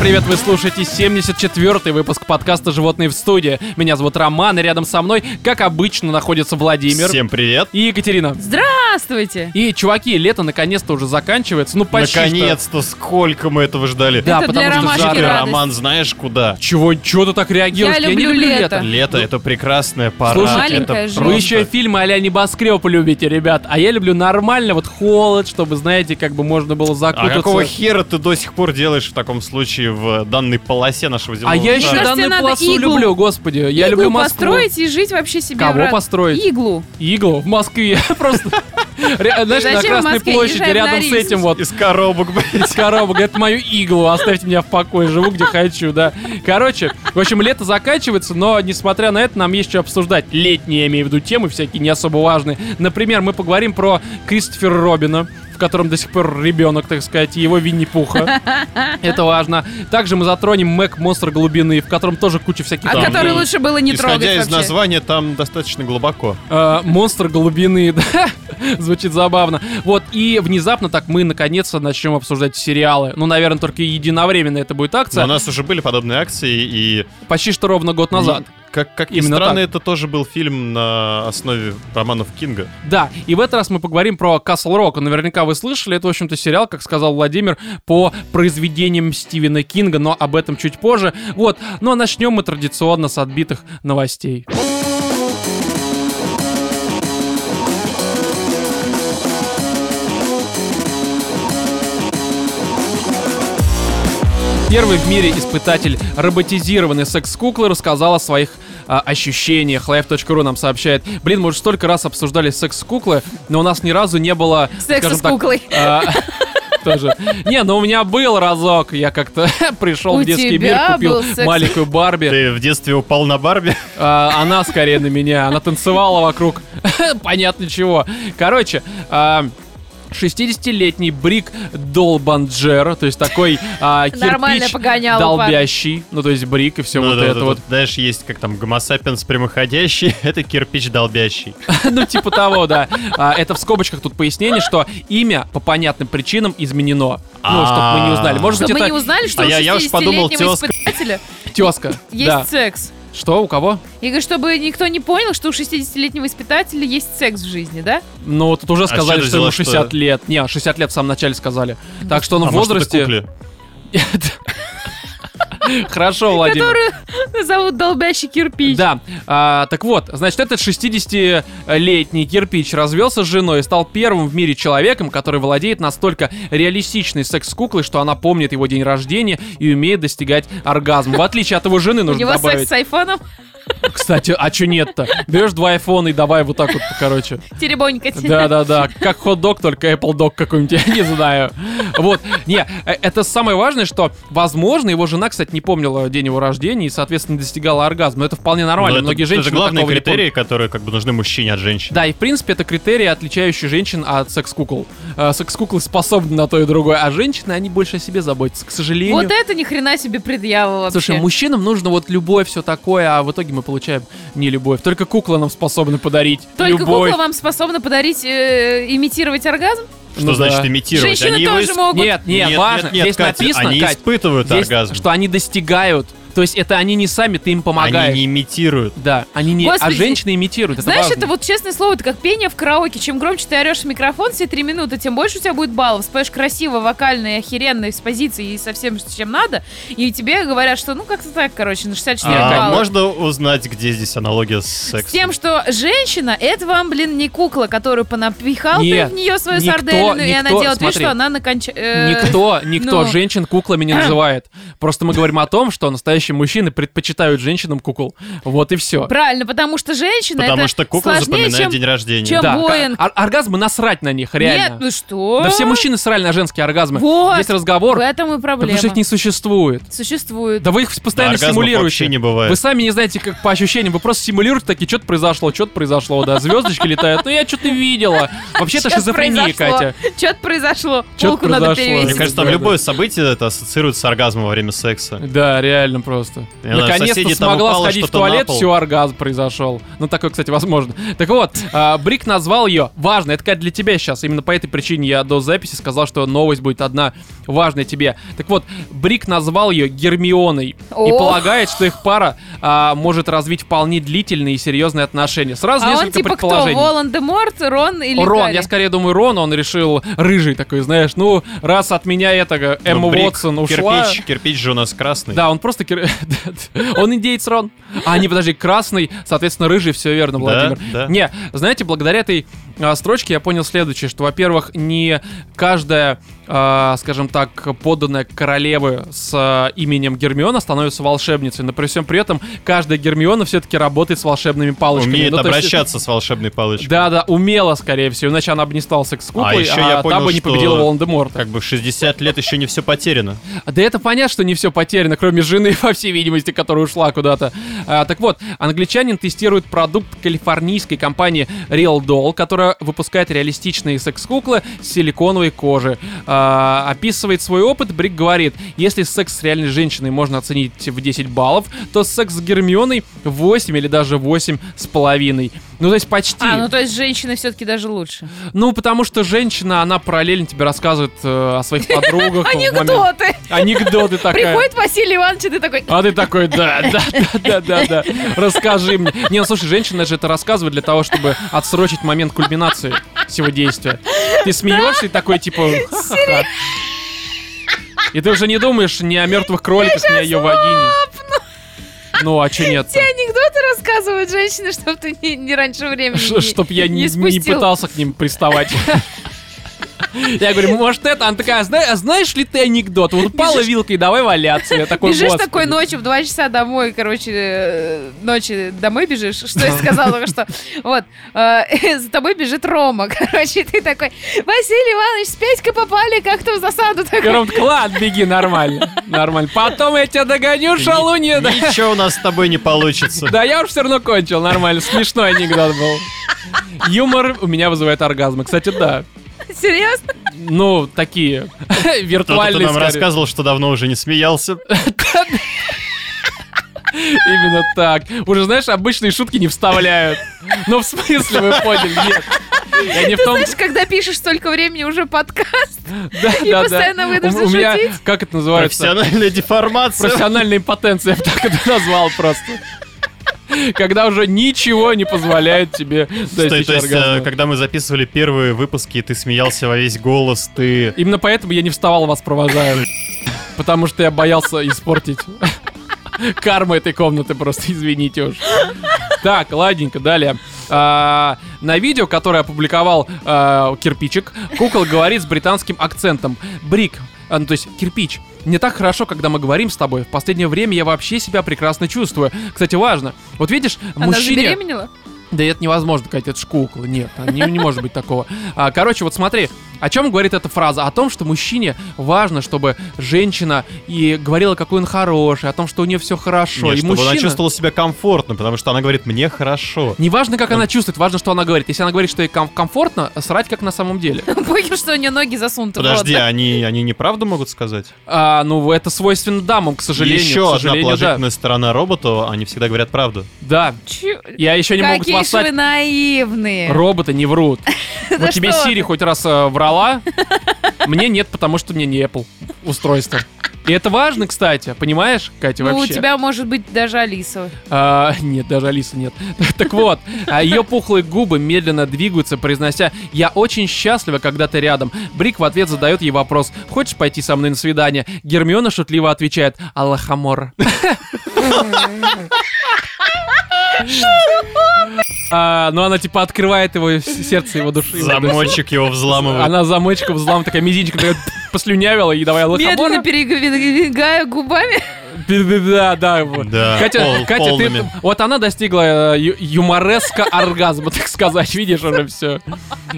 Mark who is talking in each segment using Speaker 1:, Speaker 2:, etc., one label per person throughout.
Speaker 1: привет, вы слушаете 74-й выпуск подкаста «Животные в студии». Меня зовут Роман, и рядом со мной, как обычно, находится Владимир
Speaker 2: Всем привет.
Speaker 1: и Екатерина.
Speaker 3: Здравствуйте!
Speaker 1: И, чуваки, лето наконец-то уже заканчивается, ну почти что.
Speaker 2: Наконец-то, сколько мы этого ждали.
Speaker 1: Да,
Speaker 3: Это
Speaker 1: потому
Speaker 3: для
Speaker 1: что
Speaker 3: ромашки
Speaker 1: жары.
Speaker 2: Ты,
Speaker 3: радость.
Speaker 2: Роман, знаешь куда?
Speaker 1: Чего, чего ты так реагируешь?
Speaker 3: Я
Speaker 1: не
Speaker 3: люблю
Speaker 1: люблю
Speaker 3: лето.
Speaker 1: лето.
Speaker 2: Лето это прекрасная пора.
Speaker 1: Слушай,
Speaker 3: Маленькая
Speaker 2: это
Speaker 3: жизнь.
Speaker 2: просто-
Speaker 1: Вы еще фильмы а-ля небоскреб любите, ребят. А я люблю нормально, вот холод, чтобы, знаете, как бы можно было
Speaker 2: А
Speaker 1: закутаться.
Speaker 2: какого хера ты до сих пор делаешь в таком случае в данной полосе нашего земного
Speaker 1: А я еще
Speaker 2: шара?
Speaker 3: Мне кажется,
Speaker 1: данную
Speaker 3: надо
Speaker 1: полосу
Speaker 3: иглу.
Speaker 1: люблю, господи. Я
Speaker 3: Иглу
Speaker 1: люблю Москву.
Speaker 3: построить и жить вообще себе.
Speaker 1: Кого
Speaker 3: в ра-
Speaker 1: построить?
Speaker 3: Иглу.
Speaker 1: Иглу в Москве. Просто, ре- знаешь, на
Speaker 3: Зачем в
Speaker 1: Красной
Speaker 3: Москве?
Speaker 1: площади,
Speaker 3: Езжай в
Speaker 1: рядом с
Speaker 3: Норильск.
Speaker 1: этим вот.
Speaker 2: Из коробок, блядь.
Speaker 1: Из коробок, это мою иглу, оставьте меня в покое, живу где хочу, да. Короче, в общем, лето заканчивается, но, несмотря на это, нам есть что обсуждать. Летние, я имею в виду, темы всякие не особо важные. Например, мы поговорим про Кристофера Робина, в котором до сих пор ребенок, так сказать, и его Винни-Пуха. Это важно. Также мы затронем Мэг Монстр Глубины, в котором тоже куча всяких...
Speaker 3: От
Speaker 2: Там,
Speaker 3: которой
Speaker 2: ну,
Speaker 3: лучше было не трогать
Speaker 2: Исходя из
Speaker 3: вообще.
Speaker 2: названия, там достаточно глубоко.
Speaker 1: Э, Монстр глубины, да? Звучит забавно. Вот, и внезапно так мы наконец-то начнем обсуждать сериалы. Ну, наверное, только единовременно это будет
Speaker 2: Но
Speaker 1: акция.
Speaker 2: у нас уже были подобные акции и...
Speaker 1: Почти что ровно год назад.
Speaker 2: И Как, как ни
Speaker 1: Именно
Speaker 2: странно, это тоже был фильм на основе романов Кинга.
Speaker 1: Да, и в этот раз мы поговорим про Castle Rock. Наверняка вы слышали, это, в общем-то, сериал, как сказал Владимир, по произведениям Стивена Кинга, но об этом чуть позже. Вот, ну а начнем мы традиционно с отбитых новостей. Первый в мире испытатель роботизированной секс-куклы рассказал о своих а, ощущениях. Life.ru нам сообщает. Блин, мы уже столько раз обсуждали секс-куклы, но у нас ни разу не было...
Speaker 3: Секса
Speaker 1: скажем
Speaker 3: с
Speaker 1: так,
Speaker 3: куклой.
Speaker 1: а, тоже. Не, ну у меня был разок. Я как-то пришел
Speaker 3: У
Speaker 1: в детский мир,
Speaker 3: тебя
Speaker 1: купил
Speaker 3: был секс?
Speaker 1: маленькую Барби.
Speaker 2: Ты в детстве упал на Барби?
Speaker 1: А, Она скорее на меня. Она танцевала вокруг. Понятно чего. Короче, а, 60-летний Брик Долбанджер, то есть такой а,
Speaker 3: Нормально
Speaker 1: кирпич
Speaker 3: погонял у парня.
Speaker 1: долбящий, ну то есть Брик и все
Speaker 2: Ну
Speaker 1: вот
Speaker 2: да,
Speaker 1: это
Speaker 2: да,
Speaker 1: вот.
Speaker 2: да. Знаешь, есть как там гомосапиенс прямоходящий, это кирпич долбящий.
Speaker 1: Ну, типа того, да. А, Это в скобочках тут пояснение, что имя по понятным причинам изменено. Ну, чтобы мы не узнали. Может быть,
Speaker 3: Чтобы мы не
Speaker 1: это
Speaker 3: узнали, что
Speaker 2: А
Speaker 3: у
Speaker 2: я- я уж подумал,
Speaker 3: 60-летнего
Speaker 2: тёзка.
Speaker 3: испытателя
Speaker 1: тезка.
Speaker 3: есть
Speaker 1: Да.
Speaker 3: секс.
Speaker 1: Что, у кого?
Speaker 3: И говорю, чтобы никто не понял, что у 60-летнего испытателя есть секс в жизни, да?
Speaker 1: Ну, тут уже сказали,
Speaker 2: что
Speaker 1: что ему
Speaker 2: взяла, что
Speaker 1: 60 лет. Не, 60 лет в самом начале сказали. Так что он
Speaker 2: А
Speaker 1: Ну, в
Speaker 2: может, это
Speaker 1: возрасте...
Speaker 2: кукле?
Speaker 1: Хорошо, Владимир.
Speaker 3: Назовут долбящий кирпич.
Speaker 1: Да. А, так вот, значит, этот 60-летний кирпич развелся с женой и стал первым в мире человеком, который владеет настолько реалистичной секс-куклой, что она помнит его день рождения и умеет достигать оргазма. В отличие от его жены,
Speaker 3: У
Speaker 1: нужно
Speaker 3: него секс
Speaker 1: добавить.
Speaker 3: с айфоном
Speaker 1: Кстати, а чё нет-то? Берешь два айфона и давай вот так вот, короче.
Speaker 3: теребонькать.
Speaker 1: Да-да-да, как хот-дог, только Apple Dog какой-нибудь, я не знаю. Вот, не, э, это самое важное, что, возможно, его жена, кстати, не помнила день его рождения и, соответственно, не достигала оргазма. Это вполне
Speaker 2: Ну,
Speaker 1: нормально,
Speaker 2: это-
Speaker 1: многие
Speaker 2: Это
Speaker 1: женщины
Speaker 2: же главные
Speaker 1: такого не помнят.
Speaker 2: критерии, которые как бы нужны мужчине от женщин.
Speaker 1: Да, и в принципе это критерии, отличающие женщин от секс-кукол. Э, секс-куклы способны на то и другое, а женщины, они больше о себе заботятся, к сожалению.
Speaker 3: Вот это ни хрена себе предъява вообще.
Speaker 1: Слушай, мужчинам нужно вот любовь, все такое, а в итоге мы получаем не любовь. Только кукла нам способны подарить
Speaker 3: Только
Speaker 1: любовь.
Speaker 3: кукла вам способна подарить, э, имитировать оргазм?
Speaker 2: Что
Speaker 1: Ну
Speaker 2: значит
Speaker 1: да.
Speaker 2: имитировать?
Speaker 3: Женщины
Speaker 2: Они его
Speaker 3: тоже
Speaker 2: исп-
Speaker 3: могут.
Speaker 1: Нет, нет,
Speaker 2: Нет,
Speaker 1: важно.
Speaker 2: нет, нет,
Speaker 1: Здесь
Speaker 2: Кать,
Speaker 1: написано,
Speaker 2: они
Speaker 1: Кать,
Speaker 2: испытывают
Speaker 1: здесь,
Speaker 2: оргазм.
Speaker 1: что они достигают. То есть это они не сами, ты им помогаешь.
Speaker 2: Они не имитируют.
Speaker 1: Да, они не... А
Speaker 3: Господи.
Speaker 1: женщины имитируют, это
Speaker 3: Знаешь,
Speaker 1: важно.
Speaker 3: это вот честное слово, это как пение в караоке. Чем громче ты орешь в микрофон все три минуты, тем больше у тебя будет баллов. Споешь красиво, вокально, и охеренно, и с позиции, и со всем, с чем надо. И тебе говорят, что ну как-то так, короче, на 64
Speaker 2: А,
Speaker 3: балла.
Speaker 2: можно узнать, где здесь аналогия с сексом?
Speaker 3: С тем, что женщина, это вам, блин, не кукла, которую понапихал
Speaker 1: Нет,
Speaker 3: ты в нее свою
Speaker 1: никто-
Speaker 3: сарделину, и она
Speaker 1: никто-
Speaker 3: делает вид,
Speaker 1: смотри.
Speaker 3: что она наконча... э,
Speaker 1: Никто, никто
Speaker 3: ну.
Speaker 1: женщин куклами не называет. Просто мы говорим о том, что настоящие мужчины предпочитают женщинам кукол. Вот и все.
Speaker 3: Правильно, потому что женщина
Speaker 2: Потому
Speaker 3: это
Speaker 2: что кукла
Speaker 3: сложнее,
Speaker 2: запоминает
Speaker 3: чем...
Speaker 2: день рождения.
Speaker 3: чем-
Speaker 1: Да,
Speaker 3: Боинг.
Speaker 1: ор- оргазмы насрать на них, реально.
Speaker 3: Нет, ну что?
Speaker 1: Да все мужчины срали на женские оргазмы.
Speaker 3: Вот.
Speaker 1: Есть разговор,
Speaker 3: В этом и
Speaker 1: потому
Speaker 3: проблема.
Speaker 1: что их не существует.
Speaker 3: Существует.
Speaker 1: Да вы их постоянно
Speaker 2: оргазмов
Speaker 1: симулируете.
Speaker 2: вообще не бывает.
Speaker 1: Вы сами не знаете, как по ощущениям. Вы просто симулируете такие, что-то произошло, что-то произошло, да. Звездочки летают. Ну я что-то видела. Вообще это шизофрения, Катя.
Speaker 3: Что-то произошло.
Speaker 1: Чё-то
Speaker 3: Полку надо
Speaker 1: произошло.
Speaker 2: Мне
Speaker 3: перевесить.
Speaker 2: кажется, там
Speaker 1: Да, да.
Speaker 2: любое событие это ассоциируется с оргазмом во время секса.
Speaker 1: Да, реально, просто.
Speaker 2: Я знаю,
Speaker 1: Наконец-то
Speaker 2: ну, соседи там
Speaker 1: смогла
Speaker 2: упало
Speaker 1: сходить в
Speaker 2: что-то на
Speaker 1: туалет,
Speaker 2: пол.
Speaker 1: все, оргазм произошел. Ну, такое, кстати, возможно. Так вот, а, Брик назвал ее важной. Это, Кать, для тебя сейчас. Именно по этой причине я до записи сказал, что новость будет одна важная тебе. Так вот, Брик назвал ее Гермионой. И
Speaker 3: О.
Speaker 1: полагает, что их пара а, может развить вполне длительные и серьезные отношения. Сразу
Speaker 3: А
Speaker 1: несколько
Speaker 3: он типа кто?
Speaker 1: предположений.
Speaker 3: Волан-де-Морт, Рон или
Speaker 1: Рон,
Speaker 3: Гарри?
Speaker 1: я скорее думаю, Рон, он решил рыжий такой, знаешь, ну, раз от меня этого
Speaker 2: Ну,
Speaker 1: Эмма
Speaker 2: брик,
Speaker 1: Уотсон ушла...
Speaker 2: Кирпич, кирпич же у нас красный.
Speaker 1: Да, он просто... кир- Он индеец Рон. А, не, подожди, красный, соответственно, рыжий, все верно,
Speaker 2: Да,
Speaker 1: Владимир.
Speaker 2: да.
Speaker 1: Не, знаете, благодаря этой а, строчке я понял следующее, что, во-первых, не каждая, а, скажем так, подданная королевы с а, именем Гермиона становится волшебницей, но при всем при этом каждая Гермиона все-таки работает с волшебными палочками.
Speaker 2: Умеет
Speaker 1: Ну, то есть-
Speaker 2: обращаться с волшебной палочкой.
Speaker 1: да, да, умела, скорее всего, иначе она бы не стала секс-куклой, а,
Speaker 2: А еще я
Speaker 1: та
Speaker 2: понял,
Speaker 1: бы не
Speaker 2: что-
Speaker 1: победила Волан-де-Морта.
Speaker 2: Как бы в 60 лет еще не все потеряно.
Speaker 1: Да это понятно, что не все потеряно, кроме жены, по всей видимости, которая ушла куда-то. А, так вот, англичанин тестирует продукт калифорнийской компании Real Doll, которая выпускает реалистичные секс-куклы с силиконовой кожи. А, описывает свой опыт, Брик говорит, если секс с реальной женщиной можно оценить в 10 баллов, то секс с Гермионой 8 или даже 8,5. Ну, то есть почти.
Speaker 3: А, ну то есть женщины все-таки даже лучше.
Speaker 1: Ну, потому что женщина, она параллельно тебе рассказывает э, о своих подругах. в момент-
Speaker 3: Анекдоты!
Speaker 1: Анекдоты такая.
Speaker 3: Приходит Василий Иванович, и ты такой...
Speaker 1: А ты такой, да, да, да, да, да, да. Расскажи мне. Не, ну слушай, женщина же это рассказывает для того, чтобы отсрочить момент кульминации всего действия. Ты смеешься и такой, типа... «Ха-ха-ха». И ты уже не думаешь ни о мертвых кроликах, ни о ее вагине. Ну, а че нет?
Speaker 3: Все анекдоты рассказывают женщины, чтобы ты не, не раньше времени не-
Speaker 1: Чтоб я не,
Speaker 3: не
Speaker 1: не
Speaker 3: спустил.
Speaker 1: пытался к ним приставать. Я говорю, может это? Она такая, «Зна- а знаешь ли ты анекдот? Вот упала вилкой, давай валяться. Я такой,
Speaker 3: Бежишь
Speaker 1: «Господи».
Speaker 3: такой «Ну, ночью в 2 часа домой, короче, э, ночи домой бежишь, что я сказала только что. Вот, э, за тобой бежит Рома, короче, и ты такой, Василий Иванович, с Петькой попали как-то в засаду.
Speaker 1: Я
Speaker 3: Такой,
Speaker 1: говорю, клад, беги, нормально, нормально. Потом я тебя догоню, шалунья. Да,
Speaker 2: Ничего у нас с тобой не получится.
Speaker 1: Да я уж все равно кончил, нормально. Смешной анекдот был. Юмор у меня вызывает оргазмы. Кстати, да.
Speaker 3: серьезно?
Speaker 1: Ну, такие
Speaker 2: Кто-то
Speaker 1: виртуальные.
Speaker 2: нам
Speaker 1: скорее.
Speaker 2: рассказывал, что давно уже не смеялся.
Speaker 1: Именно так. Уже, знаешь, обычные шутки не вставляют. Ну, в смысле, вы поняли, нет. Я не в
Speaker 3: Ты
Speaker 1: том...
Speaker 3: знаешь, когда пишешь столько времени уже подкаст,
Speaker 1: Да,
Speaker 3: и постоянно вынужден
Speaker 1: У, у меня,
Speaker 3: шутить?
Speaker 1: как это называется?
Speaker 2: Профессиональная деформация.
Speaker 1: Профессиональная импотенция, я бы так это назвал просто. Когда уже ничего не позволяет тебе
Speaker 2: Стой,
Speaker 1: достичь
Speaker 2: то есть,
Speaker 1: оргазма.
Speaker 2: э, когда мы записывали первые выпуски, и ты смеялся во весь голос, ты...
Speaker 1: Именно поэтому я не вставал вас провожаю. Потому что я боялся испортить карму этой комнаты, просто извините уж. Так, ладненько, далее. А, на видео, которое опубликовал а, Кирпичик, кукол говорит с британским акцентом. Брик, а, ну то есть кирпич. Мне так хорошо, когда мы говорим с тобой. В последнее время я вообще себя прекрасно чувствую. Кстати, важно. Вот видишь,
Speaker 3: она
Speaker 1: мужчине...
Speaker 3: забеременела?
Speaker 1: Да это невозможно, Катя, это ж кукла. Нет, не, не может быть такого. А, короче, вот смотри, о чем говорит эта фраза? О том, что мужчине важно, чтобы женщина и говорила, какой он хороший, о том, что у нее все хорошо.
Speaker 2: Нет,
Speaker 1: и
Speaker 2: чтобы она
Speaker 1: мужчина...
Speaker 2: чувствовала себя комфортно, потому что она говорит, мне хорошо.
Speaker 1: Не важно, как она чувствует, важно, что она говорит. Если она говорит, что ей ком- комфортно, срать как на самом деле.
Speaker 3: Понял, Ну, что у нее ноги засунуты в рот,
Speaker 2: Подожди,
Speaker 3: да?
Speaker 2: они, они неправду могут сказать?
Speaker 1: А, ну, это свойственно дамам, к сожалению.
Speaker 2: Еще
Speaker 1: к
Speaker 2: одна
Speaker 1: сожалению, да.
Speaker 2: положительная сторона роботу, они всегда говорят правду.
Speaker 1: Да.
Speaker 3: Чё?
Speaker 1: Я еще не могу
Speaker 3: Какие же вы
Speaker 1: спасать.
Speaker 3: наивные.
Speaker 1: Роботы не врут.
Speaker 3: Да
Speaker 1: Вот тебе
Speaker 3: что
Speaker 1: Сири
Speaker 3: ты.
Speaker 1: хоть раз э, врала, мне нет, потому что мне не Apple устройство. И это важно, кстати, понимаешь, Катя,
Speaker 3: Ну, у
Speaker 1: вообще?
Speaker 3: тебя может быть даже Алиса.
Speaker 1: А, нет, даже Алисы нет. Так вот, а ее пухлые губы медленно двигаются, произнося «Я очень счастлива, когда ты рядом». Брик в ответ задает ей вопрос «Хочешь пойти со мной на свидание?» Гермиона шутливо отвечает «Аллахамор». А, ну, она типа открывает его с- сердце его души. его души.
Speaker 2: Замочек его взламывает.
Speaker 1: Она замочком взлом такая мизинчиком такая, послюнявила и давай лохомора.
Speaker 3: Медленно передвигая губами.
Speaker 1: Да, да. вот.
Speaker 2: Да,
Speaker 1: Катя,
Speaker 2: пол-
Speaker 1: Катя, ты,
Speaker 2: полными.
Speaker 1: вот она достигла э, ю- юмореска оргазма, так сказать, видишь уже все.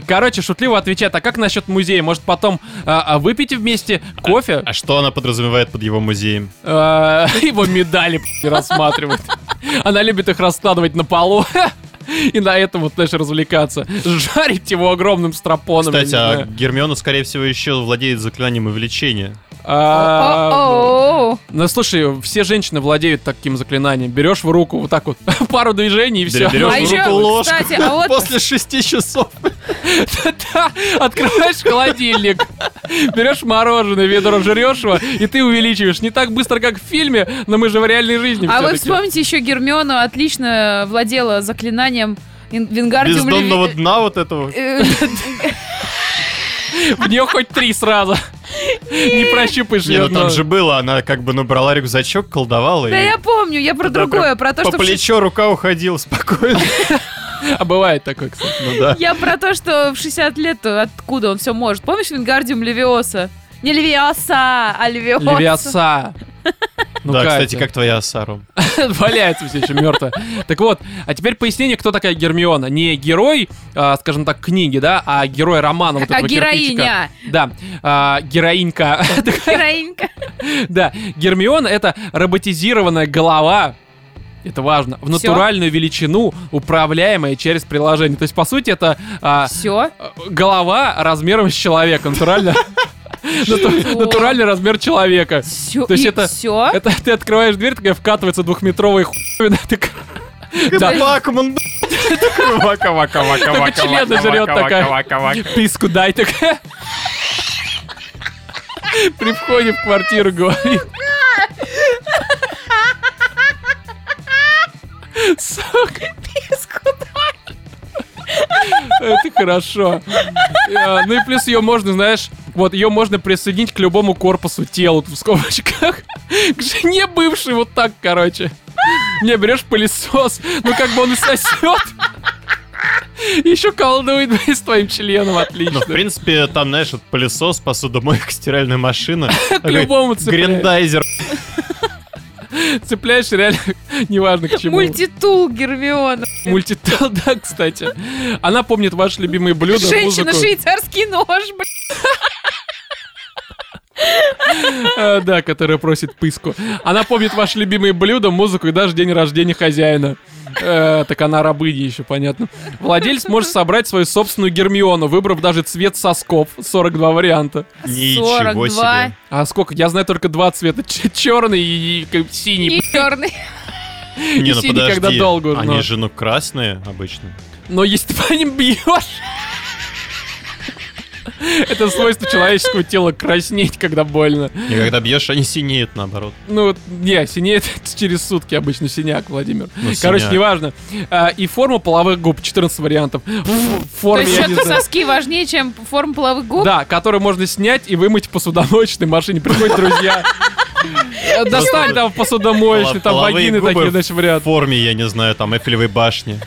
Speaker 1: Короче, шутливо отвечает, а как насчет музея? Может потом а, а, выпить вместе кофе?
Speaker 2: А что она подразумевает под его музеем?
Speaker 1: Э, Его медали п***, рассматривают. Она любит их раскладывать на полу. И на этом вот, знаешь, развлекаться. Жарить его огромным стропоном. я не
Speaker 2: Кстати, а
Speaker 1: знаю.
Speaker 2: Гермиона, скорее всего, еще владеет заклинанием увлечения.
Speaker 1: А,
Speaker 3: О-о-о.
Speaker 1: Ну, слушай, все женщины владеют таким заклинанием. Берешь в руку вот так вот пару движений и все.
Speaker 2: Берешь
Speaker 3: А
Speaker 2: в
Speaker 3: ещё,
Speaker 2: руку ложку
Speaker 3: кстати, а вот-
Speaker 2: после шести часов.
Speaker 1: Открываешь холодильник, берешь мороженое, ведро жрешь его, и ты увеличиваешь. Не так быстро, как в фильме, но мы же в реальной жизни
Speaker 3: А вы
Speaker 1: ну, всё-таки.
Speaker 3: вспомните еще Гермиона отлично владела заклинанием Ин- Вингардиум
Speaker 2: Бездонного
Speaker 3: Леви-
Speaker 2: дна вот этого.
Speaker 3: Э,
Speaker 1: В нее хоть три сразу. Не прощупаешь
Speaker 2: Не,
Speaker 1: ее.
Speaker 2: ну там же было, она как бы, ну, брала рюкзачок, колдовала
Speaker 3: Да
Speaker 2: и
Speaker 3: я помню, я про
Speaker 2: Да, прям
Speaker 3: другое, про то,
Speaker 2: по
Speaker 3: что... в ши-
Speaker 2: плечо рука уходила спокойно.
Speaker 1: А бывает такое, кстати.
Speaker 2: Ну да.
Speaker 3: Я про то, что в 60 лет откуда он все может. Помнишь Вингардиум Левиоса? Не Левиоса, а Левиоса.
Speaker 1: Левиаса. Ну,
Speaker 2: Да, кстати,
Speaker 1: ты?
Speaker 2: как твоя оса, Ром?
Speaker 1: Валяется все еще мертвая. Так вот, а теперь пояснение, кто такая Гермиона. Не герой, а, скажем так, книги, да, а герой романа вот
Speaker 3: А
Speaker 1: этого кирпичика.
Speaker 3: героиня,
Speaker 1: Да, а, героинька.
Speaker 3: героинька.
Speaker 1: Да, Гермиона — это роботизированная голова, это важно, в
Speaker 3: Всё?
Speaker 1: натуральную величину, управляемая через приложение. То есть, по сути, это а,
Speaker 3: Все.
Speaker 1: голова размером с человека, натурально. нату- Натуральный размер человека.
Speaker 3: Все.
Speaker 1: То есть это-
Speaker 3: Все.
Speaker 1: Это ты открываешь дверь, такая вкатывается двухметровая хуйня, так Да.
Speaker 2: Бакман, Вака, вака, вака,
Speaker 1: Только
Speaker 2: вака,
Speaker 1: члены
Speaker 2: вака,
Speaker 1: жрет
Speaker 2: вака,
Speaker 1: такая.
Speaker 2: вака, вака.
Speaker 1: писку дай, такая. При входе в квартиру говорит. Сука. Это хорошо. Э, Ну и плюс ее можно, знаешь, вот ее можно присоединить к любому корпусу тела тут в скобочках. К жене бывшей вот так, короче. Не, берешь пылесос, ну как бы он и сосет. Еще колдует блин, с твоим членом,
Speaker 2: Ну,
Speaker 1: отлично.
Speaker 2: в принципе, там, знаешь, вот пылесос, посудомойка, стиральная машина.
Speaker 1: К любому цепляешь.
Speaker 2: Гриндайзер.
Speaker 1: Цепляешь реально, неважно к чему.
Speaker 3: Мультитул Гермиона.
Speaker 1: Мультитал, да, кстати. Она помнит ваши любимые блюда,
Speaker 3: Женщина,
Speaker 1: музыку.
Speaker 3: швейцарский нож, блин.
Speaker 1: А, да, которая просит пыску. Она помнит ваши любимые блюда, музыку и даже день рождения хозяина. Э, так она рабыня еще, понятно. Владелец может собрать свою собственную Гермиону, выбрав даже цвет сосков. 42 варианта.
Speaker 2: Ничего
Speaker 3: 42.
Speaker 2: себе.
Speaker 1: А сколько? Я знаю только два цвета. черный и, и синий.
Speaker 3: И черный.
Speaker 2: Не,
Speaker 1: И
Speaker 2: ну
Speaker 1: синий, когда
Speaker 2: подожди.
Speaker 1: долго уже, но-
Speaker 2: Они же, ну, красные обычно.
Speaker 1: Но если ты по ним бьешь... Это свойство человеческого тела краснеть, когда больно.
Speaker 2: И когда бьешь, они синеют, наоборот.
Speaker 1: Ну, вот, не, синеет через сутки обычно синяк, Владимир.
Speaker 2: Ну,
Speaker 1: Короче,
Speaker 2: синяк.
Speaker 1: неважно. А, и форма половых губ, 14 вариантов. В
Speaker 3: То
Speaker 1: форме,
Speaker 3: есть
Speaker 1: я не
Speaker 3: все-таки
Speaker 1: знаю.
Speaker 3: соски важнее, чем форма половых губ?
Speaker 1: Да, которую можно снять и вымыть в посудомоечной машине. Приходят друзья. Э, Достань там в посудомоечной, там
Speaker 2: Половые
Speaker 1: вагины
Speaker 2: губы
Speaker 1: такие, значит,
Speaker 2: В
Speaker 1: варианты.
Speaker 2: форме, я не знаю, там, Эфелевой башни.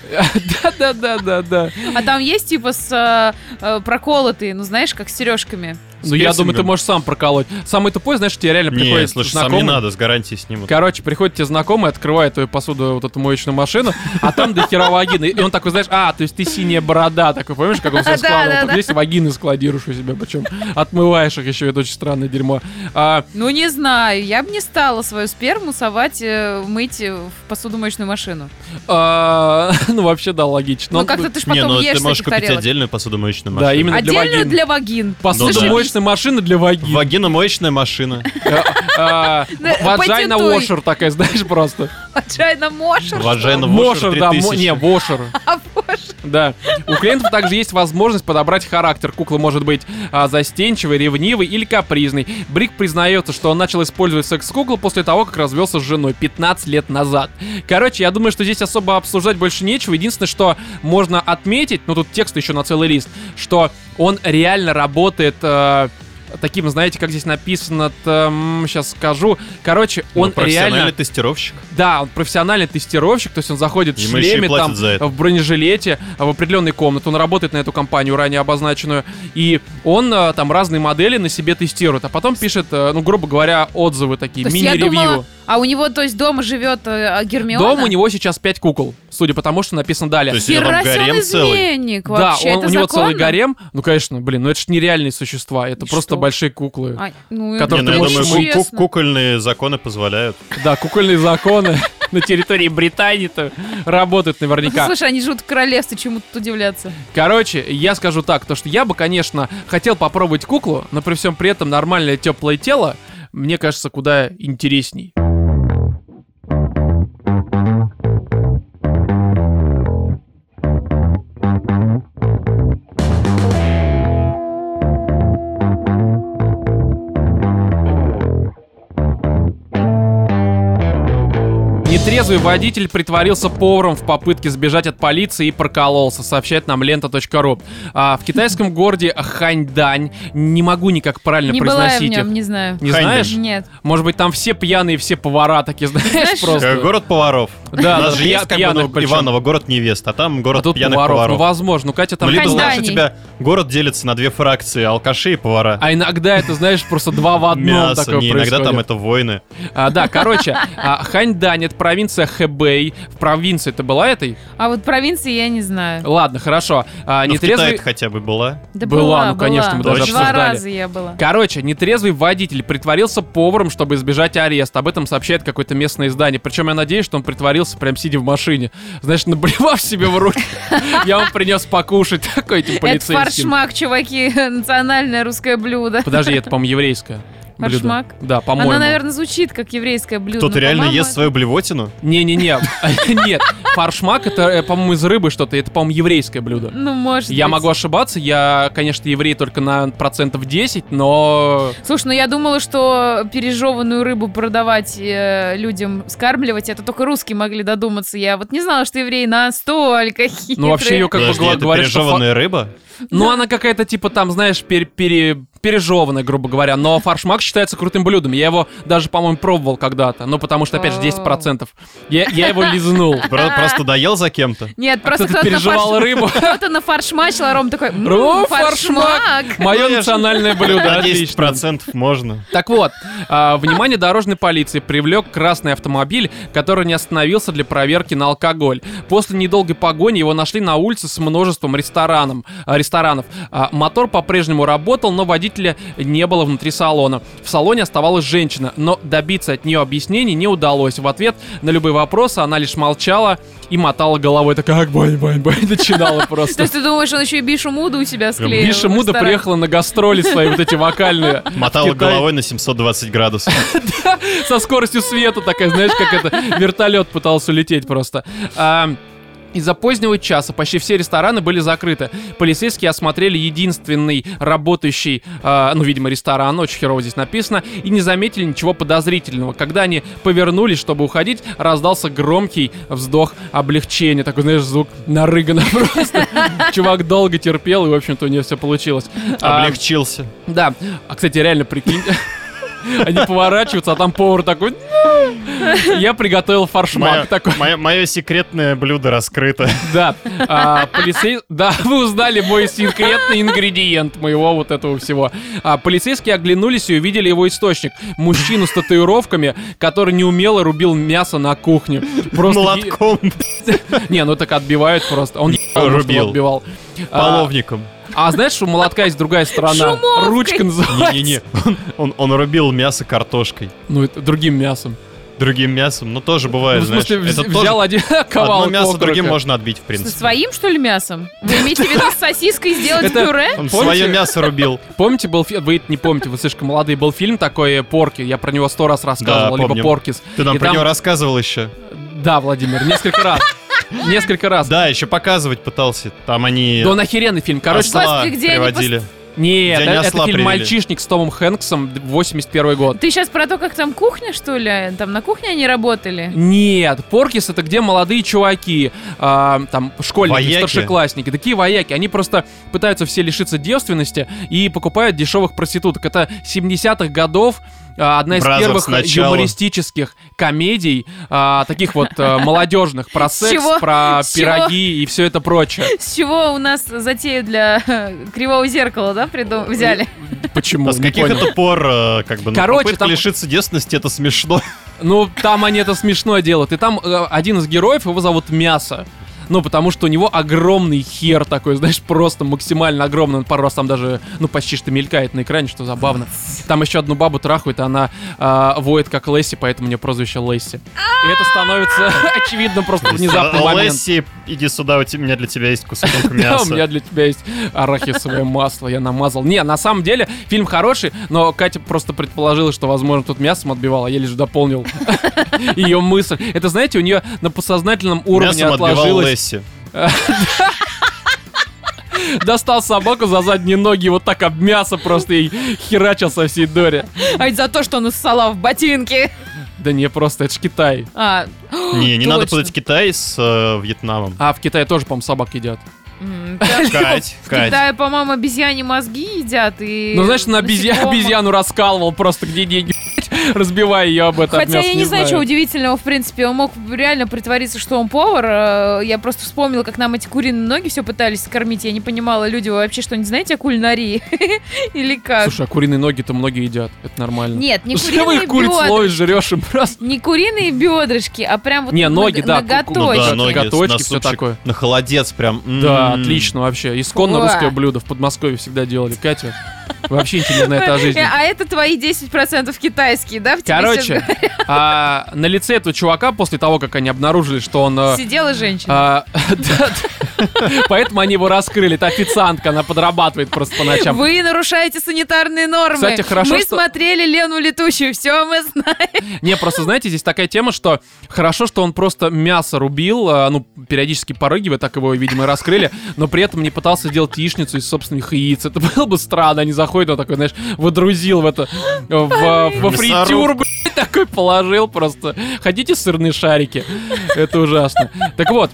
Speaker 1: Да-да-да-да-да.
Speaker 3: А там есть типа с э, э, проколотые, ну знаешь, как с сережками.
Speaker 2: С
Speaker 1: Ну, я думаю, ты
Speaker 2: пирсингом?
Speaker 1: можешь сам проколоть. Самый тупой, знаешь, тебе реально
Speaker 2: Не,
Speaker 1: приходит
Speaker 2: слушай, сам не
Speaker 1: знакомый.
Speaker 2: надо, с гарантией снимут.
Speaker 1: Короче, приходит тебе знакомый, открывает твою посуду, вот эту моечную машину, а там до хера вагины. И он такой, знаешь, а, то есть ты синяя борода, такой, помнишь, как он все
Speaker 3: Да, да,
Speaker 1: складывал? Тут
Speaker 3: да.
Speaker 1: Здесь вагины складируешь у себя, причем отмываешь их еще, это очень странное дерьмо. А,
Speaker 3: Ну не знаю, я бы не стала свою сперму совать, э, мыть э, в посудомоечную машину.
Speaker 1: а, ну, вообще, да, логично.
Speaker 3: Ну,
Speaker 1: Он-
Speaker 3: как-то ты ж
Speaker 2: Не,
Speaker 3: потом
Speaker 2: ну
Speaker 3: ешь
Speaker 2: ты
Speaker 3: с
Speaker 2: можешь
Speaker 3: этих
Speaker 2: купить
Speaker 3: тарелок.
Speaker 2: отдельную посудомоечную
Speaker 1: Да,
Speaker 2: машину.
Speaker 1: именно для
Speaker 3: Отдельную
Speaker 1: вагин.
Speaker 3: для вагин.
Speaker 1: Посудомоечная машина для вагин.
Speaker 2: Вагина моечная машина.
Speaker 1: А, а,
Speaker 3: Да,
Speaker 1: Ваджайна
Speaker 3: патентуй.
Speaker 1: Вошер такая, знаешь, просто.
Speaker 3: Отчаянно мошер.
Speaker 2: Ваджайна
Speaker 1: Вошер,
Speaker 2: Вошер
Speaker 1: да, мо- не,
Speaker 2: 3000.
Speaker 1: Вошер.
Speaker 3: А, боже.
Speaker 1: Да. У клиентов также есть возможность подобрать характер. Кукла может быть а, застенчивой, ревнивой или капризной. Брик признается, что он начал использовать секс-куклу после того, как развелся с женой 15 лет назад. Короче, я думаю, что здесь особо обсуждать больше нечего. Единственное, что можно отметить, ну тут текст еще на целый лист, что он реально работает... э, Таким, знаете, как здесь написано, сейчас скажу. Короче,
Speaker 2: Ну,
Speaker 1: он
Speaker 2: профессиональный
Speaker 1: реально
Speaker 2: тестировщик.
Speaker 1: да, он профессиональный тестировщик, то есть он заходит в
Speaker 2: Ему еще и
Speaker 1: шлеме,
Speaker 2: платят
Speaker 1: там,
Speaker 2: за это.
Speaker 1: в бронежилете, а, в определенной комнате. Он работает на эту компанию, ранее обозначенную. И он а, там разные модели на себе тестирует, а потом пишет, а, ну, грубо говоря, отзывы такие,
Speaker 3: То есть я
Speaker 1: мини-ревью.
Speaker 3: думала, А у него, то есть, дома живет э, Гермиона?
Speaker 1: Дом у него сейчас 5 кукол, судя по тому, что написано далее.
Speaker 2: То есть у него
Speaker 3: Хера
Speaker 2: там
Speaker 3: себе, он
Speaker 2: гарем целый.
Speaker 3: изменник
Speaker 1: да,
Speaker 3: вообще.
Speaker 1: он-
Speaker 3: это
Speaker 1: у него целый
Speaker 3: законно?
Speaker 1: гарем. Ну, конечно, блин, ну это же нереальные существа, это
Speaker 3: И
Speaker 1: просто
Speaker 3: что?
Speaker 1: большие куклы.
Speaker 3: А, ну,
Speaker 1: Который
Speaker 2: Не,
Speaker 3: это
Speaker 2: ну я
Speaker 1: ты
Speaker 2: думаю,
Speaker 1: можешь
Speaker 2: ку-
Speaker 3: интересно.
Speaker 2: ку- кукольные законы позволяют.
Speaker 1: Да, кукольные законы. на территории Британии, то работают наверняка.
Speaker 3: Ну, Слушай, они живут в королевстве, чему тут удивляться.
Speaker 1: Короче, я скажу так, то что я бы, конечно, хотел попробовать куклу, но при всем при этом нормальное теплое тело, мне кажется, куда интересней. Нетрезвый водитель притворился поваром в попытке сбежать от полиции и прокололся, сообщает нам лента.ру. А, в китайском городе Ханьдань, не могу никак правильно
Speaker 3: Не была я в
Speaker 1: произносить
Speaker 3: нем,
Speaker 1: их.
Speaker 3: не знаю.
Speaker 1: Не
Speaker 2: Ханьдань.
Speaker 1: знаешь?
Speaker 3: Нет.
Speaker 1: Может быть, там все пьяные, все повара такие, знаешь,
Speaker 3: Знаешь,
Speaker 2: Э,
Speaker 1: просто.
Speaker 2: Город поваров.
Speaker 1: Да,
Speaker 2: У нас
Speaker 1: да,
Speaker 2: же
Speaker 1: пья-
Speaker 2: есть как бы
Speaker 1: пьяных
Speaker 2: ну,
Speaker 1: причем.
Speaker 2: Иваново, город невест, а там город
Speaker 1: А тут
Speaker 2: пьяных
Speaker 1: поваров.
Speaker 2: поваров.
Speaker 1: Ну, возможно. Ну, Катя
Speaker 2: Ну,
Speaker 1: там...
Speaker 2: либо
Speaker 1: конечно,
Speaker 2: знаешь, у
Speaker 3: Ханьдани.
Speaker 2: тебя город делится на две фракции, алкаши и повара.
Speaker 1: А иногда это, знаешь, просто два в одном
Speaker 2: Мясо,
Speaker 1: такое
Speaker 2: не иногда там
Speaker 1: происходит.
Speaker 2: это войны.
Speaker 1: А, да, короче, а, Ханьдань, это провинция Хэбэй. В провинции это была этой?
Speaker 3: А вот провинции я не знаю.
Speaker 1: Ладно, хорошо. А,
Speaker 2: Ну, в
Speaker 1: нетрезвый...
Speaker 2: Китае хотя бы была.
Speaker 3: Да
Speaker 1: Была,
Speaker 3: была,
Speaker 1: ну, конечно, мы
Speaker 3: была.
Speaker 2: даже
Speaker 3: Два
Speaker 1: обсуждали.
Speaker 3: раза я была.
Speaker 1: Короче, нетрезвый водитель притворился поваром, чтобы избежать ареста. Об этом сообщает какое-то местное издание. Причем я надеюсь, что он притворился прям сидя в машине. Знаешь, наблевав себе в руки. Я вам принес покушать такой типа, этим
Speaker 3: Это
Speaker 1: полицейским.
Speaker 3: фаршмак, чуваки, национальное русское блюдо.
Speaker 1: Подожди, это, по-моему, еврейское. блюдо.
Speaker 3: Форшмак?
Speaker 1: Да, по-моему.
Speaker 3: Она, наверное, звучит как еврейское блюдо.
Speaker 2: Кто-то
Speaker 3: но,
Speaker 2: реально
Speaker 3: по-моему,
Speaker 2: ест свою блевотину?
Speaker 1: Не-не-не, нет, фаршмак это, э, по-моему, из рыбы что-то, это, по-моему, еврейское блюдо.
Speaker 3: Ну, может
Speaker 1: Я
Speaker 3: быть.
Speaker 1: могу ошибаться, я, конечно, еврей только на процентов 10, но...
Speaker 3: Слушай, ну я думала, что пережеванную рыбу продавать э, людям, скармливать, это только русские могли додуматься. Я вот не знала, что евреи настолько хитрые.
Speaker 1: Ну, вообще ее как бы
Speaker 2: Подожди,
Speaker 1: гла-
Speaker 2: это
Speaker 1: говорят, что... фа-
Speaker 2: пережеванная рыба?
Speaker 1: Ну, она какая-то, типа, там, знаешь, пере- пере- пережеванная, грубо говоря, но фаршмак считается крутым блюдом. Я его даже, по-моему, пробовал когда-то, ну, потому что, опять же, 10%. Я, я его лизнул.
Speaker 2: Про- Просто доел за кем-то?
Speaker 3: Нет, просто
Speaker 1: Кто-то
Speaker 3: кто-то на
Speaker 1: пережевал
Speaker 3: фарш-
Speaker 1: рыбу.
Speaker 3: Кто-то на фаршмачил, а Ром такой, «М,
Speaker 1: Ром,
Speaker 3: фаршмак.
Speaker 1: Мое
Speaker 2: Ну, я ж-
Speaker 1: национальное блюдо,
Speaker 2: На
Speaker 1: отлично.
Speaker 2: 10% можно.
Speaker 1: Так вот, а, внимание дорожной полиции привлек красный автомобиль, который не остановился для проверки на алкоголь. После недолгой погони его нашли на улице с множеством рестораном, а, ресторанов. А, Мотор по-прежнему работал, но водителя не было внутри салона. В салоне оставалась женщина, но добиться от нее объяснений не удалось. В ответ на любые вопросы она лишь молчала и мотала головой. Так как бань, бань, бань, начинала
Speaker 3: То
Speaker 1: просто.
Speaker 3: есть ты думаешь, он еще и Бишу Муду у себя склеил?
Speaker 1: Биша
Speaker 3: в
Speaker 1: Муда
Speaker 3: ресторан?
Speaker 1: приехала на гастроли свои вот эти вокальные.
Speaker 2: Мотала
Speaker 1: Китае.
Speaker 2: головой на 720 градусов.
Speaker 1: со скоростью света такая, знаешь, как это вертолет пытался улететь просто. А, из-за позднего часа почти все рестораны были закрыты. Полицейские осмотрели единственный работающий, а, ну, видимо, ресторан, очень херово здесь написано, и не заметили ничего подозрительного. Когда они повернулись, чтобы уходить, раздался громкий вздох облегчения. Такой, знаешь, звук нарыгано просто. Чувак долго терпел, и, в общем-то, у него все получилось. А,
Speaker 2: Облегчился.
Speaker 1: да. А, кстати, реально, прикинь, они поворачиваются, а там повар такой... «Ну, Я приготовил фаршмак такой.
Speaker 2: Мое секретное блюдо раскрыто.
Speaker 1: Да. А, полицей... Да, вы узнали мой секретный ингредиент моего вот этого всего. А, полицейские оглянулись и увидели его источник. Мужчину с татуировками, который неумело рубил мясо на кухне. Просто...
Speaker 2: Молотком,
Speaker 1: Не, ну так отбивают просто. Он ебал, может,
Speaker 2: Рубил.
Speaker 1: отбивал. А,
Speaker 2: половником.
Speaker 1: а знаешь, у молотка есть другая сторона.
Speaker 3: Шумовкой.
Speaker 1: Ручка называется.
Speaker 2: Не-не-не, он- он, он рубил мясо картошкой.
Speaker 1: Ну, это другим мясом.
Speaker 2: Другим мясом, но тоже бывает,
Speaker 1: Ну, в смысле,
Speaker 2: знаешь.
Speaker 1: вз-
Speaker 2: это
Speaker 1: взял
Speaker 2: тоже
Speaker 1: один ковал
Speaker 2: одно мясо
Speaker 1: окорока.
Speaker 2: другим можно отбить, в принципе.
Speaker 3: Со своим, что ли, мясом? Вы имеете в виду с сосиской сделать
Speaker 1: Это-
Speaker 3: пюре?
Speaker 2: Он
Speaker 1: Помните?
Speaker 2: свое мясо рубил.
Speaker 1: Помните, был фильм, вы это не помните, вы слишком молодые, был фильм такой э, Порки, я про него сто раз рассказывал,
Speaker 2: Да,
Speaker 1: либо
Speaker 2: помним.
Speaker 1: Поркис.
Speaker 2: Ты нам
Speaker 1: И
Speaker 2: про
Speaker 1: там-
Speaker 2: него рассказывал еще.
Speaker 1: Да, Владимир, несколько раз. Несколько раз.
Speaker 2: Да, еще показывать пытался. Там они
Speaker 1: Да он охеренный фильм. Короче,
Speaker 2: осла
Speaker 3: Господи, где они
Speaker 2: приводили.
Speaker 1: нет,
Speaker 2: где они
Speaker 1: это, это
Speaker 2: осла
Speaker 1: фильм
Speaker 2: привели?
Speaker 1: «Мальчишник» с Томом Хэнксом, 81 год.
Speaker 3: Ты сейчас про то, как там кухня, что ли? Там на кухне они работали?
Speaker 1: Нет, Поркис это где молодые чуваки, а, там школьники,
Speaker 2: Вояки.
Speaker 1: старшеклассники, такие вояки. Они просто пытаются все лишиться девственности и покупают дешевых проституток. Это 70-х годов. а, Одна из
Speaker 2: Бразов
Speaker 1: первых
Speaker 2: сначала.
Speaker 1: юмористических комедий, а, таких вот а, молодежных, про секс,
Speaker 3: чего?
Speaker 1: про
Speaker 3: С чего?
Speaker 1: пироги и все это прочее.
Speaker 3: С чего у нас затею для э, кривого зеркала, да, придум- взяли?
Speaker 1: Почему?
Speaker 2: А с
Speaker 1: Не
Speaker 2: каких
Speaker 1: понял.
Speaker 2: это пор, э, как бы, ну,
Speaker 1: Короче,
Speaker 2: попытка
Speaker 1: там-
Speaker 2: лишиться девственности, это смешно.
Speaker 1: Ну, там они это смешно делают. И там э, один из героев, его зовут Мясо. Ну, потому что у него огромный хер такой, знаешь, просто максимально огромный. Он пару раз там даже, ну, почти что мелькает на экране, что забавно. Там еще одну бабу трахают, и она а, воет как Лесси, поэтому у нее прозвище Лесси. И это становится очевидно просто внезапный момент.
Speaker 2: Лесси, иди сюда, у те- у меня для тебя есть кусок
Speaker 1: Да, у меня
Speaker 2: мяса.
Speaker 1: для тебя есть арахисовое масло, я намазал. Не, на самом деле, фильм хороший, но Катя просто предположила, что, возможно, тут мясом отбивала, я лишь дополнил ее мысль. Это, знаете, у нее на подсознательном уровне
Speaker 2: Мясом отбивал
Speaker 1: отложилось...
Speaker 2: Лесси.
Speaker 1: Достал собаку за задние ноги и вот так об мясо просто ей херачил со всей дури.
Speaker 3: А ведь за то, что он уссала в ботинке.
Speaker 1: Да не, просто это ж Китай.
Speaker 3: А,
Speaker 2: Не, не надо
Speaker 3: точно.
Speaker 2: путать Китай с э, Вьетнамом.
Speaker 1: А в Китае тоже, по-моему, собак едят.
Speaker 3: м, да.
Speaker 2: Кать,
Speaker 3: В
Speaker 2: Кать.
Speaker 3: Китае, по-моему, обезьяне мозги едят и...
Speaker 1: Ну, знаешь, на обезья-
Speaker 3: насекомых.
Speaker 1: обезьяну раскалывал просто где деньги, разбивая ее об это. об
Speaker 3: Хотя
Speaker 1: мясо,
Speaker 3: я не знаю, чего
Speaker 1: знаю.
Speaker 3: удивительного, в принципе. Он мог реально притвориться, что он повар. Э, Я просто вспомнила, как нам эти куриные ноги все пытались кормить. Я не понимала, люди, вы вообще что-нибудь знаете о кулинарии? Или как?
Speaker 1: Слушай, а куриные ноги-то многие едят, это нормально.
Speaker 3: Нет, не
Speaker 1: Ну, что вы
Speaker 3: куриные
Speaker 1: их куриц
Speaker 3: бедра.
Speaker 1: ловишь, жрешь им просто?
Speaker 3: Не куриные бедрышки, а прям вот
Speaker 1: Не,
Speaker 3: ног-
Speaker 1: ноги, да, ку- ку-
Speaker 2: Ну да,
Speaker 1: Точно.
Speaker 3: ноготочки.
Speaker 2: ноги
Speaker 1: Ноготочки,
Speaker 2: на
Speaker 1: всё
Speaker 2: супчик,
Speaker 1: такое.
Speaker 2: На холодец прям. м-м. М.
Speaker 1: Да, отлично вообще. Исконно
Speaker 3: Ура.
Speaker 1: русское блюдо в Подмосковье всегда делали. Катя, вообще ничего не знает о жизни.
Speaker 3: Э, А это твои 10% китайские, да? в тебе
Speaker 1: Короче, а, на лице этого чувака после того, как они обнаружили, что он...
Speaker 3: сейчас
Speaker 1: а,
Speaker 3: Сидела женщина.
Speaker 1: а, да, да. Поэтому они его раскрыли. Это официантка, она подрабатывает просто по ночам.
Speaker 3: Вы нарушаете санитарные нормы.
Speaker 1: Кстати, хорошо,
Speaker 3: мы
Speaker 1: что-
Speaker 3: смотрели Лену Летущую, все мы знаем.
Speaker 1: Не, просто знаете, здесь такая тема, что хорошо, что он просто мясо рубил, а, ну, периодически порыгивая, так его, видимо, и раскрыли, но при этом не пытался делать яичницу из собственных яиц. Это было бы странно, они заходят, он такой, знаешь, водрузил в это, э, в, во фритюр,
Speaker 2: Мясорубка.
Speaker 1: блядь, такой положил просто. Хотите сырные шарики? Это ужасно. Так вот,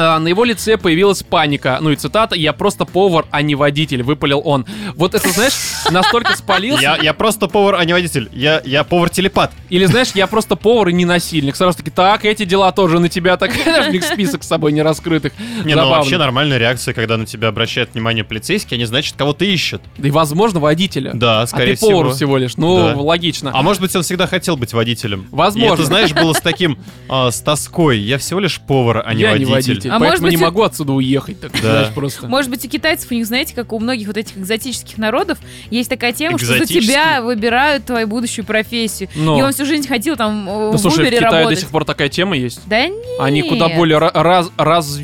Speaker 1: а, На его лице появилась паника. Ну и цитата «Я просто повар, а не водитель», выпалил он. Вот это, знаешь, настолько спалился.
Speaker 2: Я, я просто повар, а не водитель. Я, я повар-телепат.
Speaker 1: Или, знаешь, я просто повар и не насильник. Сразу таки, так, эти дела тоже на тебя, так, даже у них список с собой не раскрытых.
Speaker 2: Не, ну
Speaker 1: Забавно.
Speaker 2: вообще нормальная реакция, когда на тебя обращает внимание полицейский, они значит, кого ты ищут.
Speaker 1: Да и, возможно, водителя.
Speaker 2: Да,
Speaker 1: а ты
Speaker 2: скорее
Speaker 1: повар
Speaker 2: всего.
Speaker 1: всего лишь. Ну,
Speaker 2: Да.
Speaker 1: логично.
Speaker 2: А может быть, он всегда хотел быть водителем.
Speaker 1: Возможно.
Speaker 2: И это, знаешь, было с таким, а, с тоской. Я всего лишь повар, а не
Speaker 1: я не
Speaker 2: водитель.
Speaker 1: водитель,
Speaker 3: А
Speaker 1: поэтому
Speaker 3: может быть,
Speaker 1: не
Speaker 3: и-
Speaker 1: могу отсюда уехать. Так,
Speaker 2: Да.
Speaker 1: знаешь, просто.
Speaker 3: Может быть, у китайцев, у них, знаете, как у многих вот этих экзотических народов, есть такая тема, что за
Speaker 2: Экзотический?
Speaker 3: тебя выбирают твою будущую профессию.
Speaker 1: Но.
Speaker 3: И он всю жизнь хотел там э,
Speaker 1: Ну. Да,
Speaker 3: в
Speaker 1: слушай, в
Speaker 3: Uber
Speaker 1: Китае
Speaker 3: работать.
Speaker 1: до сих пор такая тема есть.
Speaker 3: Да нет.
Speaker 1: Они куда более ра- раз-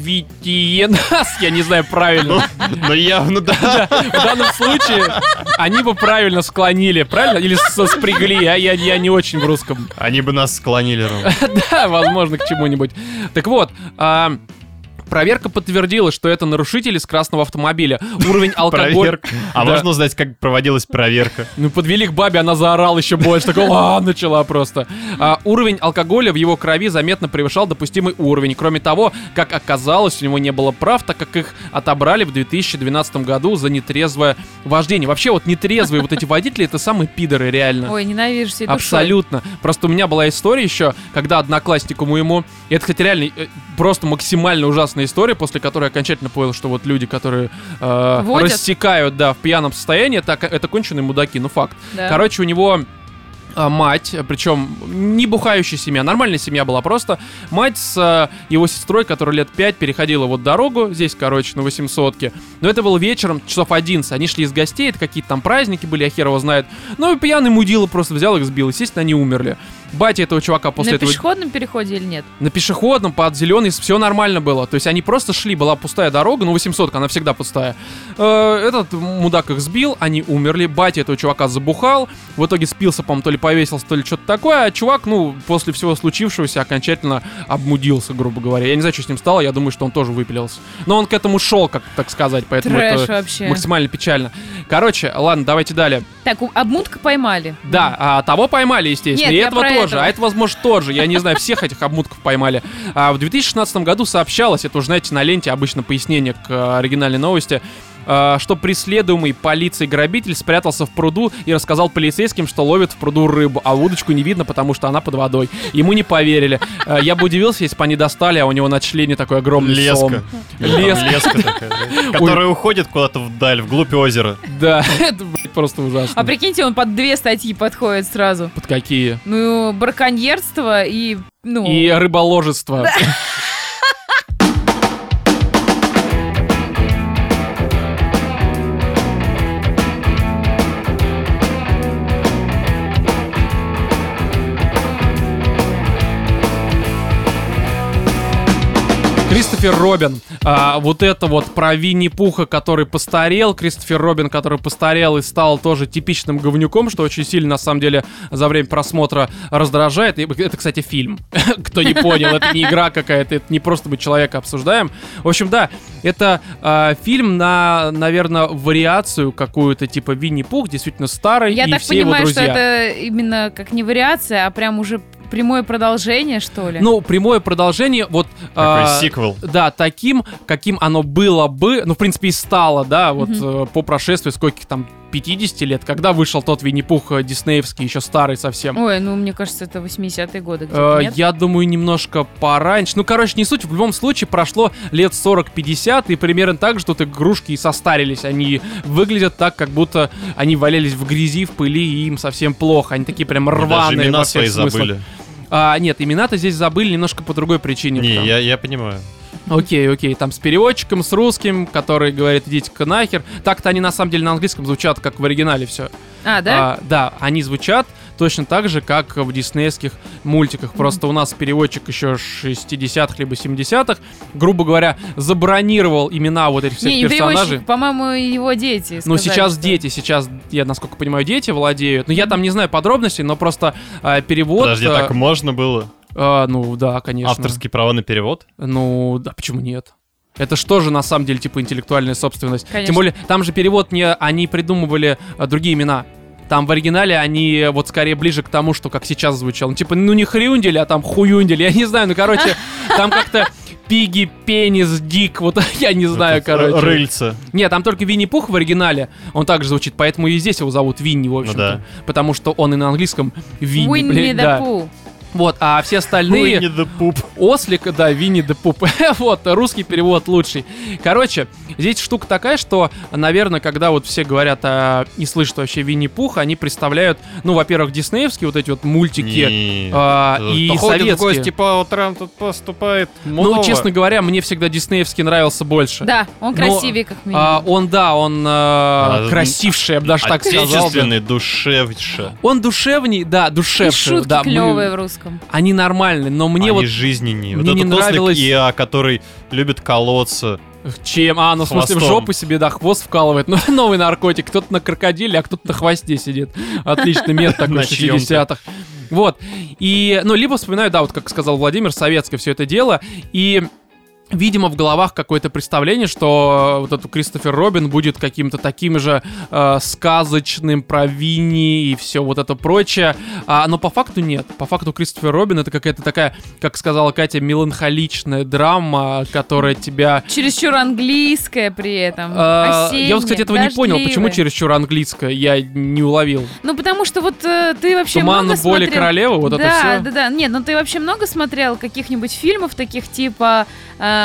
Speaker 1: развитие нас, я не знаю правильно.
Speaker 2: Ну явно, да.
Speaker 1: В данном случае они бы правильно склонили, правильно? Или со- спрягли, а я, я не очень в русском.
Speaker 2: Они бы нас склонили, Ром.
Speaker 1: Да, возможно, к чему-нибудь. Так вот, а, проверка подтвердила, что это нарушители с красного автомобиля. Уровень алкоголя...
Speaker 2: Проверка. А
Speaker 1: Да.
Speaker 2: можно узнать, как проводилась проверка?
Speaker 1: Ну, подвели к бабе, она заорала еще больше. Такого, а, начала просто. А, уровень алкоголя в его крови заметно превышал допустимый уровень. Кроме того, как оказалось, у него не было прав, так как их отобрали в 2012 году за нетрезвое вождение. Вообще, вот нетрезвые вот эти водители, это самые пидоры, реально.
Speaker 3: Ой, ненавижу всей душой.
Speaker 1: Абсолютно. Просто у меня была история еще, когда однокласснику моему, и это, кстати, реально э, просто максимально ужасная история, после которой я окончательно понял, что вот люди, которые э,
Speaker 3: Водят?
Speaker 1: рассекают, да, в пьяном состоянии, это, это конченые мудаки, ну факт.
Speaker 3: Да.
Speaker 1: Короче, у него а, мать, причем не бухающая семья, нормальная семья была просто. Мать с а, его сестрой, которая лет 5 переходила вот дорогу, здесь, короче, на 800-ке. Но это было вечером, часов 11. Они шли из гостей, это какие-то там праздники были, я хер его знает. Ну и пьяный мудила просто взял их, сбил. Естественно, они умерли. Батя этого чувака после
Speaker 3: На
Speaker 1: этого...
Speaker 3: пешеходном переходе или нет?
Speaker 1: На пешеходном, под зеленый, все нормально было. То есть они просто шли, была пустая дорога, ну 800 она всегда пустая. Э, Этот мудак их сбил, они умерли, батя этого чувака забухал, в итоге спился, по-моему, то ли повесился, то ли что-то такое, а чувак, ну, после всего случившегося окончательно обмудился, грубо говоря. Я не знаю, что с ним стало, я думаю, что он тоже выпилился. Но он к этому шел, как так сказать, поэтому
Speaker 3: Трэш
Speaker 1: это
Speaker 3: вообще.
Speaker 1: максимально печально. Короче, ладно, давайте далее.
Speaker 3: Так, у- обмутка поймали.
Speaker 1: Да, а того поймали, естественно,
Speaker 3: Нет,
Speaker 1: и
Speaker 3: я
Speaker 1: этого
Speaker 3: про
Speaker 1: тоже,
Speaker 3: этого.
Speaker 1: а это, возможно, тоже. Я не знаю, всех этих обмутков поймали. А, в 2016 году сообщалось, это уже, знаете, на ленте обычно пояснение к э, оригинальной новости, э, что преследуемый полицией грабитель спрятался в пруду и рассказал полицейским, что ловит в пруду рыбу, а удочку не видно, потому что она под водой. Ему не поверили. Э, Я бы удивился, если бы они достали, а у него на члене такой огромный
Speaker 2: Леска.
Speaker 1: сом.
Speaker 2: Нет, там
Speaker 1: Леска.
Speaker 2: Леска такая. да, Которая уходит куда-то вдаль, вглубь озера.
Speaker 1: Да, это блядь, просто ужасно.
Speaker 3: А прикиньте, он под две статьи подходит сразу.
Speaker 1: Под какие?
Speaker 3: Ну, браконьерство и... Ну,
Speaker 1: И рыболожество. Кристофер Робин. А, вот это вот про Винни-Пуха, который постарел. Кристофер Робин, который постарел и стал тоже типичным говнюком, что очень сильно, на самом деле, за время просмотра раздражает. И Это, кстати, фильм. Кто не понял, это не игра какая-то, это не просто мы человека обсуждаем. В общем, да, это а, фильм на, наверное, вариацию какую-то типа Винни-Пух, действительно старый,
Speaker 3: Я
Speaker 1: и
Speaker 3: так
Speaker 1: все его
Speaker 3: понимаю, что
Speaker 1: друзья.
Speaker 3: это именно как не вариация, а прям уже прямое продолжение, что ли?
Speaker 1: Ну, прямое продолжение, вот...
Speaker 2: Такой
Speaker 1: а,
Speaker 2: сиквел.
Speaker 1: Да, таким, каким оно было бы, ну, в принципе, и стало, да, вот
Speaker 3: Мгм.
Speaker 1: э, по прошествии скольких там 50 лет, когда вышел тот Винни-Пух э, диснеевский, еще старый совсем.
Speaker 3: Ой, ну мне кажется, это 80-е годы где-то,
Speaker 1: Э,
Speaker 3: нет?
Speaker 1: Я думаю, немножко пораньше. Ну, короче, не суть. В любом случае, прошло лет 40-50, и примерно так же тут игрушки и состарились. Они выглядят так, как будто они валялись в грязи, в пыли, и им совсем плохо. Они такие прям
Speaker 2: Даже
Speaker 1: рваные
Speaker 2: имена
Speaker 1: во всех
Speaker 2: свои
Speaker 1: смыслах.
Speaker 2: забыли.
Speaker 1: А, нет, имена-то здесь забыли немножко по другой причине.
Speaker 2: Не,
Speaker 1: потому-
Speaker 2: я, я понимаю.
Speaker 1: Окей, окей, там с переводчиком, с русским, который говорит, идите-ка нахер. Так-то они на самом деле на английском звучат, как в оригинале все.
Speaker 3: А, да?
Speaker 1: да, они звучат точно так же, как в диснеевских мультиках. Просто у нас переводчик еще 60-х либо 70-х, грубо говоря, забронировал имена вот этих всех
Speaker 3: не, не
Speaker 1: персонажей.
Speaker 3: переводчик, по-моему, его дети
Speaker 1: Ну,
Speaker 3: сказали,
Speaker 1: сейчас
Speaker 3: что-
Speaker 1: дети, сейчас, я, насколько понимаю, дети владеют. Ну, я там не знаю подробностей, но просто э, перевод...
Speaker 2: Подожди, а
Speaker 1: э,
Speaker 2: так можно было?
Speaker 1: э, ну, да, конечно.
Speaker 2: Авторские права на перевод?
Speaker 1: Ну, да, почему нет? Это что же на самом деле типа интеллектуальная собственность?
Speaker 3: Конечно.
Speaker 1: Тем более, там же перевод не они придумывали а, другие имена. Там в оригинале они э, вот скорее ближе к тому, что как сейчас звучало. Ну, типа, ну не хрюндель, а там хуюндель. Я не знаю, ну короче, там как-то пиги, пенис, дик, вот я не знаю,
Speaker 2: Это,
Speaker 1: короче.
Speaker 2: э, Рыльца.
Speaker 1: Нет, там только Винни-Пух в оригинале, он также звучит, поэтому и здесь его зовут Винни, в общем-то.
Speaker 2: Ну да.
Speaker 1: Потому что он и на английском Винни,
Speaker 3: Уинни
Speaker 1: блядь,
Speaker 3: да
Speaker 1: да.
Speaker 3: Пух.
Speaker 1: Вот, а все остальные...
Speaker 2: Уинни the Пуп.
Speaker 1: Ослик, да, Винни де Пуп. вот, русский перевод лучший. Короче, здесь штука такая, что, наверное, когда вот все говорят о... не слышат вообще Винни-Пуха, они представляют, ну, во-первых, диснеевские вот эти вот мультики,
Speaker 2: Не.
Speaker 1: а,
Speaker 2: Э,
Speaker 1: и
Speaker 2: походит в
Speaker 1: советские.
Speaker 2: гости по утрам типа, тут поступает.
Speaker 1: Ну, честно говоря, мне всегда диснеевский нравился больше.
Speaker 3: Да, он
Speaker 1: Но,
Speaker 3: красивее, как
Speaker 1: А,
Speaker 3: минимум.
Speaker 1: он, да, он э,
Speaker 2: з-
Speaker 1: красивший, я бы даже так сказал. бы.
Speaker 2: А, ну, Отечественный, душевше.
Speaker 1: Он душевней, да,
Speaker 3: И
Speaker 1: душевший.
Speaker 3: шутки
Speaker 1: да, мы-
Speaker 3: клевые в русском.
Speaker 1: Они нормальные, но мне
Speaker 2: Они
Speaker 1: вот
Speaker 2: жизненнее. а Вот
Speaker 1: мне не
Speaker 2: этот ослик
Speaker 1: нравилось-
Speaker 2: Иа, который любит колоться.
Speaker 1: Чем? А, ну в смысле в
Speaker 2: Хвостом.
Speaker 1: жопу себе, да, хвост вкалывает. Ну, новый наркотик. Кто-то на крокодиле, а кто-то на хвосте сидит. Отличный метод такой
Speaker 2: На чьём-то.
Speaker 1: 60-х. Вот. И, ну, либо вспоминаю, да, вот как сказал Владимир, советское все это дело. И Видимо, в головах какое-то представление, что вот этот Кристофер Робин будет каким-то таким же э, сказочным про Винни и все вот это прочее. А, но по факту нет. По факту Кристофер Робин это какая-то такая, как сказала Катя, меланхоличная драма, которая тебя
Speaker 3: Чересчур английское при этом.
Speaker 1: а, Я вот, кстати,
Speaker 3: осеннее,
Speaker 1: этого не понял, почему
Speaker 3: дождливое.
Speaker 1: чересчур английское я не уловил.
Speaker 3: Ну, потому что вот э, ты вообще
Speaker 1: Туман
Speaker 3: много
Speaker 1: боли
Speaker 3: смотрел...
Speaker 1: королевы, вот
Speaker 3: да,
Speaker 1: это все.
Speaker 3: Да, да, Нет, ну ты вообще много смотрел каких-нибудь фильмов таких типа... э,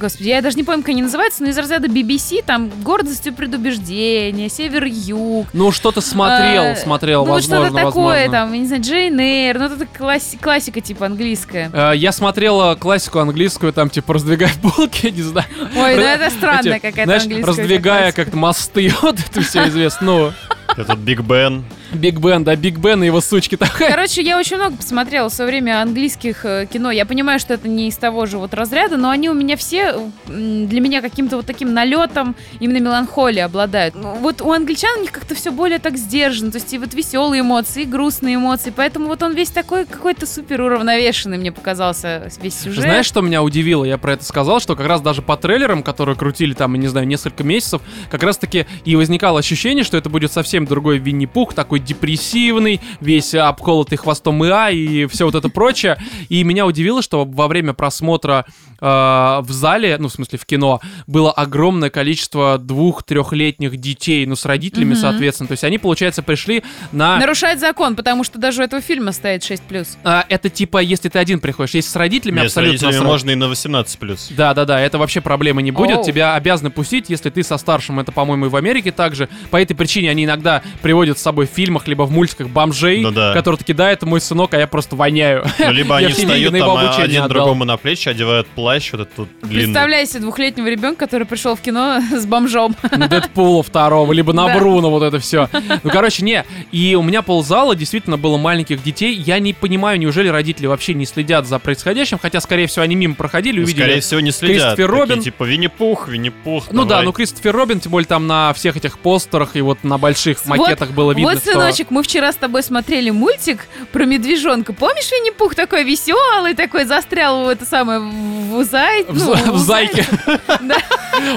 Speaker 3: господи, я даже не помню, как они называются, но из разряда BBC, там, «Гордость и предубеждение», «Север-Юг»,
Speaker 1: Ну, что-то смотрел,
Speaker 3: Э,
Speaker 1: смотрел,
Speaker 3: ну, вот
Speaker 1: возможно,
Speaker 3: что-то такое,
Speaker 1: возможно.
Speaker 3: там, я не знаю, Джейн Эйр, ну, это класси- классика, типа, английская.
Speaker 1: Э, Я смотрела классику английскую, там, типа, раздвигая булки, не знаю.
Speaker 3: Ой, ну это странная
Speaker 1: Эти,
Speaker 3: какая-то
Speaker 1: Знаешь,
Speaker 3: английская.
Speaker 1: раздвигая
Speaker 3: классика.
Speaker 1: как-то мосты, вот это все известно.
Speaker 2: Этот Биг Бен.
Speaker 1: Ну, Биг Бен, да, Биг Бен и его сучки такая.
Speaker 3: Короче, я очень много посмотрела в свое время английских э, кино. Я понимаю, что это не из того же вот разряда, но они у меня все м, для меня каким-то вот таким налетом именно меланхолии обладают. Ну, Вот у англичан у них как-то все более так сдержано. То есть и вот веселые эмоции, и грустные эмоции. Поэтому вот он весь такой какой-то супер уравновешенный мне показался весь сюжет.
Speaker 1: Знаешь, что меня удивило? Я про это сказал, что как раз даже по трейлерам, которые крутили там, я не знаю, несколько месяцев, как раз-таки и возникало ощущение, что это будет совсем другой Винни-Пух, такой депрессивный, весь обколотый хвостом ИА и все вот это прочее. И меня удивило, что во время просмотра э, в зале, ну, в смысле, в кино, было огромное количество двух-трехлетних детей, ну, с родителями,
Speaker 3: Мгм. Ну,
Speaker 1: соответственно. То есть они, получается, пришли на...
Speaker 3: Нарушает закон, потому что даже у этого фильма стоит 6+.
Speaker 1: А, это типа, если ты один приходишь, если с родителями
Speaker 2: Мне с
Speaker 1: абсолютно
Speaker 2: родителями
Speaker 1: насрать.
Speaker 2: можно и на 18+. плюс.
Speaker 1: Да, да, да, это вообще проблемы не будет.
Speaker 3: Оу.
Speaker 1: Тебя обязаны пустить, если ты со старшим. Это, по-моему, и в Америке также. По этой причине они иногда приводят с собой в фильмах, либо в мультиках бомжей,
Speaker 2: Ну да.
Speaker 1: которые такие, да, это мой сынок, а я просто воняю.
Speaker 2: Ну, либо
Speaker 1: Я
Speaker 2: они
Speaker 1: все деньги
Speaker 2: встают
Speaker 1: на
Speaker 2: там,
Speaker 1: его
Speaker 2: а
Speaker 1: обучение
Speaker 2: один
Speaker 1: отдал.
Speaker 2: другому на плечи одевают плащ вот этот вот длинный.
Speaker 3: Представляй себе двухлетнего ребенка, который пришел в кино с бомжом.
Speaker 1: На Ну, Дэдпула второго, либо на
Speaker 3: Да.
Speaker 1: Бруно, вот это все. Ну, короче, не. И у меня ползала действительно было маленьких детей. Я не понимаю, неужели родители вообще не следят за происходящим, хотя, скорее всего, они мимо проходили,
Speaker 2: Ну,
Speaker 1: увидели.
Speaker 2: Скорее всего, не следят.
Speaker 1: Кристофер
Speaker 2: Такие,
Speaker 1: Робин.
Speaker 2: Типа Винни-Пух, Винни-Пух.
Speaker 1: Ну да,
Speaker 2: давай.
Speaker 1: ну Кристофер Робин, тем более там на всех этих постерах и вот на больших
Speaker 3: Вот-
Speaker 1: макетах было видно,
Speaker 3: вот,
Speaker 1: что-
Speaker 3: сыночек, мы вчера с тобой смотрели мультик про медвежонка. Помнишь, Винни-Пух такой веселый, такой застрял в это самое, в зайке?
Speaker 1: В, за- в зайке.
Speaker 3: ну, Да.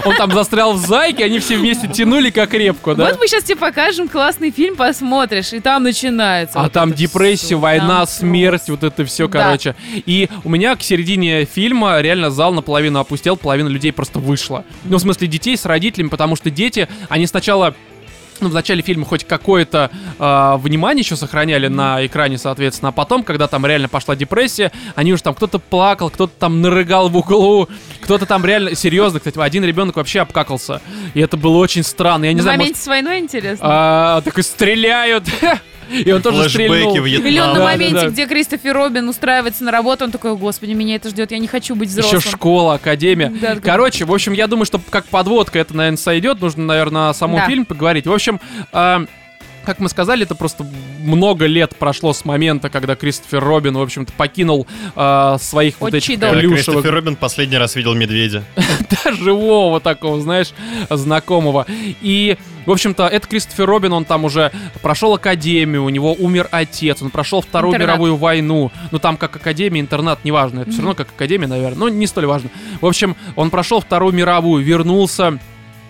Speaker 1: Он там застрял в зайке, они все вместе тянули как репку, да?
Speaker 3: Вот мы сейчас тебе покажем классный фильм, посмотришь, и там начинается.
Speaker 1: А
Speaker 3: вот
Speaker 1: там
Speaker 3: это
Speaker 1: депрессия,
Speaker 3: всё.
Speaker 1: война,
Speaker 3: Там
Speaker 1: смерть, вот это все,
Speaker 3: Да.
Speaker 1: короче. И у меня к середине фильма реально зал наполовину опустел, половина людей просто вышла. Ну, в смысле, детей с родителями, потому что дети, они сначала ну, в начале фильма хоть какое-то э, внимание еще сохраняли на экране, соответственно, а потом, когда там реально пошла депрессия, они уже там кто-то плакал, кто-то там нарыгал в углу, кто-то там реально серьезно, кстати, один ребенок вообще обкакался, и это было очень странно. Я не
Speaker 3: В
Speaker 1: знаю, может,
Speaker 3: моменте с войной интересно.
Speaker 1: а, такой стреляют. И он тоже
Speaker 2: Флешбеки
Speaker 1: стрельнул.
Speaker 2: в Вьетнам.
Speaker 3: Или
Speaker 1: А,
Speaker 3: он
Speaker 1: Да,
Speaker 3: на
Speaker 1: да,
Speaker 3: моменте,
Speaker 1: да.
Speaker 3: где Кристофер Робин устраивается на работу, он такой, господи, меня это ждет, я не хочу быть
Speaker 1: Еще
Speaker 3: взрослым.
Speaker 1: школа, академия.
Speaker 3: Да, такой-
Speaker 1: Короче, в общем, я думаю, что как подводка это, наверное, сойдет. Нужно, наверное, о самом
Speaker 3: Да.
Speaker 1: фильме поговорить. В общем, а, как мы сказали, это просто много лет прошло с момента, когда Кристофер Робин, в общем-то, покинул а, своих вот
Speaker 3: Отчий
Speaker 1: этих
Speaker 3: дом.
Speaker 2: Когда
Speaker 1: плюшевых
Speaker 2: Кристофер Робин последний раз видел медведя.
Speaker 1: да, живого такого, знаешь, знакомого. И, в общем-то, это Кристофер Робин, он там уже прошел академию, у него умер отец, он прошел Вторую
Speaker 3: Интернат.
Speaker 1: мировую войну. Ну, там как академия, интернат, неважно, это все равно как академия, наверное, но не столь важно. В общем, он прошел Вторую мировую, вернулся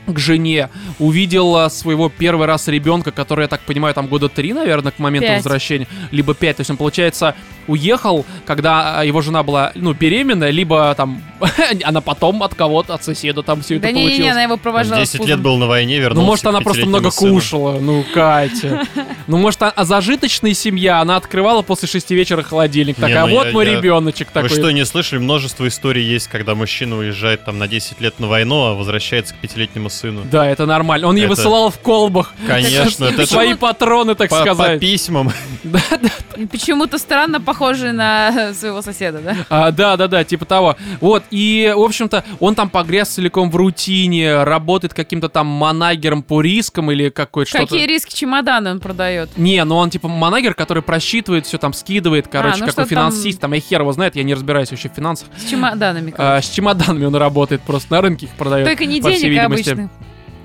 Speaker 1: к жене, увидела своего первый раз ребенка, который, я так понимаю, там года три, наверное, к моменту
Speaker 3: Пять.
Speaker 1: возвращения, либо пять. То есть он, получается, уехал, когда а, его жена была, ну, беременная, либо там она потом от кого-то, от соседа там все
Speaker 3: Да
Speaker 1: это
Speaker 3: не,
Speaker 1: получилось.
Speaker 3: не, она его
Speaker 2: Он
Speaker 3: провожала. с
Speaker 2: 10 лет
Speaker 3: пузом.
Speaker 2: был на войне, вернулся.
Speaker 1: Ну, может,
Speaker 2: к
Speaker 1: она просто
Speaker 2: пятилетнему
Speaker 1: много
Speaker 2: сыну.
Speaker 1: кушала. Ну, Катя. Ну, может, а, а зажиточная семья, она открывала после шести вечера холодильник.
Speaker 2: Не,
Speaker 1: Такая,
Speaker 2: ну,
Speaker 1: вот
Speaker 2: я-
Speaker 1: мой
Speaker 2: я-
Speaker 1: ребеночек
Speaker 2: Вы
Speaker 1: такой.
Speaker 2: что, не слышали? Множество историй есть, когда мужчина уезжает там на 10 лет на войну, а возвращается к пятилетнему сыну.
Speaker 1: Да, это нормально. Он ей
Speaker 2: Это-
Speaker 1: высылал в колбах
Speaker 2: Конечно, это же
Speaker 1: свои патроны, так
Speaker 2: по, по
Speaker 1: сказать.
Speaker 2: письмам.
Speaker 1: Да, да,
Speaker 3: И Почему-то странно похожий на своего соседа, да?
Speaker 1: А, да, да, да, типа того. Вот, и, в общем-то, он там погряз целиком в рутине, работает каким-то там манагером по рискам или какой-то что-то.
Speaker 3: Какие риски чемоданы он продает?
Speaker 1: Не, ну он типа манагер, который просчитывает все там, скидывает, короче,
Speaker 3: ну
Speaker 1: как
Speaker 3: что
Speaker 1: он финансист, там... я хер его знает, я не разбираюсь вообще в финансах.
Speaker 3: С чемоданами.
Speaker 1: А, с чемоданами он работает, просто на рынке их продает.
Speaker 3: Только не
Speaker 1: по всей
Speaker 3: денег, а
Speaker 1: видимости.
Speaker 3: обычных.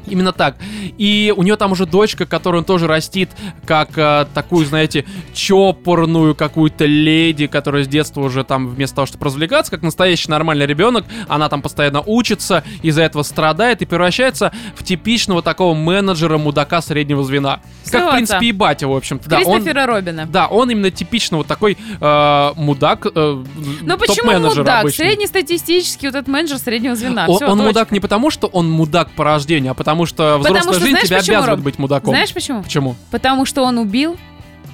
Speaker 1: Именно так. И у нее там уже дочка, которую он тоже растит, как а, такую, знаете, чопорную какую-то леди, которая с детства уже там вместо того, чтобы развлекаться, как настоящий нормальный ребенок, она там постоянно учится, из-за этого страдает и превращается в типичного такого менеджера мудака среднего звена. Как,
Speaker 3: Всё,
Speaker 1: в принципе,
Speaker 3: да.
Speaker 1: и батя, в общем-то. Да, он,
Speaker 3: Кристофера Робина.
Speaker 1: да, он именно типично вот такой э, мудак, э,
Speaker 3: Но Ну, почему
Speaker 1: топ-менеджер
Speaker 3: мудак?
Speaker 1: обычный.
Speaker 3: Среднестатистический вот этот менеджер среднего звена.
Speaker 1: О-
Speaker 3: Всё,
Speaker 1: он
Speaker 3: точка.
Speaker 1: мудак не потому, что он мудак по рождению, а потому что
Speaker 3: Потому
Speaker 1: взрослая
Speaker 3: что
Speaker 1: жизнь
Speaker 3: знаешь,
Speaker 1: тебя
Speaker 3: почему,
Speaker 1: обязывает
Speaker 3: Ром?
Speaker 1: быть мудаком.
Speaker 3: Знаешь почему?
Speaker 1: Почему?
Speaker 3: Потому что он убил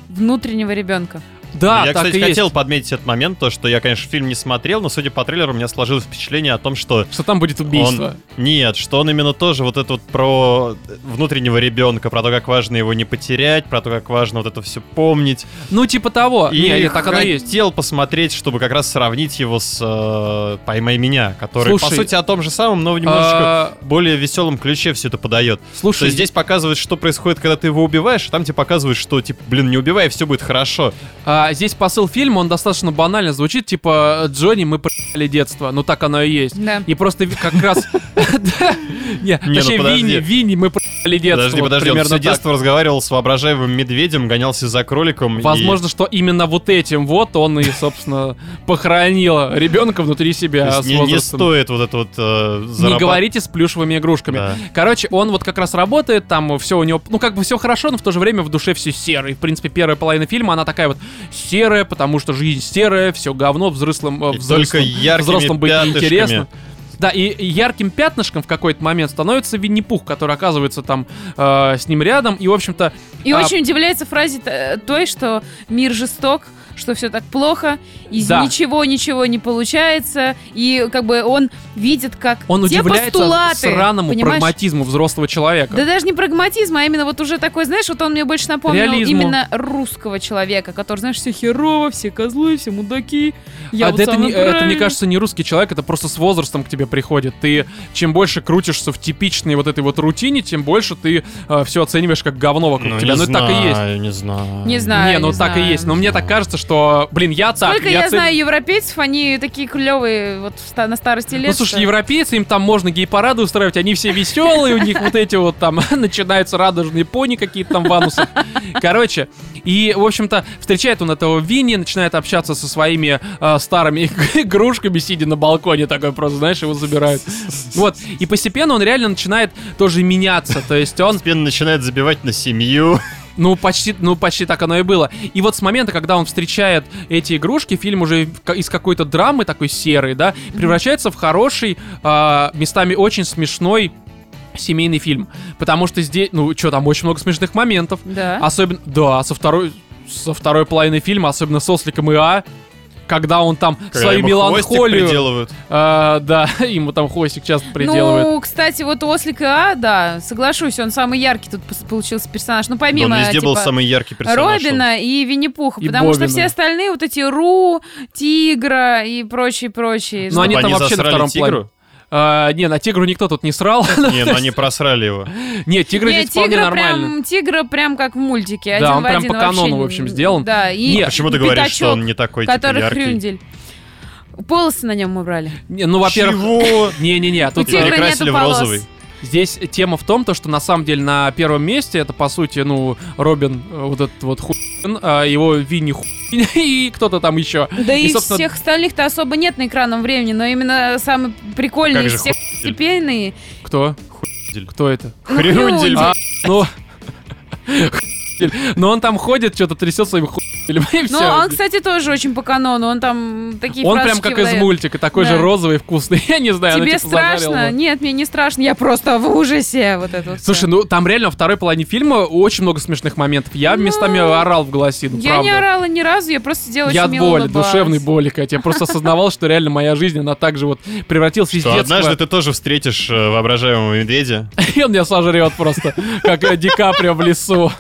Speaker 3: внутреннего ребенка.
Speaker 1: Да,
Speaker 2: Ну, я,
Speaker 1: так
Speaker 2: кстати,
Speaker 1: и есть.
Speaker 2: хотел подметить этот момент, то, что я, конечно, фильм не смотрел, но, судя по трейлеру, у меня сложилось впечатление о том, что
Speaker 1: Что там будет убийство.
Speaker 2: Он... Нет, что он именно тоже вот это вот про внутреннего ребенка, про то, как важно его не потерять, про то, как важно вот это все помнить.
Speaker 1: Ну, типа того.
Speaker 2: и
Speaker 1: не, не, так оно и есть.
Speaker 2: хотел посмотреть, чтобы как раз сравнить его с э, «Поймай меня», который, по
Speaker 1: Слушай,
Speaker 2: сути, о том же самом, но в немножечко
Speaker 1: А,
Speaker 2: более веселом ключе все это подает. То
Speaker 1: Слушай,
Speaker 2: есть здесь показывает, что происходит, когда ты его убиваешь, а там тебе показывают, что, типа, блин, не убивай, все будет хорошо.
Speaker 1: а, здесь посыл фильма, он достаточно банально звучит, типа «Джонни, мы про***ли детство». Ну, так оно и есть.
Speaker 3: Да.
Speaker 1: И просто ви- как раз... Да. Не,
Speaker 2: ну
Speaker 1: Точнее,
Speaker 2: подожди.
Speaker 1: Винни, Винни, мы про***ли детство.
Speaker 2: подожди,
Speaker 1: вот
Speaker 2: подожди, он
Speaker 1: примерно так.
Speaker 2: все детство разговаривал с воображаемым медведем, гонялся за кроликом. и-
Speaker 1: Возможно, что именно вот этим вот он и, собственно, похоронил ребенка внутри
Speaker 2: То
Speaker 1: себя
Speaker 2: есть
Speaker 1: с
Speaker 2: не, не
Speaker 1: возрастом.
Speaker 2: стоит вот это вот э,
Speaker 1: Не
Speaker 2: зарабатывать.
Speaker 1: говорите с плюшевыми игрушками.
Speaker 2: Да.
Speaker 1: Короче, он вот как раз работает, там все у него, ну как бы все хорошо, но в то же время в душе все серо. И, в принципе, первая половина фильма, она такая вот серая, потому что жизнь серая, все говно, взрослым, э,
Speaker 2: И
Speaker 1: взрослым,
Speaker 2: только яркими
Speaker 1: взрослым быть
Speaker 2: пятнышками.
Speaker 1: неинтересно. Да, и и ярким пятнышком в какой-то момент становится Винни-Пух, который оказывается там э, с ним рядом. И, в общем-то,
Speaker 3: И
Speaker 1: А-
Speaker 3: очень удивляется фразе т- э, той, что мир жесток, что все так плохо, из
Speaker 1: Да.
Speaker 3: ничего ничего не получается, и как бы он видит, как
Speaker 1: Он
Speaker 3: те
Speaker 1: удивляется
Speaker 3: постулаты,
Speaker 1: сраному
Speaker 3: понимаешь?
Speaker 1: прагматизму взрослого человека.
Speaker 3: Да даже не прагматизм, а именно вот уже такой, знаешь, вот он мне больше напомнил
Speaker 1: Реализму.
Speaker 3: именно русского человека, который, знаешь, все херово, все козлы, все мудаки. Я
Speaker 1: А
Speaker 3: вот
Speaker 1: да это,
Speaker 3: самый
Speaker 1: не- это, мне
Speaker 3: правильный.
Speaker 1: кажется, не русский человек, это просто с возрастом к тебе приходит. Ты чем больше крутишься в типичной вот этой вот рутине, тем больше ты все оцениваешь как говно вокруг
Speaker 2: Ну,
Speaker 1: тебя.
Speaker 2: не
Speaker 1: ну, это так и есть.
Speaker 2: знаю, не знаю.
Speaker 3: Не знаю.
Speaker 1: не, ну
Speaker 3: не
Speaker 1: так и
Speaker 3: знаю.
Speaker 1: есть. Но мне так кажется, что, блин, я так.
Speaker 3: Сколько я,
Speaker 1: оцени-
Speaker 3: знаю европейцев, они такие клевые вот в ста- на старости лет.
Speaker 1: Ну, слушай, европейцы, им там можно гей-парады устраивать, они все веселые, у них вот эти вот там начинаются радужные пони какие-то там в анусах. Короче, и, в общем-то, встречает он этого Винни, начинает общаться со своими э, старыми игрушками, сидя на балконе такой просто, знаешь, его забирают. Вот, и постепенно он реально начинает тоже меняться, то есть он
Speaker 2: Постепенно начинает забивать на семью.
Speaker 1: ну, почти, ну, почти так оно и было. И вот с момента, когда он встречает эти игрушки, фильм уже в- ка- из какой-то драмы такой серой, да, превращается в хороший, а, местами очень смешной семейный фильм. Потому что здесь, ну, что там, очень много смешных моментов.
Speaker 3: Да.
Speaker 1: Особенно, да, со второй, со второй половины фильма, особенно с Осликом и А, когда он там
Speaker 2: Когда
Speaker 1: свою
Speaker 2: ему хвостик
Speaker 1: меланхолию...
Speaker 2: приделывают.
Speaker 1: а, да, ему там хвостик часто приделывает.
Speaker 3: Ну, кстати, вот Ослик и А, да, соглашусь, он самый яркий тут пос- получился персонаж. Ну,
Speaker 2: Да
Speaker 3: помимо,
Speaker 2: он везде был
Speaker 3: типа,
Speaker 2: самый яркий персонаж.
Speaker 3: Робина и Винни-Пуха,
Speaker 1: И
Speaker 3: потому
Speaker 1: Бобина.
Speaker 3: что все остальные вот эти Ру, Тигра и прочие-прочие.
Speaker 1: Ну, они
Speaker 2: Чтобы
Speaker 1: там
Speaker 2: они
Speaker 1: вообще на
Speaker 2: засрали
Speaker 1: втором плане.
Speaker 2: тигру?
Speaker 1: А, не, на тигру никто тут не срал.
Speaker 2: Не, ну они просрали его.
Speaker 1: Нет, тигры
Speaker 3: Не,
Speaker 1: здесь вполне
Speaker 3: тигра
Speaker 1: нормально.
Speaker 3: прям, тигра прям как в мультике.
Speaker 1: Да,
Speaker 3: один
Speaker 1: он
Speaker 3: в
Speaker 1: прям
Speaker 3: один
Speaker 1: по канону,
Speaker 3: вообще
Speaker 1: в общем,
Speaker 3: не-
Speaker 1: сделан.
Speaker 3: Да, и
Speaker 1: Нет,
Speaker 3: и
Speaker 2: А Почему ты говоришь, что
Speaker 3: пятачок,
Speaker 2: он не такой типа,
Speaker 3: который
Speaker 2: яркий?
Speaker 3: хрюндель. Полосы на нем убрали.
Speaker 1: Не, ну, во-первых,
Speaker 2: Чего?
Speaker 1: не-не-не, тут
Speaker 3: тигра
Speaker 1: э,
Speaker 2: Перекрасили
Speaker 3: нету
Speaker 2: в
Speaker 3: полос.
Speaker 2: розовый.
Speaker 1: здесь тема в том, то, что на самом деле на первом месте это, по сути, ну, Робин, э, вот этот вот хуй, а его Винни хуй, и кто-то там еще.
Speaker 3: Да
Speaker 1: И,
Speaker 3: и,
Speaker 1: собственно-
Speaker 3: всех остальных-то особо нет на экранном времени, но именно самый прикольный
Speaker 2: Как
Speaker 3: из
Speaker 2: же
Speaker 3: всех
Speaker 2: хуй-
Speaker 3: степенный.
Speaker 1: Кто?
Speaker 2: Хуй.
Speaker 1: Кто это?
Speaker 3: Ну,
Speaker 2: Хрюндель.
Speaker 1: А, Ну, но он там ходит, что-то трясет своим хуй, и
Speaker 3: Ну,
Speaker 1: все.
Speaker 3: он, кстати, тоже очень по канону, он там такие
Speaker 1: Он прям
Speaker 3: фразочки
Speaker 1: как из
Speaker 3: выдает.
Speaker 1: мультика, такой же
Speaker 3: Да.
Speaker 1: розовый, вкусный. Я не знаю, она,
Speaker 3: Тебе
Speaker 1: типа, зажарила его.
Speaker 3: страшно? Нет, мне не страшно, я просто в ужасе. Вот это вот всё.
Speaker 1: Слушай, ну там реально во второй половине фильма очень много смешных моментов. Я
Speaker 3: Ну,
Speaker 1: местами орал в голосину,
Speaker 3: Я
Speaker 1: ну, правда.
Speaker 3: не орала ни разу, я просто сидела
Speaker 1: Я
Speaker 3: очень
Speaker 1: от
Speaker 3: мило
Speaker 1: боли,
Speaker 3: улыбалась.
Speaker 1: душевной боли, Катя. Я просто осознавал, что реально моя жизнь, она также вот превратилась из
Speaker 2: Что однажды
Speaker 1: детства.
Speaker 2: ты тоже встретишь э, воображаемого медведя.
Speaker 1: И он меня сожрет просто, как э, Ди Каприо в лесу.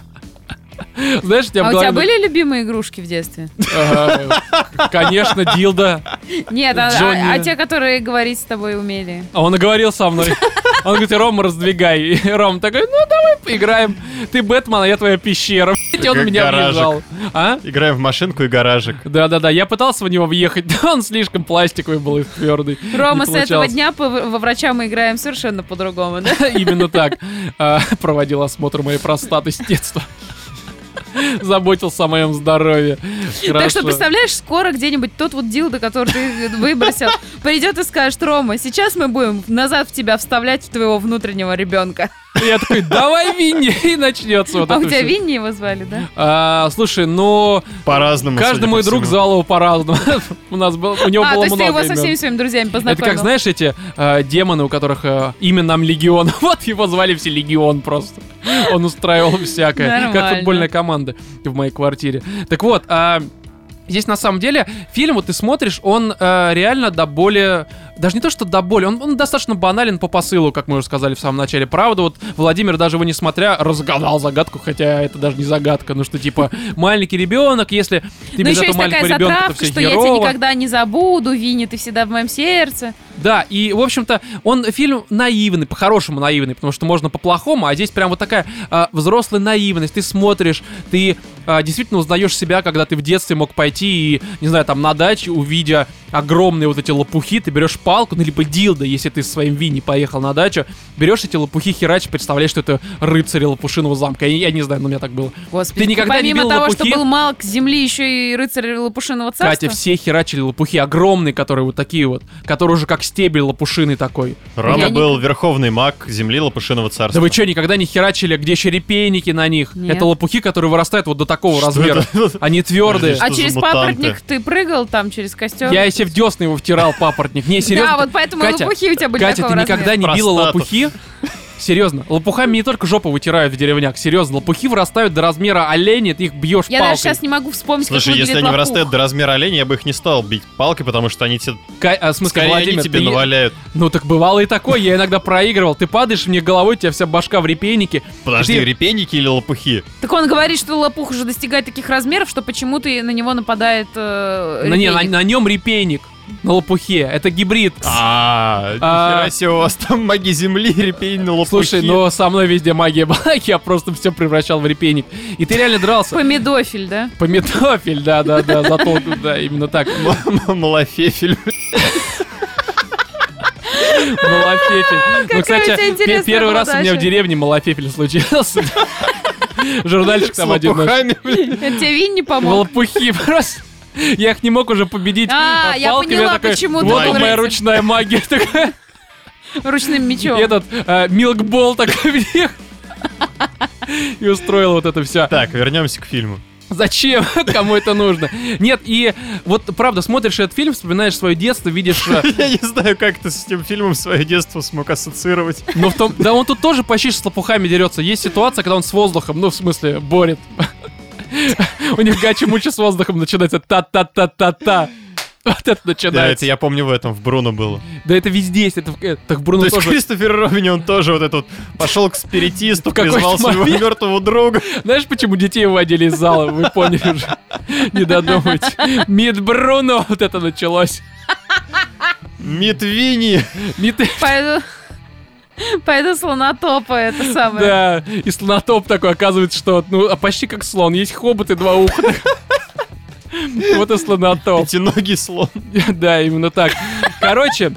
Speaker 1: Знаешь, у тебя в
Speaker 3: А у
Speaker 1: голове...
Speaker 3: тебя были любимые игрушки в детстве?
Speaker 1: Э, Конечно, Дилда.
Speaker 3: Нет, а, а-
Speaker 1: Джонни.
Speaker 3: а те, которые говорить с тобой умели.
Speaker 1: А он и говорил со мной. Он говорит, Рома, раздвигай. И Ром такой, ну давай поиграем. Ты Бэтмен, а я твоя пещера. И он
Speaker 2: Как
Speaker 1: меня
Speaker 2: гаражик.
Speaker 1: въезжал. А?
Speaker 2: Играем в машинку и гаражик.
Speaker 1: Да-да-да, я пытался в него въехать, но он слишком пластиковый был и твердый.
Speaker 3: Рома,
Speaker 1: Не
Speaker 3: с этого
Speaker 1: получалось.
Speaker 3: дня по- во врача мы играем совершенно по-другому, да?
Speaker 1: Именно так. А, Проводил осмотр моей простаты с детства. Заботился о моем здоровье.
Speaker 3: Так что,
Speaker 1: Хорошо.
Speaker 3: представляешь, скоро где-нибудь тот вот дилдо, который ты выбросил, придет и скажет, Рома, сейчас мы будем назад в тебя вставлять твоего внутреннего ребенка.
Speaker 1: Я такой, давай Винни, и начнется вот
Speaker 3: а
Speaker 1: это
Speaker 3: у тебя
Speaker 1: всё.
Speaker 3: Винни его звали, да?
Speaker 1: А, слушай, ну,
Speaker 2: По-разному.
Speaker 1: каждый
Speaker 2: судя
Speaker 1: мой
Speaker 2: по
Speaker 1: друг
Speaker 2: всему.
Speaker 1: звал его по-разному. У нас был, у него
Speaker 3: а, то
Speaker 1: было
Speaker 3: есть ты его
Speaker 1: много
Speaker 3: со всеми
Speaker 1: имен.
Speaker 3: своими друзьями
Speaker 1: Это
Speaker 3: познакомил.
Speaker 1: как, знаешь, эти э, демоны, у которых э, имя нам Легион. Вот его звали все Легион просто. Он устраивал всякое. Как
Speaker 3: Нормально.
Speaker 1: футбольная команда в моей квартире. Так вот, а, здесь на самом деле фильм, вот ты смотришь, он э, реально до боли... Даже не то, что до боли, он, он достаточно банален по посылу, как мы уже сказали в самом начале. Правда, вот Владимир, даже его не смотря, разгадал загадку, хотя это даже не загадка, ну что, типа, маленький ребенок, если ты
Speaker 3: ну,
Speaker 1: без этого
Speaker 3: еще есть такая
Speaker 1: маленького ребенка, то
Speaker 3: затравка,
Speaker 1: все
Speaker 3: что я тебя никогда не забуду, Винни, ты всегда в моем сердце.
Speaker 1: Да, и, в общем-то, он фильм наивный, по-хорошему наивный, потому что можно по-плохому, а здесь прям вот такая а, взрослая наивность. Ты смотришь, ты а, действительно узнаешь себя, когда ты в детстве мог пойти и, не знаю, там на даче, увидя огромные вот эти лопухи, ты берешь палку, ну, либо дилда, если ты со своим Винни поехал на дачу, берешь эти лопухи, херач, представляешь, что это рыцари лопушиного замка. Я, я не знаю, но у меня так было.
Speaker 3: Господи,
Speaker 1: Ты никогда не
Speaker 3: помимо
Speaker 1: бил
Speaker 3: того,
Speaker 1: лопухи?
Speaker 3: что был мал к земле, еще и рыцарь Лопушиного царства.
Speaker 1: Катя, все херачили лопухи огромные, которые вот такие вот, которые уже как стебель лопушины такой.
Speaker 2: Рома
Speaker 3: Я не-
Speaker 2: был верховный маг земли Лопушиного царства.
Speaker 1: Да вы что, никогда не херачили, где еще репейники на них?
Speaker 3: Нет.
Speaker 1: Это лопухи, которые вырастают вот до такого
Speaker 2: Что
Speaker 1: размера.
Speaker 2: это?
Speaker 1: Они твердые.
Speaker 2: Подожди,
Speaker 3: А
Speaker 2: Что за
Speaker 3: через
Speaker 2: мутанты?
Speaker 3: папоротник ты прыгал там, через костер?
Speaker 1: Я и себе в десны его втирал папоротник. Не, серьезно.
Speaker 3: А Да, вот поэтому
Speaker 1: Катя,
Speaker 3: лопухи у тебя были
Speaker 1: Катя,
Speaker 3: такого
Speaker 1: ты никогда
Speaker 3: размера.
Speaker 1: не била
Speaker 2: Простату.
Speaker 1: лопухи? Серьезно, лопухами не только жопу вытирают в деревнях, серьезно, лопухи вырастают до размера оленя, ты их бьешь
Speaker 3: Я даже
Speaker 1: палкой.
Speaker 3: сейчас не могу вспомнить, как
Speaker 2: Слушай,
Speaker 3: выглядит
Speaker 2: если они
Speaker 3: лопух.
Speaker 2: вырастают до размера оленя, я бы их не стал бить палкой, потому что они тебе...
Speaker 1: Ка- а, в смысле,
Speaker 2: Скорее,
Speaker 1: Владимир,
Speaker 2: они тебе
Speaker 1: ты-
Speaker 2: наваляют.
Speaker 1: Ну так бывало и такое, я иногда проигрывал. Ты падаешь мне головой, у тебя вся башка в репейнике.
Speaker 2: Подожди,
Speaker 1: Ты-
Speaker 2: репейники или лопухи?
Speaker 3: Так он говорит, что лопух уже достигает таких размеров, что почему-то и на него нападает э,
Speaker 1: На, не, на,
Speaker 3: репейник.
Speaker 1: на нем репейник, на лопухе. Это гибрид.
Speaker 2: А,
Speaker 1: А.
Speaker 2: нихера себе, у вас там маги земли, репейни, лопухи.
Speaker 1: Слушай, но со мной везде магия была, я просто все превращал в репейник. И ты реально дрался.
Speaker 3: Помидофиль, да?
Speaker 1: Пометофель, да-да-да, затолку, да, именно так.
Speaker 2: М- м- Малафефель.
Speaker 1: Малафефель. Ну,
Speaker 3: Какая у тебя
Speaker 1: кстати, пе-
Speaker 3: интересная
Speaker 1: первый раз у меня в
Speaker 3: подача.
Speaker 1: деревне малафефель случился. Журнальчик
Speaker 2: С
Speaker 1: там один наш.
Speaker 2: лопухами, блин.
Speaker 3: Это тебе Винни помог.
Speaker 1: Волопухи просто. Я их не мог уже победить.
Speaker 3: А, я
Speaker 1: палками.
Speaker 3: поняла,
Speaker 1: такой,
Speaker 3: почему
Speaker 2: ты
Speaker 1: Вот моя
Speaker 3: говоришь.
Speaker 1: ручная магия такая.
Speaker 3: Ручным
Speaker 1: И
Speaker 3: мечом.
Speaker 1: этот э, милкбол такой вверх. И устроил вот это все.
Speaker 2: Так, вернемся к фильму.
Speaker 1: Зачем? Кому это нужно? Нет, и вот правда, смотришь этот фильм, вспоминаешь свое детство, видишь... э,
Speaker 2: Я не знаю, как ты с этим фильмом свое детство смог ассоциировать.
Speaker 1: Но ну, в том... Да он тут тоже почти с лопухами дерется. Есть ситуация, когда он с воздухом, ну, в смысле, борет. У них гачи-мучи с воздухом начинается та-та-та-та-та. Вот это
Speaker 2: Да, это
Speaker 1: начинается.
Speaker 2: я помню в этом, в Бруно было.
Speaker 1: Да это везде есть, это в- э, так
Speaker 2: То
Speaker 3: Ну,
Speaker 1: Бруно
Speaker 2: есть
Speaker 1: тоже.
Speaker 2: Кристофер Робини, он тоже вот этот пошел к спиритисту,
Speaker 1: В какой-то
Speaker 2: призвал своего
Speaker 1: момент.
Speaker 2: мертвого друга.
Speaker 1: Знаешь, почему детей выводили из зала? Вы поняли уже. Не додумайте. Мид Бруно, вот это началось.
Speaker 2: Митвини.
Speaker 3: Ну,
Speaker 1: Мид...
Speaker 3: Пойду... Пойду слонотопа, это самое.
Speaker 1: Да, и слонотоп такой, оказывается, что, ну, а почти как слон, есть хобот и два уха. Вот и слонотоп.
Speaker 2: Пятиногий слон.
Speaker 1: Да, именно так. Короче,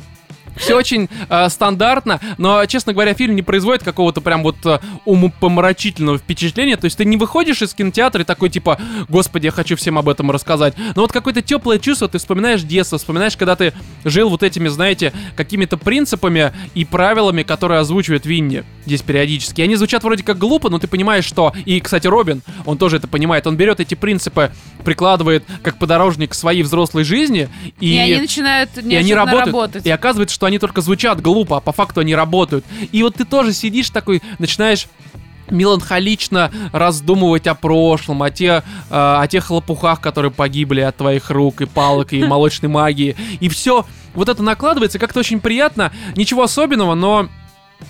Speaker 1: все очень э, стандартно, но, честно говоря, фильм не производит какого-то прям вот э, умопомрачительного впечатления. То есть ты не выходишь из кинотеатра и такой типа, господи, я хочу всем об этом рассказать. Но вот какое-то теплое чувство, ты вспоминаешь детство, вспоминаешь, когда ты жил вот этими, знаете, какими-то принципами и правилами, которые озвучивает Винни здесь периодически. И они звучат вроде как глупо, но ты понимаешь, что... И, кстати, Робин, он тоже это понимает. Он берет эти принципы, прикладывает как подорожник к своей взрослой жизни. И,
Speaker 3: И, они начинают
Speaker 1: и они
Speaker 3: неожиданно
Speaker 1: работают.
Speaker 3: работать.
Speaker 1: И оказывается, что они только звучат глупо, а по факту они работают. И вот ты тоже сидишь такой, начинаешь меланхолично раздумывать о прошлом, о, те, э, о тех лопухах, которые погибли от твоих рук и палок, и молочной магии. И все вот это накладывается как-то очень приятно. Ничего особенного, но...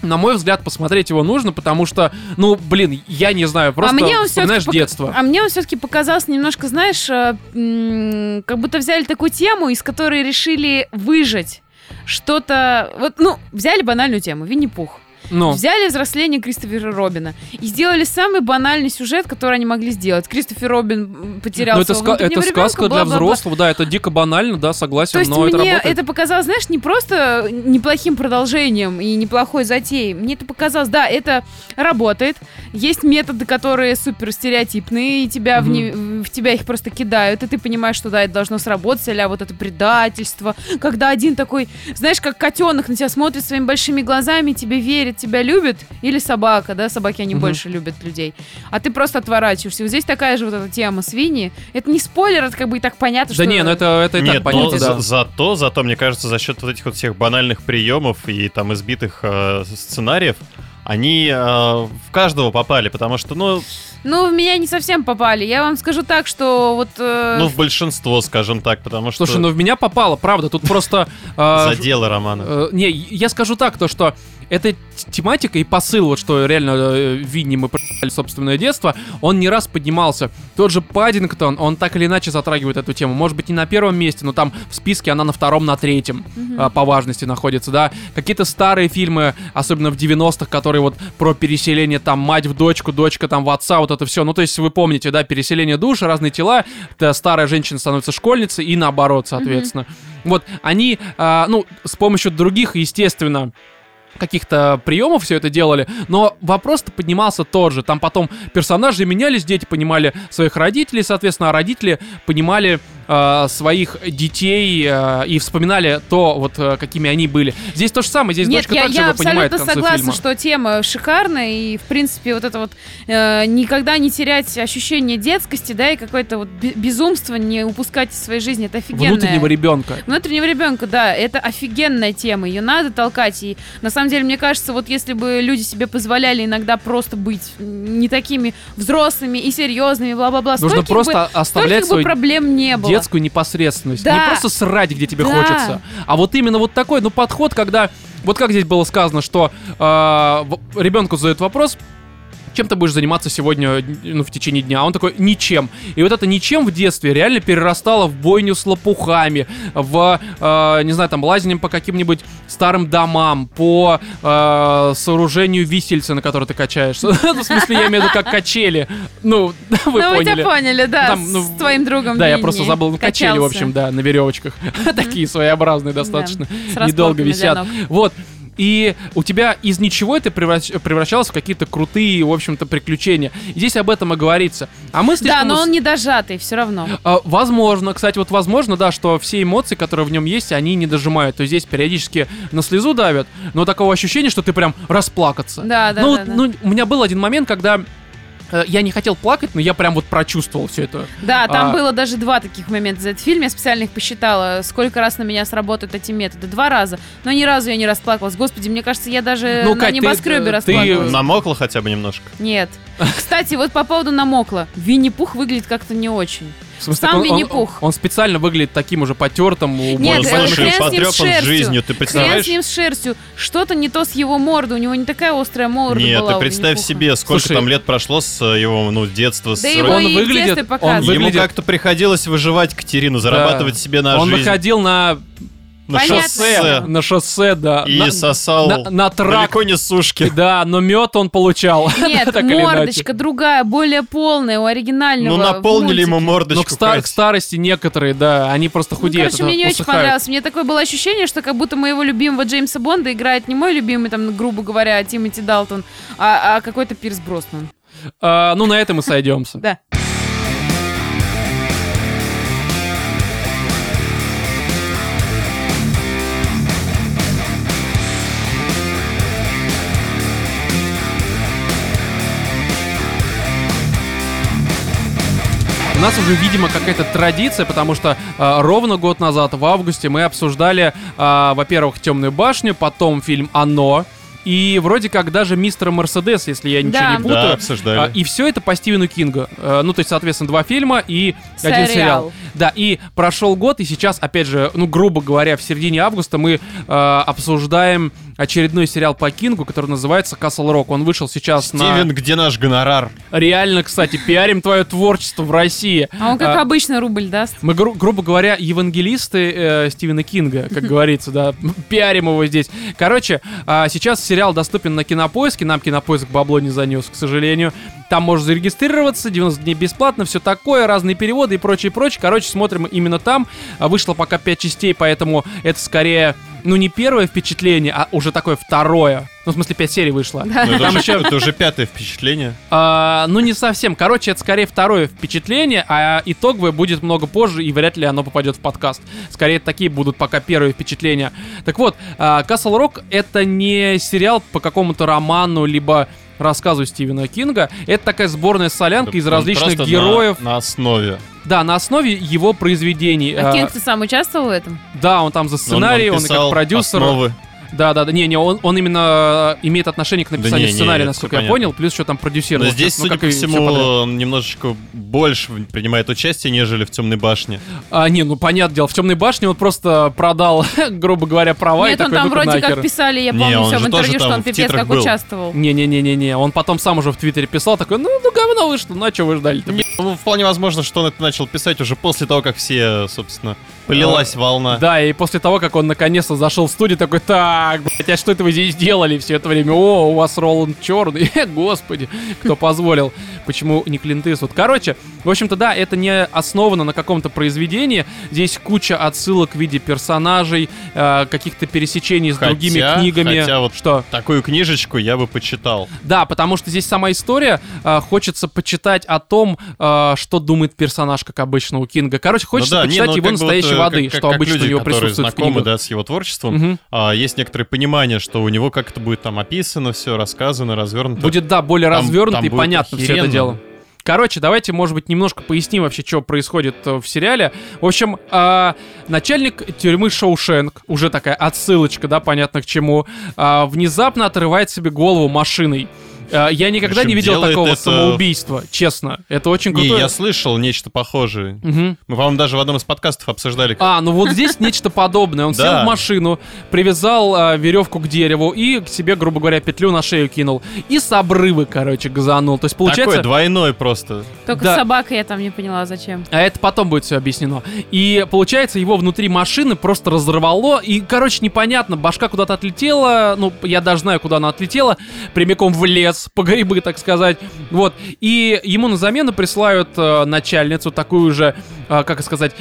Speaker 1: На мой взгляд, посмотреть его нужно, потому что, ну, блин, я не знаю, просто
Speaker 3: А мне он всё-таки
Speaker 1: вспоминаешь
Speaker 3: пок-
Speaker 1: детство.
Speaker 3: А мне он все-таки показался немножко, знаешь, э, м, как будто взяли такую тему, из которой решили выжать что-то... Вот, ну, взяли банальную тему, Винни-Пух.
Speaker 1: Ну,
Speaker 3: Взяли взросление Кристофера Робина и сделали самый банальный сюжет, который они могли сделать. Кристофер Робин м, потерял
Speaker 1: ну это,
Speaker 3: своего
Speaker 1: ска- это
Speaker 3: внутреннего
Speaker 1: сказка
Speaker 3: ребенка,
Speaker 1: для
Speaker 3: бла-бла-бла.
Speaker 1: взрослого, да, это дико банально, да, согласен,
Speaker 3: То есть
Speaker 1: но это
Speaker 3: мне
Speaker 1: работает.
Speaker 3: это, показалось, знаешь, не просто неплохим продолжением и неплохой затеей. Мне это показалось, да, это работает. Есть методы, которые супер стереотипные, и тебя в, не- в тебя их просто кидают, и ты понимаешь, что да, это должно сработать, а вот это предательство. Когда один такой, знаешь, как котенок на тебя смотрит своими большими глазами, тебе верит, тебя любит, или собака, да, собаки они
Speaker 1: Мгм.
Speaker 3: больше любят людей. А ты просто отворачиваешься. Вот здесь такая же вот эта тема свиньи. Это не спойлер, это как бы и так понятно, что...
Speaker 1: Да не, ну это, это и
Speaker 2: Нет,
Speaker 1: так
Speaker 2: но
Speaker 1: понятно,
Speaker 2: за-
Speaker 1: да.
Speaker 2: зато, зато, мне кажется, за счет вот этих вот всех банальных приемов и там избитых э, сценариев, они э, в каждого попали, потому что, ну,
Speaker 3: Ну, в меня не совсем попали. Я вам скажу так, что вот... э,
Speaker 2: ну в большинство, скажем так, потому что
Speaker 1: Слушай, ну в меня попало, правда, тут просто...
Speaker 3: а
Speaker 1: э,
Speaker 2: задело Романа.
Speaker 1: э, Не, я скажу так, то что эта т- тематика и посыл, вот что реально э, Винни мы про***ли собственное детство, он не раз поднимался. Тот же Паддингтон, он так или иначе затрагивает эту тему. Может быть, не на первом месте, но там в списке она на втором, на третьем а, по важности находится, да. Какие-то старые фильмы, особенно в 90-х, которые вот про переселение там мать в дочку, дочка там в отца, вот это все. Ну, то есть вы помните, да, переселение душ, разные тела, та старая женщина становится школьницей и наоборот, соответственно. Вот, они, а, ну, с помощью других, естественно, каких-то приемов все это делали, но вопрос-то поднимался тот же. Там потом персонажи менялись, дети понимали своих родителей, соответственно, а родители понимали э, своих детей э, и вспоминали то, вот э, какими они были. Здесь то же самое, здесь
Speaker 3: Нет,
Speaker 1: дочка
Speaker 3: я,
Speaker 1: также
Speaker 3: я
Speaker 1: его понимает
Speaker 3: абсолютно
Speaker 1: в конце
Speaker 3: согласна,
Speaker 1: фильма.
Speaker 3: что тема шикарная, и, в принципе, вот это вот э, никогда не терять ощущение детскости, да, и какое-то вот бе- безумство не упускать из своей жизни, это офигенная
Speaker 1: Внутреннего ребенка.
Speaker 3: Внутреннего ребенка, да, это офигенная тема, ее надо толкать. И на самом деле, мне кажется, вот если бы люди себе позволяли иногда просто быть не такими взрослыми и серьезными, бла-бла-бла,
Speaker 1: Нужно
Speaker 3: стольких бы,
Speaker 1: просто оставлять
Speaker 3: стольких бы
Speaker 1: свой
Speaker 3: проблем не было.
Speaker 1: детскую непосредственность. Не
Speaker 3: Да.
Speaker 1: просто срать, где тебе
Speaker 3: Да.
Speaker 1: хочется, а вот именно вот такой, ну, подход, когда... Вот как здесь было сказано, что э, в- ребенку задают вопрос, чем ты будешь заниматься сегодня, ну, в течение дня? А он такой, ничем. И вот это ничем в детстве реально перерастало в бойню с лопухами, в, э, не знаю, там, лазнем по каким-нибудь старым домам, по э, сооружению висельца, на который ты качаешься. Ну, В смысле, я имею в виду как качели. Ну, вы
Speaker 3: ну, вы
Speaker 1: поняли.
Speaker 3: тебя поняли, да,
Speaker 1: Там, ну,
Speaker 3: с твоим другом.
Speaker 1: Да, я
Speaker 3: Винни
Speaker 1: просто забыл. Ну, Качели, в
Speaker 3: качался.
Speaker 1: общем, да, на веревочках. Такие своеобразные достаточно.
Speaker 3: с
Speaker 1: Недолго
Speaker 3: распорками для
Speaker 1: висят.
Speaker 3: ног.
Speaker 1: Вот. И у тебя из ничего это превращ- превращалось в какие-то крутые, в общем-то, приключения. И Здесь об этом и говорится. А мы слишком...
Speaker 3: Да, но
Speaker 1: ус-
Speaker 3: он не дожатый все равно.
Speaker 1: А, Возможно, кстати, вот возможно, да, что все эмоции, которые в нем есть, они не дожимают. То есть здесь периодически на слезу давят, но такого ощущения, что ты прям расплакаться.
Speaker 3: Да, да,
Speaker 1: ну,
Speaker 3: да, да.
Speaker 1: ну, у меня был один момент, когда э, я не хотел плакать, но я прям вот прочувствовал все это.
Speaker 3: Да, там
Speaker 1: а-
Speaker 3: было даже два таких момента за этот фильм. Я специально их посчитала, сколько раз на меня сработают эти методы. Два раза. Но ни разу я не расплакалась. Господи, мне кажется, я даже
Speaker 1: Ну,
Speaker 3: на
Speaker 1: Кать, ты-
Speaker 3: небоскребе
Speaker 1: ты-
Speaker 3: расплакалась.
Speaker 2: Намокло хотя бы немножко.
Speaker 3: Нет. Кстати, вот по поводу намокла. Винни-Пух выглядит как-то не очень.
Speaker 1: В смысле,
Speaker 3: Сам
Speaker 1: так он- он,
Speaker 3: Винни-Пух.
Speaker 1: Он, специально выглядит таким уже потертым.
Speaker 3: Нет,
Speaker 2: он,
Speaker 3: э,
Speaker 2: слушай,
Speaker 3: хрен с ним
Speaker 2: потрепан
Speaker 3: с шерстью.
Speaker 2: жизнью, ты
Speaker 3: Хрен
Speaker 2: представляешь?
Speaker 3: с ним с шерстью. Что-то не то с его мордой. У него не такая острая морда
Speaker 2: Нет,
Speaker 3: была
Speaker 2: ты
Speaker 3: у
Speaker 2: представь
Speaker 3: Винни-Пуха.
Speaker 2: себе, сколько
Speaker 1: Слушай,
Speaker 2: там лет прошло с э, его, ну, детства, с
Speaker 3: Да
Speaker 2: э,
Speaker 3: его
Speaker 1: он
Speaker 3: и в
Speaker 1: выглядит-
Speaker 3: детстве
Speaker 1: он
Speaker 3: показывали.
Speaker 2: Ему
Speaker 1: выглядит-
Speaker 2: как-то приходилось выживать, Катерину, зарабатывать себе на
Speaker 1: он
Speaker 2: жизнь.
Speaker 1: выходил на,
Speaker 2: на
Speaker 3: Понятно.
Speaker 2: шоссе
Speaker 1: на шоссе, да.
Speaker 2: и
Speaker 1: на,
Speaker 2: сосал
Speaker 1: на- на трак.
Speaker 2: далеко не с сушки.
Speaker 1: Да, но мед он получал.
Speaker 3: Нет,
Speaker 1: Так или иначе.
Speaker 3: мордочка другая, более полная, у оригинального.
Speaker 2: Ну,
Speaker 3: в
Speaker 2: наполнили ему
Speaker 3: мультике.
Speaker 1: Но к,
Speaker 2: мордочку.
Speaker 1: ста- к
Speaker 2: Кать.
Speaker 1: старости некоторые, да, они просто
Speaker 3: Ну,
Speaker 1: худеют.
Speaker 3: короче, мне
Speaker 1: это
Speaker 3: не очень
Speaker 1: усыхают.
Speaker 3: понравилось. Мне такое было ощущение, что как будто моего любимого Джеймса Бонда играет не мой любимый, там, грубо говоря, Тимоти Далтон, а, а какой-то Пирс Броснан.
Speaker 1: А, ну, на этом и сойдемся.
Speaker 3: Да.
Speaker 1: У нас уже, видимо, какая-то традиция, потому что э, ровно год назад, в августе, мы обсуждали, э, во-первых, Темную башню, потом фильм Оно. И вроде как даже мистера Мерседес, если я ничего
Speaker 3: Да.
Speaker 1: не
Speaker 3: Да,
Speaker 1: путаю.
Speaker 2: Да, обсуждали.
Speaker 1: А, и все это по Стивену Кингу. Э, ну, то есть, соответственно, два фильма и один
Speaker 3: Сериал.
Speaker 1: сериал. Да, и прошел год, и сейчас, опять же, ну, грубо говоря, в середине августа мы э, обсуждаем очередной сериал по Кингу, который называется Castle Rock. Он вышел сейчас
Speaker 2: Стивен,
Speaker 1: на...
Speaker 2: где наш гонорар?
Speaker 1: Реально, кстати, пиарим твое творчество в России.
Speaker 3: А он, как
Speaker 1: А,
Speaker 3: обычно, рубль даст.
Speaker 1: мы, гру- грубо говоря, евангелисты э, Стивена Кинга, как говорится, да, пиарим его здесь. Короче, а, сейчас сериал доступен на Кинопоиске, нам Кинопоиск бабло не занес, к сожалению. Там можно зарегистрироваться, 90 дней бесплатно, все такое, разные переводы и прочее, прочее. Короче, смотрим именно там. А, Вышло пока 5 частей, поэтому это скорее, ну, не первое впечатление, а уже такое второе. Ну, в смысле, 5 серий вышло.
Speaker 2: Ну, это, уже, это уже пятое впечатление.
Speaker 1: А, ну, не совсем. Короче, это скорее второе впечатление, а итоговое будет много позже, и вряд ли оно попадет в подкаст. Скорее, такие будут пока первые впечатления. Так вот, а, Castle Rock — это не сериал по какому-то роману, либо рассказу Стивена Кинга. Это такая сборная солянка из
Speaker 2: Он
Speaker 1: различных
Speaker 2: ну, просто на- ну.
Speaker 1: героев.
Speaker 2: На, основе.
Speaker 1: Да, на основе его произведений.
Speaker 3: А
Speaker 1: А,
Speaker 3: Кинг, ты сам участвовал в этом?
Speaker 1: да, он там за сценарий, он, и
Speaker 2: писал
Speaker 1: как продюсер.
Speaker 2: основы.
Speaker 1: Да, да, да. Не, не, он, он именно э, имеет отношение к
Speaker 2: Да не,
Speaker 1: написанию
Speaker 2: не,
Speaker 1: сценария,
Speaker 2: это
Speaker 1: насколько я
Speaker 2: всё понятно.
Speaker 1: понял, плюс еще там продюсировал.
Speaker 2: Но здесь,
Speaker 1: Ну,
Speaker 2: судя
Speaker 1: как
Speaker 2: по
Speaker 1: и всё
Speaker 2: всему,
Speaker 1: подряд.
Speaker 2: он немножечко больше в- принимает участие, нежели в «Темной башне».
Speaker 1: А, не, ну понятное дело, в темной башне он просто продал, грубо говоря, права и
Speaker 3: Нет, он
Speaker 1: такой,
Speaker 3: там
Speaker 1: «Ну-ка,
Speaker 3: вроде
Speaker 1: нахер».
Speaker 3: как писали, я
Speaker 2: Не,
Speaker 3: помню
Speaker 2: он
Speaker 3: все в
Speaker 2: же тоже
Speaker 3: интервью, что
Speaker 2: там
Speaker 3: он
Speaker 2: в
Speaker 3: пипец
Speaker 2: титрах
Speaker 3: как
Speaker 2: был.
Speaker 3: участвовал.
Speaker 1: Не-не-не-не-не, он потом сам уже в Твиттере писал, такой, ну, ну говно вышло, ну а чего вы ждали-то?
Speaker 2: Ну, вполне возможно, что он это начал писать уже после того, как все, собственно, Полилась волна.
Speaker 1: Да, и после того, как он наконец-то зашел в студию, такой, так, блядь, а что это вы здесь делали все это время? О, у вас Роланд черный. Э, господи, кто позволил? Почему не Клинт Иствуд? Короче, в общем-то, да, это не основано на каком-то произведении. Здесь куча отсылок в виде персонажей, э, каких-то пересечений с
Speaker 2: Хотя-
Speaker 1: другими книгами.
Speaker 2: хотя вот-
Speaker 1: Что?
Speaker 2: Такую книжечку я бы почитал. Ну
Speaker 1: Да, потому что здесь сама история. э, хочется почитать о том, э, что думает персонаж, как обычно, у Кинга. Короче, хочется
Speaker 2: Ну да, не,
Speaker 1: почитать
Speaker 2: ну,
Speaker 1: его
Speaker 2: как бы вот,
Speaker 1: настоящей
Speaker 2: э,
Speaker 1: воды,
Speaker 2: как-
Speaker 1: что
Speaker 2: как
Speaker 1: обычно
Speaker 2: люди,
Speaker 1: у него
Speaker 2: которые
Speaker 1: присутствует в
Speaker 2: знакомы,
Speaker 1: книгах.
Speaker 2: да, с его творчеством,
Speaker 1: Мгм.
Speaker 2: а, есть некоторое понимание, что у него как это будет там описано, все рассказано, развернуто.
Speaker 1: Будет, да, более
Speaker 2: Там-
Speaker 1: развернуто
Speaker 2: там
Speaker 1: и
Speaker 2: будет
Speaker 1: понятно все это
Speaker 2: охеренно.
Speaker 1: дело. Короче, давайте, может быть, немножко поясним вообще, что происходит э, в сериале. В общем, а, начальник тюрьмы Шоушенк, уже такая отсылочка, да, понятно к чему, а, внезапно отрывает себе голову машиной. А, я никогда
Speaker 2: Причем
Speaker 1: не видел
Speaker 2: делает
Speaker 1: такого
Speaker 2: это-
Speaker 1: самоубийства, честно. Это очень
Speaker 2: Не,
Speaker 1: круто.
Speaker 2: я слышал нечто похожее.
Speaker 1: Мгм.
Speaker 2: Мы, по-моему, даже в одном из подкастов обсуждали. как-
Speaker 1: А, ну вот здесь нечто подобное. Он
Speaker 2: Да.
Speaker 1: сел в машину, привязал а, веревку к дереву и к себе, грубо говоря, петлю на шею кинул. И с обрыва, короче, газанул. То есть получается...
Speaker 2: Такой двойной просто.
Speaker 3: Только
Speaker 1: Да.
Speaker 3: собака я там не поняла, зачем.
Speaker 1: А это потом будет все объяснено. И получается, его внутри машины просто разорвало. И, короче, непонятно, башка куда-то отлетела. Ну, я даже знаю, куда она отлетела. Прямиком в лес, по грибы, так сказать. Вот. И ему на замену присылают э, начальницу, такую же, э, как сказать,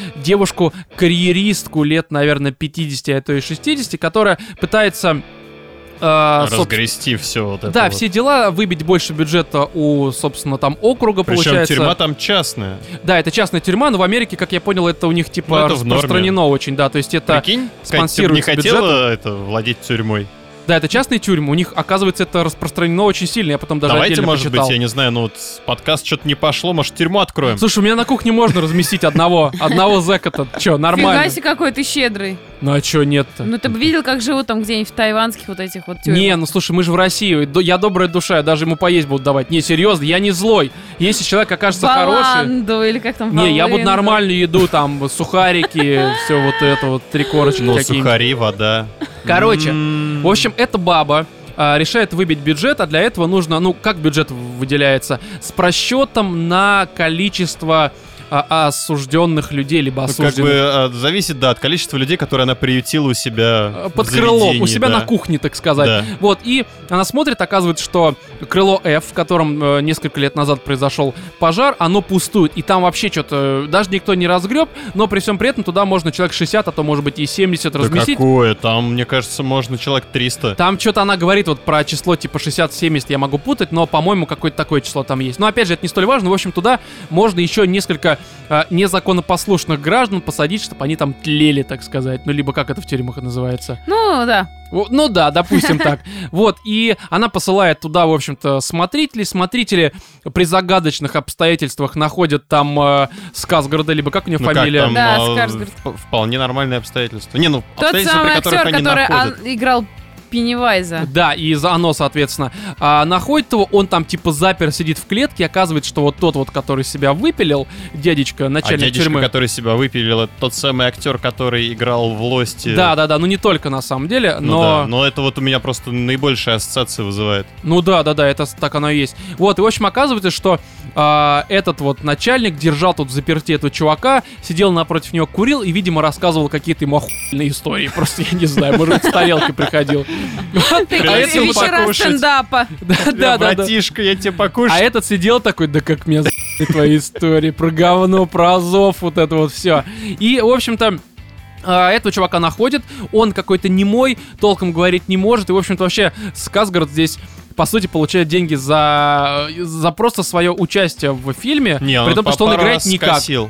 Speaker 1: девушку-карьеристку лет, наверное, 50, а то и 60, которая пытается... э, соб-
Speaker 2: Разгрести все вот это.
Speaker 1: да,
Speaker 2: вот.
Speaker 1: все дела, выбить больше бюджета у, собственно, там округа,
Speaker 2: Причем
Speaker 1: получается.
Speaker 2: тюрьма там частная.
Speaker 1: Да, это частная тюрьма, но в Америке, как я понял, это у них типа
Speaker 2: Ну, это в норме.
Speaker 1: распространено очень, да, то есть это,
Speaker 2: Прикинь, Катя, ты бы не
Speaker 1: спонсируется
Speaker 2: хотела это владеть тюрьмой.
Speaker 1: да, это частные тюрьмы, у них оказывается это распространено очень сильно, я потом даже
Speaker 2: Давайте,
Speaker 1: отдельно
Speaker 2: может
Speaker 1: почитал.
Speaker 2: быть, я не знаю, ну вот подкаст что-то не пошло, может, тюрьму откроем.
Speaker 1: Слушай, у меня на кухне можно разместить одного, одного зэка-то, чё,
Speaker 3: Фига
Speaker 1: нормально?
Speaker 3: себе, какой ты щедрый.
Speaker 1: Ну а чё нет-то?
Speaker 3: Ну ты бы видел, как живут там где-нибудь в тайванских вот этих вот тюрьмах.
Speaker 1: Не, ну слушай, мы же в России, до- я добрая душа, я даже ему поесть буду давать. Не, серьезно, я не злой. Если человек окажется хороший...
Speaker 3: Баланду или как там
Speaker 1: Не, я буду
Speaker 3: Волынду.
Speaker 1: нормальную еду, там, сухарики, все вот это вот, три корочки
Speaker 2: Ну,
Speaker 1: какие-нибудь.
Speaker 2: сухари, вода.
Speaker 1: Короче,
Speaker 2: М.
Speaker 1: В общем, эта баба а, решает выбить бюджет, а для этого нужно, ну, как бюджет в- выделяется? С просчетом на количество а, осужденных людей, либо
Speaker 2: Ну, как бы
Speaker 1: осужденных.
Speaker 2: а, зависит, да, от количества людей, которые она приютила у
Speaker 1: А,
Speaker 2: себя.
Speaker 1: Под
Speaker 2: в
Speaker 1: крылом, у
Speaker 2: заведении,
Speaker 1: себя
Speaker 2: да.
Speaker 1: на кухне, так сказать.
Speaker 2: Да.
Speaker 1: Вот, и она смотрит, оказывается, что крыло F, в котором э, несколько лет назад произошел пожар, оно пустует. И там вообще что-то, даже никто не разгреб, но при всем при этом туда можно человек 60, а то может быть и 70
Speaker 2: Да
Speaker 1: разместить.
Speaker 2: какое? Там, мне кажется, можно человек 300.
Speaker 1: Там что-то она говорит вот про число типа 60-70, я могу путать, но, по-моему, какое-то такое число там есть. Но, опять же, это не столь важно. В общем, туда можно еще несколько э, незаконопослушных граждан посадить, чтобы они там тлели, так сказать. Ну, либо как это в тюрьмах называется.
Speaker 3: Ну да.
Speaker 1: Во- Ну да, допустим так. Вот, и она посылает туда, в общем-то, смотрителей. Смотрители при загадочных обстоятельствах находят там э, Сказгорода, либо как у нее
Speaker 2: Ну, как
Speaker 1: фамилия?
Speaker 2: там,
Speaker 3: Да,
Speaker 2: а,
Speaker 3: Скарсгард.
Speaker 2: вп- вполне нормальные обстоятельства. Не, ну,
Speaker 3: Тот
Speaker 2: обстоятельства, при
Speaker 3: самый
Speaker 2: которых
Speaker 3: актер,
Speaker 2: они
Speaker 3: который
Speaker 2: находят.
Speaker 3: Ан- играл Пеннивайза.
Speaker 1: Да, и за оно, соответственно. А, находит его, он там типа запер, сидит в клетке, и оказывается, что вот тот вот, который себя выпилил, дядечка,
Speaker 2: А
Speaker 1: начальник
Speaker 2: дядечка,
Speaker 1: тюрьмы.
Speaker 2: который себя выпилил, это тот самый актер, который играл в «Лости».
Speaker 1: Да, да, да, ну не только на самом деле,
Speaker 2: Ну
Speaker 1: но...
Speaker 2: да, но это вот у меня просто наибольшая ассоциация вызывает.
Speaker 1: Ну да, да, да, это с- так оно и есть. Вот, и в общем оказывается, что а, этот вот начальник держал тут в заперти этого чувака, сидел напротив него, курил и, видимо, рассказывал какие-то ему охуенные истории. Просто я не знаю, может быть, с тарелки приходил.
Speaker 3: Ты
Speaker 2: А
Speaker 3: говоришь,
Speaker 2: если бы
Speaker 3: вечера
Speaker 2: покушать?
Speaker 3: стендапа.
Speaker 1: Да, да, да. да.
Speaker 2: братишка, я тебе покушаю.
Speaker 1: А этот сидел такой, да как меня за***ли твои истории про говно, про Азов, вот это вот все. И, в общем-то, а, этого чувака находит, он какой-то немой, толком говорить не может, и, в общем-то, вообще Сказгород здесь по сути, получает деньги за, за просто свое участие в фильме,
Speaker 2: Не,
Speaker 1: А
Speaker 2: ну,
Speaker 1: при том,
Speaker 2: по
Speaker 1: что он
Speaker 2: пару
Speaker 1: играет
Speaker 2: раз
Speaker 1: никак.
Speaker 2: скосил.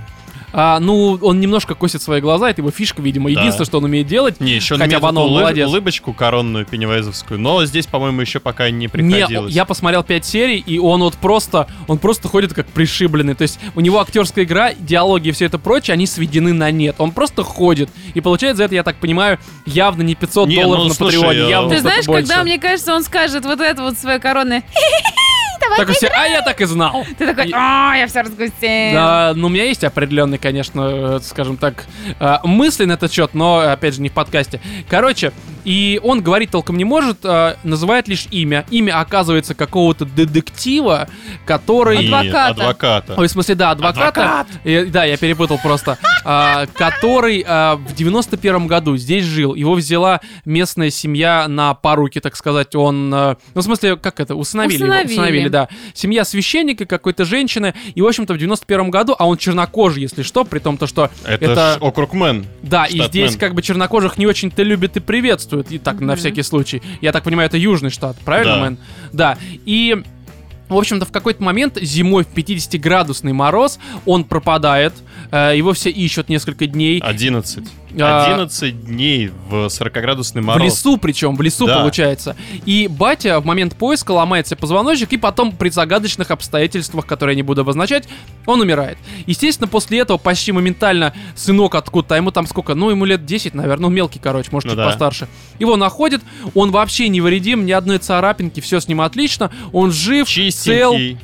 Speaker 1: А, ну, он немножко косит свои глаза, это его фишка, видимо.
Speaker 2: Да.
Speaker 1: Единственное, что он умеет делать,
Speaker 2: Не, еще он
Speaker 1: Хотя
Speaker 2: имеет
Speaker 1: Вано
Speaker 2: эту улы-
Speaker 1: молодец.
Speaker 2: улыбочку коронную пеневайзовскую, но здесь, по-моему, еще пока не приходилось.
Speaker 1: Не, я посмотрел 5 серий, и он вот просто, он просто ходит как пришибленный. То есть у него актерская игра, диалоги и все это прочее, они сведены на нет. Он просто ходит. И получает за это, я так понимаю, явно не 500
Speaker 2: Не,
Speaker 1: долларов
Speaker 2: ну,
Speaker 1: на
Speaker 2: слушай,
Speaker 1: Патреоне,
Speaker 2: а-
Speaker 1: явно
Speaker 3: Ты
Speaker 1: что-то
Speaker 3: знаешь,
Speaker 1: больше.
Speaker 3: когда, мне кажется, он скажет вот это вот свое коронное.
Speaker 1: Так все, а я так и знал.
Speaker 3: Ты такой, а, я все разгустил.
Speaker 1: Да, ну у меня есть определенный, конечно, э, скажем так, э, мысли на этот счет, но опять же не в подкасте. Короче, И он говорить толком не может, а, называет лишь имя. Имя оказывается какого-то детектива, который...
Speaker 2: И
Speaker 3: Адвоката.
Speaker 2: адвоката.
Speaker 1: Ой, в смысле, да, адвоката. Э, да, я перепутал просто. А, который а, в 91 году здесь жил. Его взяла местная семья на поруки, так сказать. Он, а, ну, в смысле, как это, усыновили, его.
Speaker 3: Усыновили.
Speaker 1: Усыновили, да. Семья священника, какой-то женщины. И, в общем-то, в 91 году, а он чернокожий, если что, при том, то, что
Speaker 2: Это,
Speaker 1: это-
Speaker 2: ж округ Мэн.
Speaker 1: да, и
Speaker 2: Штатмен.
Speaker 1: здесь как бы чернокожих не очень-то любят и приветствуют, и так, на
Speaker 3: Мгм.
Speaker 1: всякий случай. Я так понимаю, это южный штат, правильно,
Speaker 2: Да.
Speaker 1: Мэн? Да, и... В общем-то, в какой-то момент зимой в 50-градусный мороз он пропадает, э, его все ищут несколько дней.
Speaker 2: 11.
Speaker 1: А.
Speaker 2: 11 дней в 40-градусный мороз.
Speaker 1: В лесу причем, в лесу
Speaker 2: Да.
Speaker 1: получается. И батя в момент поиска ломает себе позвоночник, и потом при загадочных обстоятельствах, которые я не буду обозначать, он умирает. Естественно, после этого почти моментально сынок откуда-то, а ему там сколько, ну ему лет 10, наверное, ну мелкий, короче, может
Speaker 2: Ну
Speaker 1: чуть
Speaker 2: да.
Speaker 1: постарше. Его находит, он вообще невредим, ни одной царапинки, все с ним отлично, он жив, цел,
Speaker 2: Чистенький,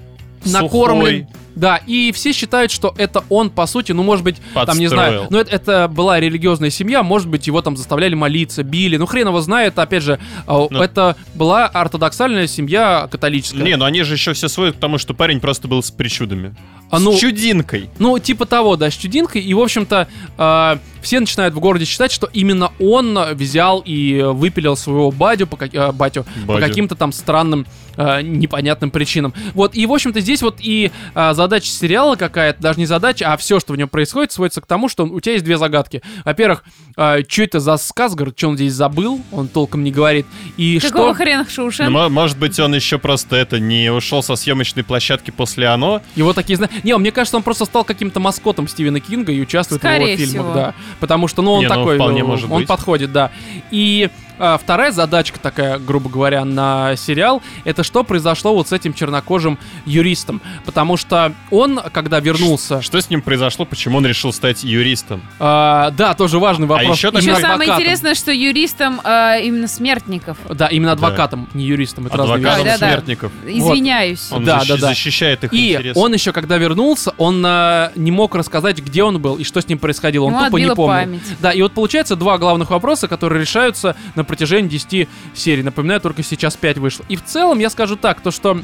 Speaker 1: накормлен.
Speaker 2: сухой.
Speaker 1: Да, и все считают, что это он, по сути, ну, может быть, там, не
Speaker 2: Подстроил.
Speaker 1: знаю, ну, это, это была религиозная семья, может быть, его там заставляли молиться, били, ну, хрен его знает, опять же, а,
Speaker 2: Ну.
Speaker 1: это была ортодоксальная семья католическая.
Speaker 2: Не, ну они же еще все сводят к тому, что парень просто был с причудами.
Speaker 1: А
Speaker 2: С
Speaker 1: ну-
Speaker 2: чудинкой.
Speaker 1: Ну, типа того, да, с чудинкой, и, в общем-то, э, все начинают в городе считать, что именно он а, взял и э, выпилил своего бадю по, как- э, батю, по
Speaker 2: Бадю.
Speaker 1: каким-то там странным, э, непонятным причинам. Вот, и, в общем-то, здесь вот и э, задача сериала какая-то, даже не задача, а все, что в нем происходит, сводится к тому, что у тебя есть две загадки. Во-первых, что это за Сказгард, что он здесь забыл, он толком не говорит, и что...
Speaker 3: Какого хрена
Speaker 2: Ну,
Speaker 3: Шоушен?
Speaker 2: мо- может быть, он еще просто это не ушел со съемочной площадки после оно.
Speaker 1: Его такие зна- Не, мне кажется, он просто стал каким-то маскотом Стивена Кинга и участвует в его
Speaker 3: Скорее
Speaker 1: фильмах,
Speaker 3: всего.
Speaker 1: да. Потому что, ну, он
Speaker 2: Не, ну,
Speaker 1: такой,
Speaker 2: вполне
Speaker 1: э,
Speaker 2: может
Speaker 1: он
Speaker 2: быть.
Speaker 1: подходит, да. И а, вторая задачка такая, грубо говоря, на сериал, это что произошло вот с этим чернокожим юристом. Потому что он, когда вернулся...
Speaker 2: Что с ним произошло, почему он решил стать юристом?
Speaker 1: а, да, тоже важный вопрос.
Speaker 2: еще такой-
Speaker 1: именно
Speaker 3: Еще самое
Speaker 1: адвокатом.
Speaker 3: интересное, что юристом э, именно смертников.
Speaker 1: Да, именно
Speaker 2: Да.
Speaker 1: адвокатом, не юристом, это разные
Speaker 2: Адвокатом
Speaker 1: вещи.
Speaker 3: Да-да-да.
Speaker 2: смертников.
Speaker 3: Извиняюсь.
Speaker 2: Он
Speaker 1: Да,
Speaker 2: защи-
Speaker 1: да, да.
Speaker 2: защищает их
Speaker 1: И
Speaker 2: интересы.
Speaker 1: он еще, когда вернулся, он а, не мог рассказать, где он был и что с ним происходило. Он
Speaker 3: Ему
Speaker 1: тупо не
Speaker 3: Ну, отбила
Speaker 1: помнил.
Speaker 3: память.
Speaker 1: Да, и вот получается два главных вопроса, которые решаются на протяжении 10 серий. Напоминаю, только сейчас 5 вышло. И в целом я скажу так, то что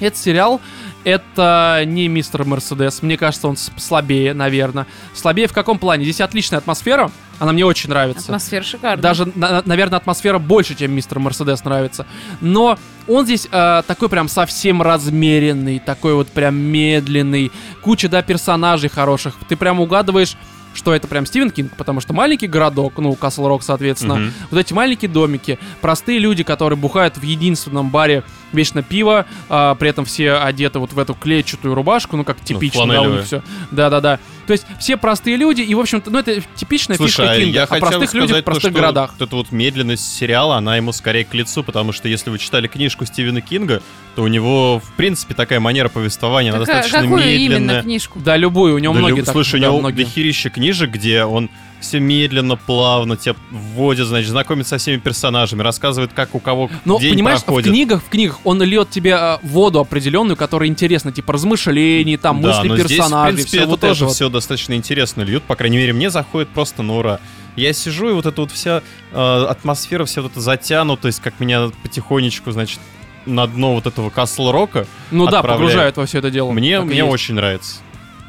Speaker 1: этот сериал это не мистер Мерседес. Мне кажется, он с- слабее, наверное. Слабее в каком плане? Здесь отличная атмосфера. Она мне очень нравится.
Speaker 3: Атмосфера шикарная.
Speaker 1: Даже, на- на- наверное, атмосфера больше, чем мистер Мерседес нравится. Но он здесь э, такой прям совсем размеренный, такой вот прям медленный. Куча, да, персонажей хороших. Ты прям угадываешь, что это прям Стивен Кинг, потому что маленький городок, ну, Касл Рок, соответственно.
Speaker 2: Мгм.
Speaker 1: Вот эти маленькие домики, простые люди, которые бухают в единственном баре вечно пиво, а, при этом все одеты вот в эту клетчатую рубашку, ну, как типично, да, у
Speaker 2: фланелевые.
Speaker 1: них все. Да-да-да. То есть все простые люди, и, в общем-то, ну, это типичная
Speaker 2: Слушай,
Speaker 1: фишка
Speaker 2: а
Speaker 1: Кинга,
Speaker 2: я
Speaker 1: о
Speaker 2: хотел
Speaker 1: простых
Speaker 2: сказать
Speaker 1: людях в
Speaker 2: то,
Speaker 1: простых
Speaker 2: что
Speaker 1: городах.
Speaker 2: Вот эта вот медленность сериала, она ему скорее к лицу, потому что если вы читали книжку Стивена Кинга, то у него, в принципе, такая манера повествования, она
Speaker 3: Какая-
Speaker 2: достаточно
Speaker 3: Какую
Speaker 2: медленная.
Speaker 3: именно книжку?
Speaker 1: Да, любую, у него
Speaker 2: Да
Speaker 1: многие
Speaker 2: люб-
Speaker 1: так.
Speaker 2: Слушай, ну,
Speaker 1: да,
Speaker 2: у него
Speaker 1: многие.
Speaker 2: дохерища книжек, где он все медленно, плавно тебя вводит, значит, знакомит со всеми персонажами, рассказывает, как у кого
Speaker 1: Но
Speaker 2: день
Speaker 1: Ну, понимаешь,
Speaker 2: проходит.
Speaker 1: в книгах, в книгах он льет тебе э, воду определенную, которая интересна, типа размышлений, там,
Speaker 2: да,
Speaker 1: мысли
Speaker 2: но здесь, в
Speaker 1: персонажей,
Speaker 2: принципе,
Speaker 1: все
Speaker 2: это
Speaker 1: вот
Speaker 2: тоже
Speaker 1: это вот.
Speaker 2: все достаточно интересно льют. По крайней мере, мне заходит просто на ура. Я сижу, и вот эта вот вся э, атмосфера, вся вот эта затянутость, как меня потихонечку, значит, на дно вот этого Касл-Рока,
Speaker 1: Ну да,
Speaker 2: отправляет.
Speaker 1: погружают во все это дело.
Speaker 2: мне,
Speaker 1: Так и
Speaker 2: мне
Speaker 1: есть.
Speaker 2: очень нравится.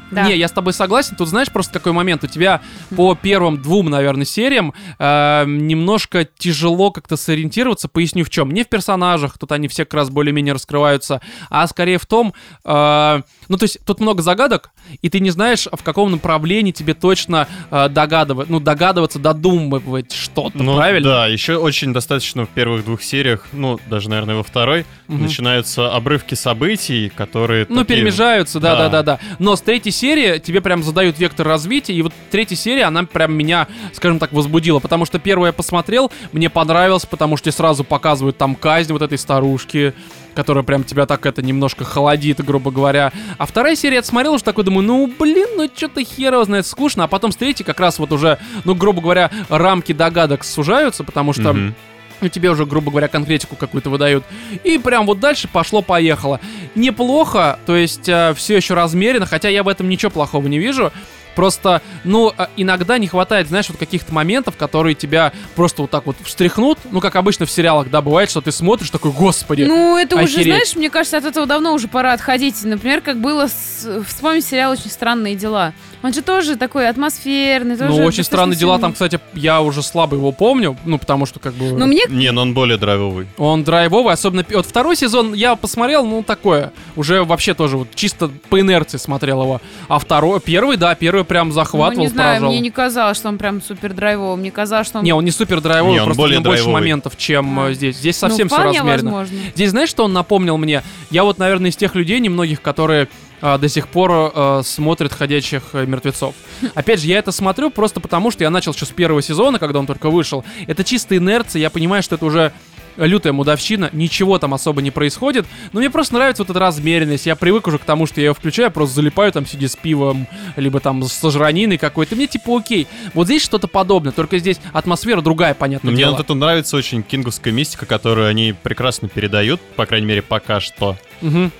Speaker 3: Да.
Speaker 1: Не, я с тобой согласен. Тут знаешь просто какой момент. У тебя по первым двум, наверное, сериям э, немножко тяжело как-то сориентироваться. Поясню в чем. Не в персонажах, тут они все как раз более-менее раскрываются, а скорее в том, э, ну то есть тут много загадок, и ты не знаешь в каком направлении тебе точно э, догадывать, ну догадываться, додумывать что-то,
Speaker 2: Ну,
Speaker 1: правильно?
Speaker 2: Да, еще очень достаточно в первых двух сериях, ну, даже, наверное, во второй,
Speaker 1: Мгм.
Speaker 2: начинаются обрывки событий, которые...
Speaker 1: Ну,
Speaker 2: такие-
Speaker 1: перемежаются, да, да,
Speaker 2: Да.
Speaker 1: да, да. Но с третьей серии тебе прям задают вектор развития, и вот третья серия, она прям меня, скажем так, возбудила, потому что первую я посмотрел, мне понравилось, потому что тебе сразу показывают там казнь вот этой старушки, которая прям тебя так это немножко холодит, грубо говоря. А вторая серия я смотрел уже такой, думаю, ну, блин, ну, что-то херово знает, скучно. А потом с третьей как раз вот уже, ну, грубо говоря, рамки догадок сужаются, потому что...
Speaker 2: Мгм.
Speaker 1: Ну, тебе уже, грубо говоря, конкретику какую-то выдают. И прям вот дальше э, пошло-поехало. Неплохо, то есть все еще размеренно, хотя я в этом ничего плохого не вижу. Просто, ну, э, иногда не хватает, знаешь, вот каких-то моментов, которые тебя просто вот так вот встряхнут. Ну, как обычно в сериалах, да, бывает, что ты смотришь такой, господи.
Speaker 3: Ну, это уже,
Speaker 1: Охереть.
Speaker 3: знаешь, мне кажется, от этого давно уже пора отходить. Например, как было с... Вспомни сериал «Очень странные дела». Он же тоже такой атмосферный, тоже...
Speaker 1: ну, очень странные дела там,
Speaker 3: достаточно
Speaker 1: кстати, я уже слабо его помню, ну, потому что как бы...
Speaker 3: сильный. Но мне...
Speaker 2: Не, но он более драйвовый.
Speaker 1: Он драйвовый, особенно... пи- Вот второй сезон я посмотрел, ну, такое. Уже вообще тоже вот чисто по инерции смотрел его. А второй... Первый, да, первый прям
Speaker 3: Ну,
Speaker 1: захватывал,
Speaker 3: не знаю,
Speaker 1: поражал.
Speaker 3: мне не казалось, что он прям супер драйвовый. Мне казалось, что он...
Speaker 1: Не, он не супер драйвовый,
Speaker 2: Не, он
Speaker 1: просто
Speaker 2: более
Speaker 1: у него больше
Speaker 2: драйвовый.
Speaker 1: моментов, чем
Speaker 3: А.
Speaker 1: э, здесь. Здесь
Speaker 3: Ну,
Speaker 1: совсем все
Speaker 3: вполне
Speaker 1: размерено.
Speaker 3: возможно.
Speaker 1: Здесь знаешь, что он напомнил мне? Я вот, наверное, из тех людей немногих, которые а, до сих пор э, смотрят «Ходячих э, мертвецов». Опять же, я это смотрю просто потому, что я начал еще с первого сезона, когда он только вышел. Это чистая инерция, я понимаю, что это уже лютая мудовщина, ничего там особо не происходит, но мне просто нравится вот эта размеренность, я привык уже к тому, что я ее включаю, просто залипаю там, сидя с пивом, либо там с сожраниной какой-то, мне типа окей. Вот здесь что-то подобное, только здесь атмосфера другая, понятно.
Speaker 2: Но мне вот это нравится очень кинговская мистика, которую они прекрасно передают, по крайней мере, пока что.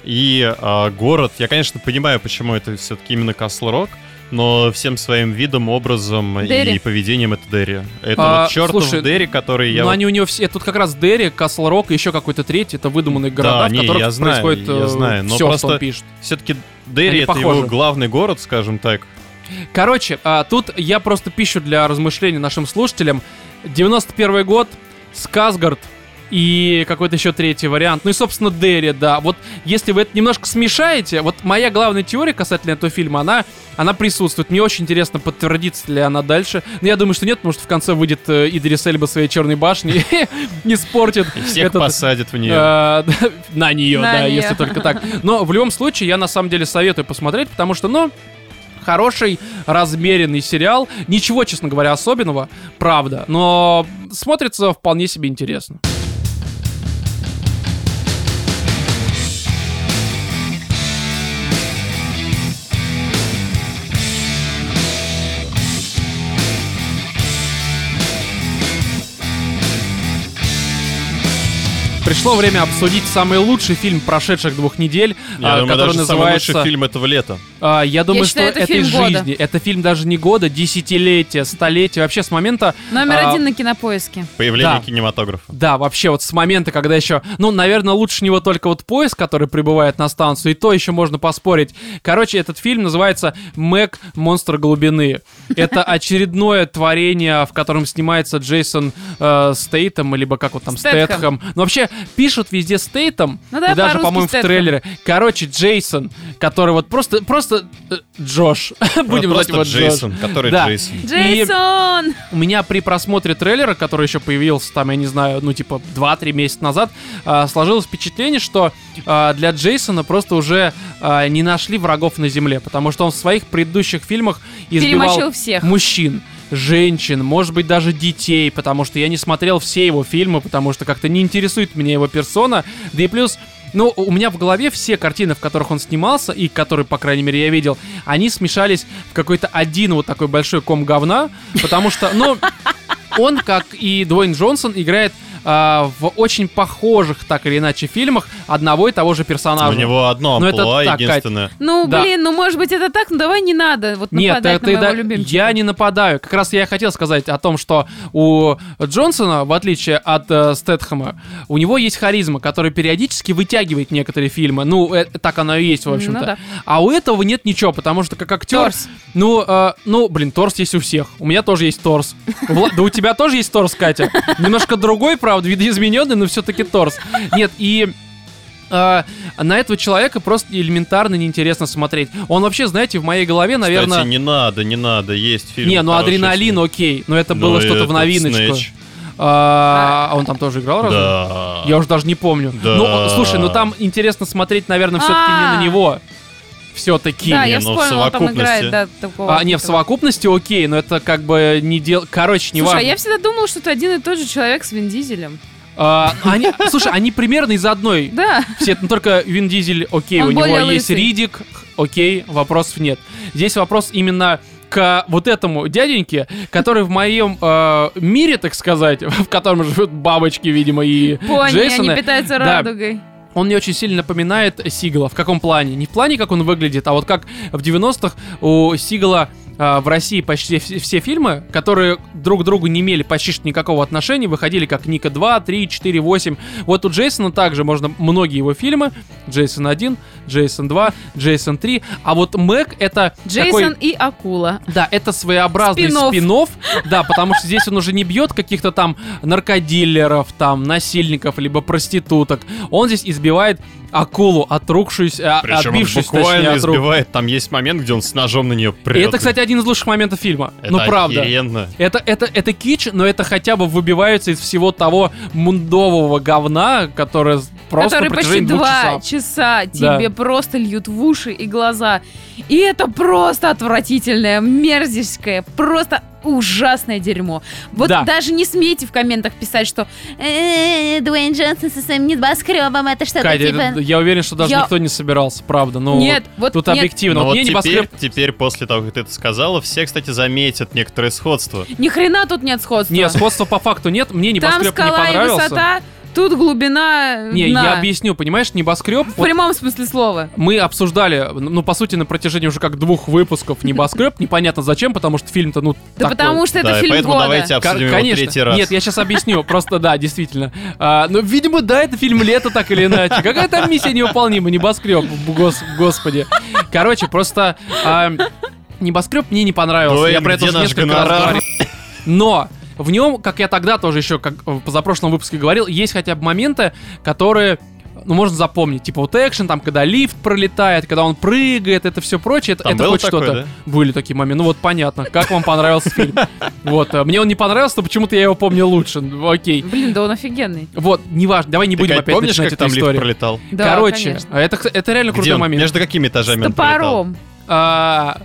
Speaker 2: И а, город, я, конечно, понимаю, почему это все-таки именно Касл Рок, но всем своим видом, образом
Speaker 3: Дерри.
Speaker 2: и поведением это Дерри. Это
Speaker 1: А,
Speaker 2: вот чертов
Speaker 1: слушай,
Speaker 2: Дерри, который я...
Speaker 1: Но
Speaker 2: вот-
Speaker 1: они у него все. Тут как раз Дерри, Касл Рок и еще какой-то третий. Это выдуманные города,
Speaker 2: Да, не,
Speaker 1: в которых
Speaker 2: я знаю,
Speaker 1: происходит
Speaker 2: я знаю, но
Speaker 1: все, что он
Speaker 2: просто-
Speaker 1: пишет.
Speaker 2: Все-таки Дерри
Speaker 1: Они
Speaker 2: это
Speaker 1: похожи.
Speaker 2: его главный город, скажем так.
Speaker 1: Короче, а, тут я просто пищу для размышлений нашим слушателям. 91 год, Сказгард и какой-то еще третий вариант. Ну и, собственно, Дерри, да. Вот если вы это немножко смешаете, вот моя главная теория касательно этого фильма, она, она присутствует. Мне очень интересно, подтвердится ли она дальше. Но я думаю, что нет, потому что в конце выйдет э, Идрис Эльба своей черной башни и испортит
Speaker 2: И всех
Speaker 1: этот-
Speaker 2: посадят в нее.
Speaker 1: Э, да, На нее,
Speaker 3: На
Speaker 1: да,
Speaker 3: неё.
Speaker 1: если только так. Но в любом случае, я на самом деле советую посмотреть, потому что, ну, хороший, размеренный сериал. Ничего, честно говоря, особенного, правда, но смотрится вполне себе интересно. Пришло время обсудить самый лучший фильм прошедших двух недель,
Speaker 2: Я
Speaker 1: а,
Speaker 2: думаю,
Speaker 1: который
Speaker 2: ну, даже
Speaker 1: называется...
Speaker 2: самый лучший фильм этого лета.
Speaker 1: А, я думаю, что
Speaker 3: считаю, это
Speaker 1: этой
Speaker 3: фильм года.
Speaker 1: жизни. Это фильм даже не года, десятилетия, столетия. Вообще с момента...
Speaker 3: Номер
Speaker 1: а,
Speaker 3: один на кинопоиске.
Speaker 2: Появление
Speaker 1: Да.
Speaker 2: кинематографа.
Speaker 1: Да, вообще вот с момента, когда еще... Ну, наверное, лучше него только вот поезд, который прибывает на станцию, и то еще можно поспорить. Короче, этот фильм называется «Мэг. Монстр глубины». Это очередное творение, в котором снимается Джейсон э, Стейтом, либо как вот там,
Speaker 3: Стэтхэм.
Speaker 1: Стэтхэм. Ну, вообще, пишут везде Стейтом,
Speaker 3: Ну да,
Speaker 1: и даже,
Speaker 3: по-русски
Speaker 1: по-моему,
Speaker 3: Стэтхэм.
Speaker 1: в трейлере. Короче, Джейсон, который вот просто... Просто э, Джош. Ну, Будем
Speaker 2: Просто
Speaker 1: звать его Джош.
Speaker 2: Джейсон, который
Speaker 1: Да.
Speaker 2: Джейсон.
Speaker 3: Джейсон!
Speaker 1: У меня при просмотре трейлера, который еще появился там, я не знаю, ну типа 2-3 месяца назад, а, сложилось впечатление, что а, для Джейсона просто уже а, не нашли врагов на земле, потому что он в своих предыдущих фильмах избивал
Speaker 3: Перемочил всех.
Speaker 1: мужчин, женщин, может быть даже детей, потому что я не смотрел все его фильмы, потому что как-то не интересует меня его персона, да и плюс... Ну, у меня в голове все картины, в которых он снимался, и которые, по крайней мере, я видел, они смешались в какой-то один вот такой большой ком говна, потому что, ну, он, как и Дуэйн Джонсон, играет а, в очень похожих, так или иначе, фильмах одного и того же персонажа.
Speaker 2: У него одно
Speaker 1: Ну, это
Speaker 2: амплуа
Speaker 1: так, Кать.
Speaker 2: единственное.
Speaker 3: Ну,
Speaker 1: Да.
Speaker 3: блин, ну может быть это так, ну давай не надо вот
Speaker 1: Нет,
Speaker 3: нападать
Speaker 1: ты-
Speaker 3: на
Speaker 1: ты
Speaker 3: моего
Speaker 1: да-
Speaker 3: любимчика.
Speaker 1: я не нападаю. Как раз я и хотел сказать о том, что у Джонсона, в отличие от э, Стэтхэма, у него есть харизма, которая периодически вытягивает некоторые фильмы. Ну, э, так оно и есть, в общем-то.
Speaker 3: Ну да.
Speaker 1: А у этого нет ничего, потому что как актер...
Speaker 3: Торс.
Speaker 1: Ну, э, ну, блин, торс есть у всех. У меня тоже есть торс. У Вла- Да у тебя тоже есть торс, Катя. Немножко другой, правда, видоизмененный, но все-таки торс. Нет, и... э, на этого человека просто элементарно неинтересно смотреть. Он вообще, знаете, в моей голове, наверное...
Speaker 2: Кстати, не надо, не надо, есть фильм. Ну,
Speaker 1: Не, ну адреналин, окей, но это было что-то в новиночку. А а он там тоже играл разве?
Speaker 2: Да.
Speaker 1: Я уже даже не помню.
Speaker 2: Да.
Speaker 1: Ну, о, слушай, ну там интересно смотреть, наверное, все-таки не
Speaker 3: А.
Speaker 1: на него. Все-таки.
Speaker 3: Да,
Speaker 2: не,
Speaker 3: я
Speaker 2: ну, в
Speaker 3: вспомнила, он там играет,
Speaker 2: совокупности.
Speaker 3: да, такого.
Speaker 1: А, не, в
Speaker 3: этого.
Speaker 1: совокупности окей, но это как бы не дело... Короче, не
Speaker 3: Слушай, а
Speaker 1: важно.
Speaker 3: я всегда думала, что ты один и тот же человек с Вин Дизелем.
Speaker 1: А, они- Слушай, они примерно из одной.
Speaker 3: Да.
Speaker 1: Все, ну, только Вин Дизель, окей,
Speaker 3: Он
Speaker 1: у него
Speaker 3: более
Speaker 1: есть
Speaker 3: лысый.
Speaker 1: Ридик, окей, вопросов нет. Здесь вопрос именно к вот этому дяденьке, который в моем э, мире, так сказать, в котором живут бабочки, видимо, и
Speaker 3: Пони, они
Speaker 1: Джейсоны,
Speaker 3: питаются
Speaker 1: да.
Speaker 3: радугой.
Speaker 1: он мне очень сильно напоминает Сигала. В каком плане? Не в плане, как он выглядит, а вот как в 90-х у Сигала а, в России почти все, все фильмы, которые друг к другу не имели почти что никакого отношения, выходили как Ника 2, 3, 4, 8. Вот у Джейсона также можно многие его фильмы. Джейсон 1, Джейсон 2, Джейсон 3. А вот Мэг это
Speaker 3: Джейсон
Speaker 1: такой...
Speaker 3: и Акула.
Speaker 1: Да, это своеобразный
Speaker 3: Спин-офф.
Speaker 1: спин да, потому что здесь он уже не бьет каких-то там наркодилеров, там, насильников, либо проституток. Он здесь избивает акулу, отрукшуюся, а-
Speaker 2: Причем он
Speaker 1: отбившуюся, точнее,
Speaker 2: буквально
Speaker 1: от рук.
Speaker 2: избивает. Там есть момент, где он с ножом на нее
Speaker 1: И
Speaker 2: прет.
Speaker 1: это, кстати, один из лучших моментов фильма.
Speaker 2: Это
Speaker 1: ну, правда.
Speaker 2: охеренно.
Speaker 1: Это, это, это кич, но это хотя бы выбивается из всего того мундового говна, которое просто
Speaker 3: которые
Speaker 1: на
Speaker 3: почти
Speaker 1: протяжении двух
Speaker 3: два
Speaker 1: часов.
Speaker 3: часа,
Speaker 1: Да.
Speaker 3: тебе просто льют в уши и глаза. И это просто отвратительное, мерзическое, просто ужасное дерьмо. Вот
Speaker 1: Да.
Speaker 3: даже не смейте в комментах писать, что «Э, Дуэйн Джонсон со своим небоскребом, это что-то
Speaker 1: Катя,
Speaker 3: типа...
Speaker 1: это- я уверен, что даже
Speaker 3: Я-
Speaker 1: никто не собирался, правда. Ну,
Speaker 3: Нет, вот
Speaker 1: тут
Speaker 3: нет.
Speaker 1: объективно.
Speaker 2: Но
Speaker 1: ну, Вот
Speaker 2: вот
Speaker 1: мне
Speaker 2: теперь,
Speaker 1: небоскреб
Speaker 2: теперь, после того, как ты это сказала, все, кстати, заметят некоторые сходства.
Speaker 3: Ни хрена тут нет сходства.
Speaker 1: Нет, сходства по факту нет. Мне
Speaker 3: Там
Speaker 1: небоскреб не
Speaker 3: скала и
Speaker 1: понравился.
Speaker 3: высота, тут глубина
Speaker 1: Не,
Speaker 3: дна.
Speaker 1: я объясню, понимаешь, небоскреб.
Speaker 3: В прямом смысле слова.
Speaker 1: мы обсуждали, ну, по сути, на протяжении уже как двух выпусков небоскреб. Непонятно зачем, потому что фильм-то, ну,
Speaker 3: Да
Speaker 1: такой.
Speaker 3: потому что
Speaker 2: да,
Speaker 3: это
Speaker 2: и
Speaker 3: фильм
Speaker 2: поэтому
Speaker 3: года.
Speaker 2: давайте
Speaker 1: Ко-
Speaker 2: обсудим его
Speaker 1: Конечно.
Speaker 2: третий раз.
Speaker 1: Нет, я сейчас объясню. Просто да, действительно. А, ну, видимо, да, это фильм лето, так или иначе. Какая там миссия невыполнима, небоскреб, гос- господи. Короче, просто а, небоскреб мне не понравился.
Speaker 2: Дуэйн,
Speaker 1: я про это
Speaker 2: где
Speaker 1: уже
Speaker 2: наш
Speaker 1: несколько раз
Speaker 2: гонорар?
Speaker 1: говорил. Но в нем, как я тогда тоже еще, как в позапрошлом выпуске говорил, есть хотя бы моменты, которые ну, можно запомнить. Типа вот экшен, там, когда лифт пролетает, когда он прыгает, это все прочее. Это,
Speaker 2: Там
Speaker 1: это
Speaker 2: было
Speaker 1: хоть
Speaker 2: такое,
Speaker 1: что-то.
Speaker 2: да?
Speaker 1: Были такие моменты. Ну вот понятно. Как вам понравился фильм? Вот. э, Мне он не понравился, но почему-то я его помню лучше. Ну, Окей.
Speaker 3: Блин, да он офигенный.
Speaker 1: Вот, неважно. Давай не
Speaker 2: Ты,
Speaker 1: будем
Speaker 2: Кать,
Speaker 1: опять
Speaker 2: помнишь,
Speaker 1: начинать
Speaker 2: как там
Speaker 1: эту
Speaker 2: лифт
Speaker 1: историю.
Speaker 2: пролетал?
Speaker 3: Да,
Speaker 1: Короче, а,
Speaker 3: конечно.
Speaker 1: это, это реально
Speaker 2: Где
Speaker 1: крутой
Speaker 2: он?
Speaker 1: момент.
Speaker 2: Между какими
Speaker 3: С
Speaker 2: этажами он пролетал?
Speaker 3: топором.
Speaker 1: А,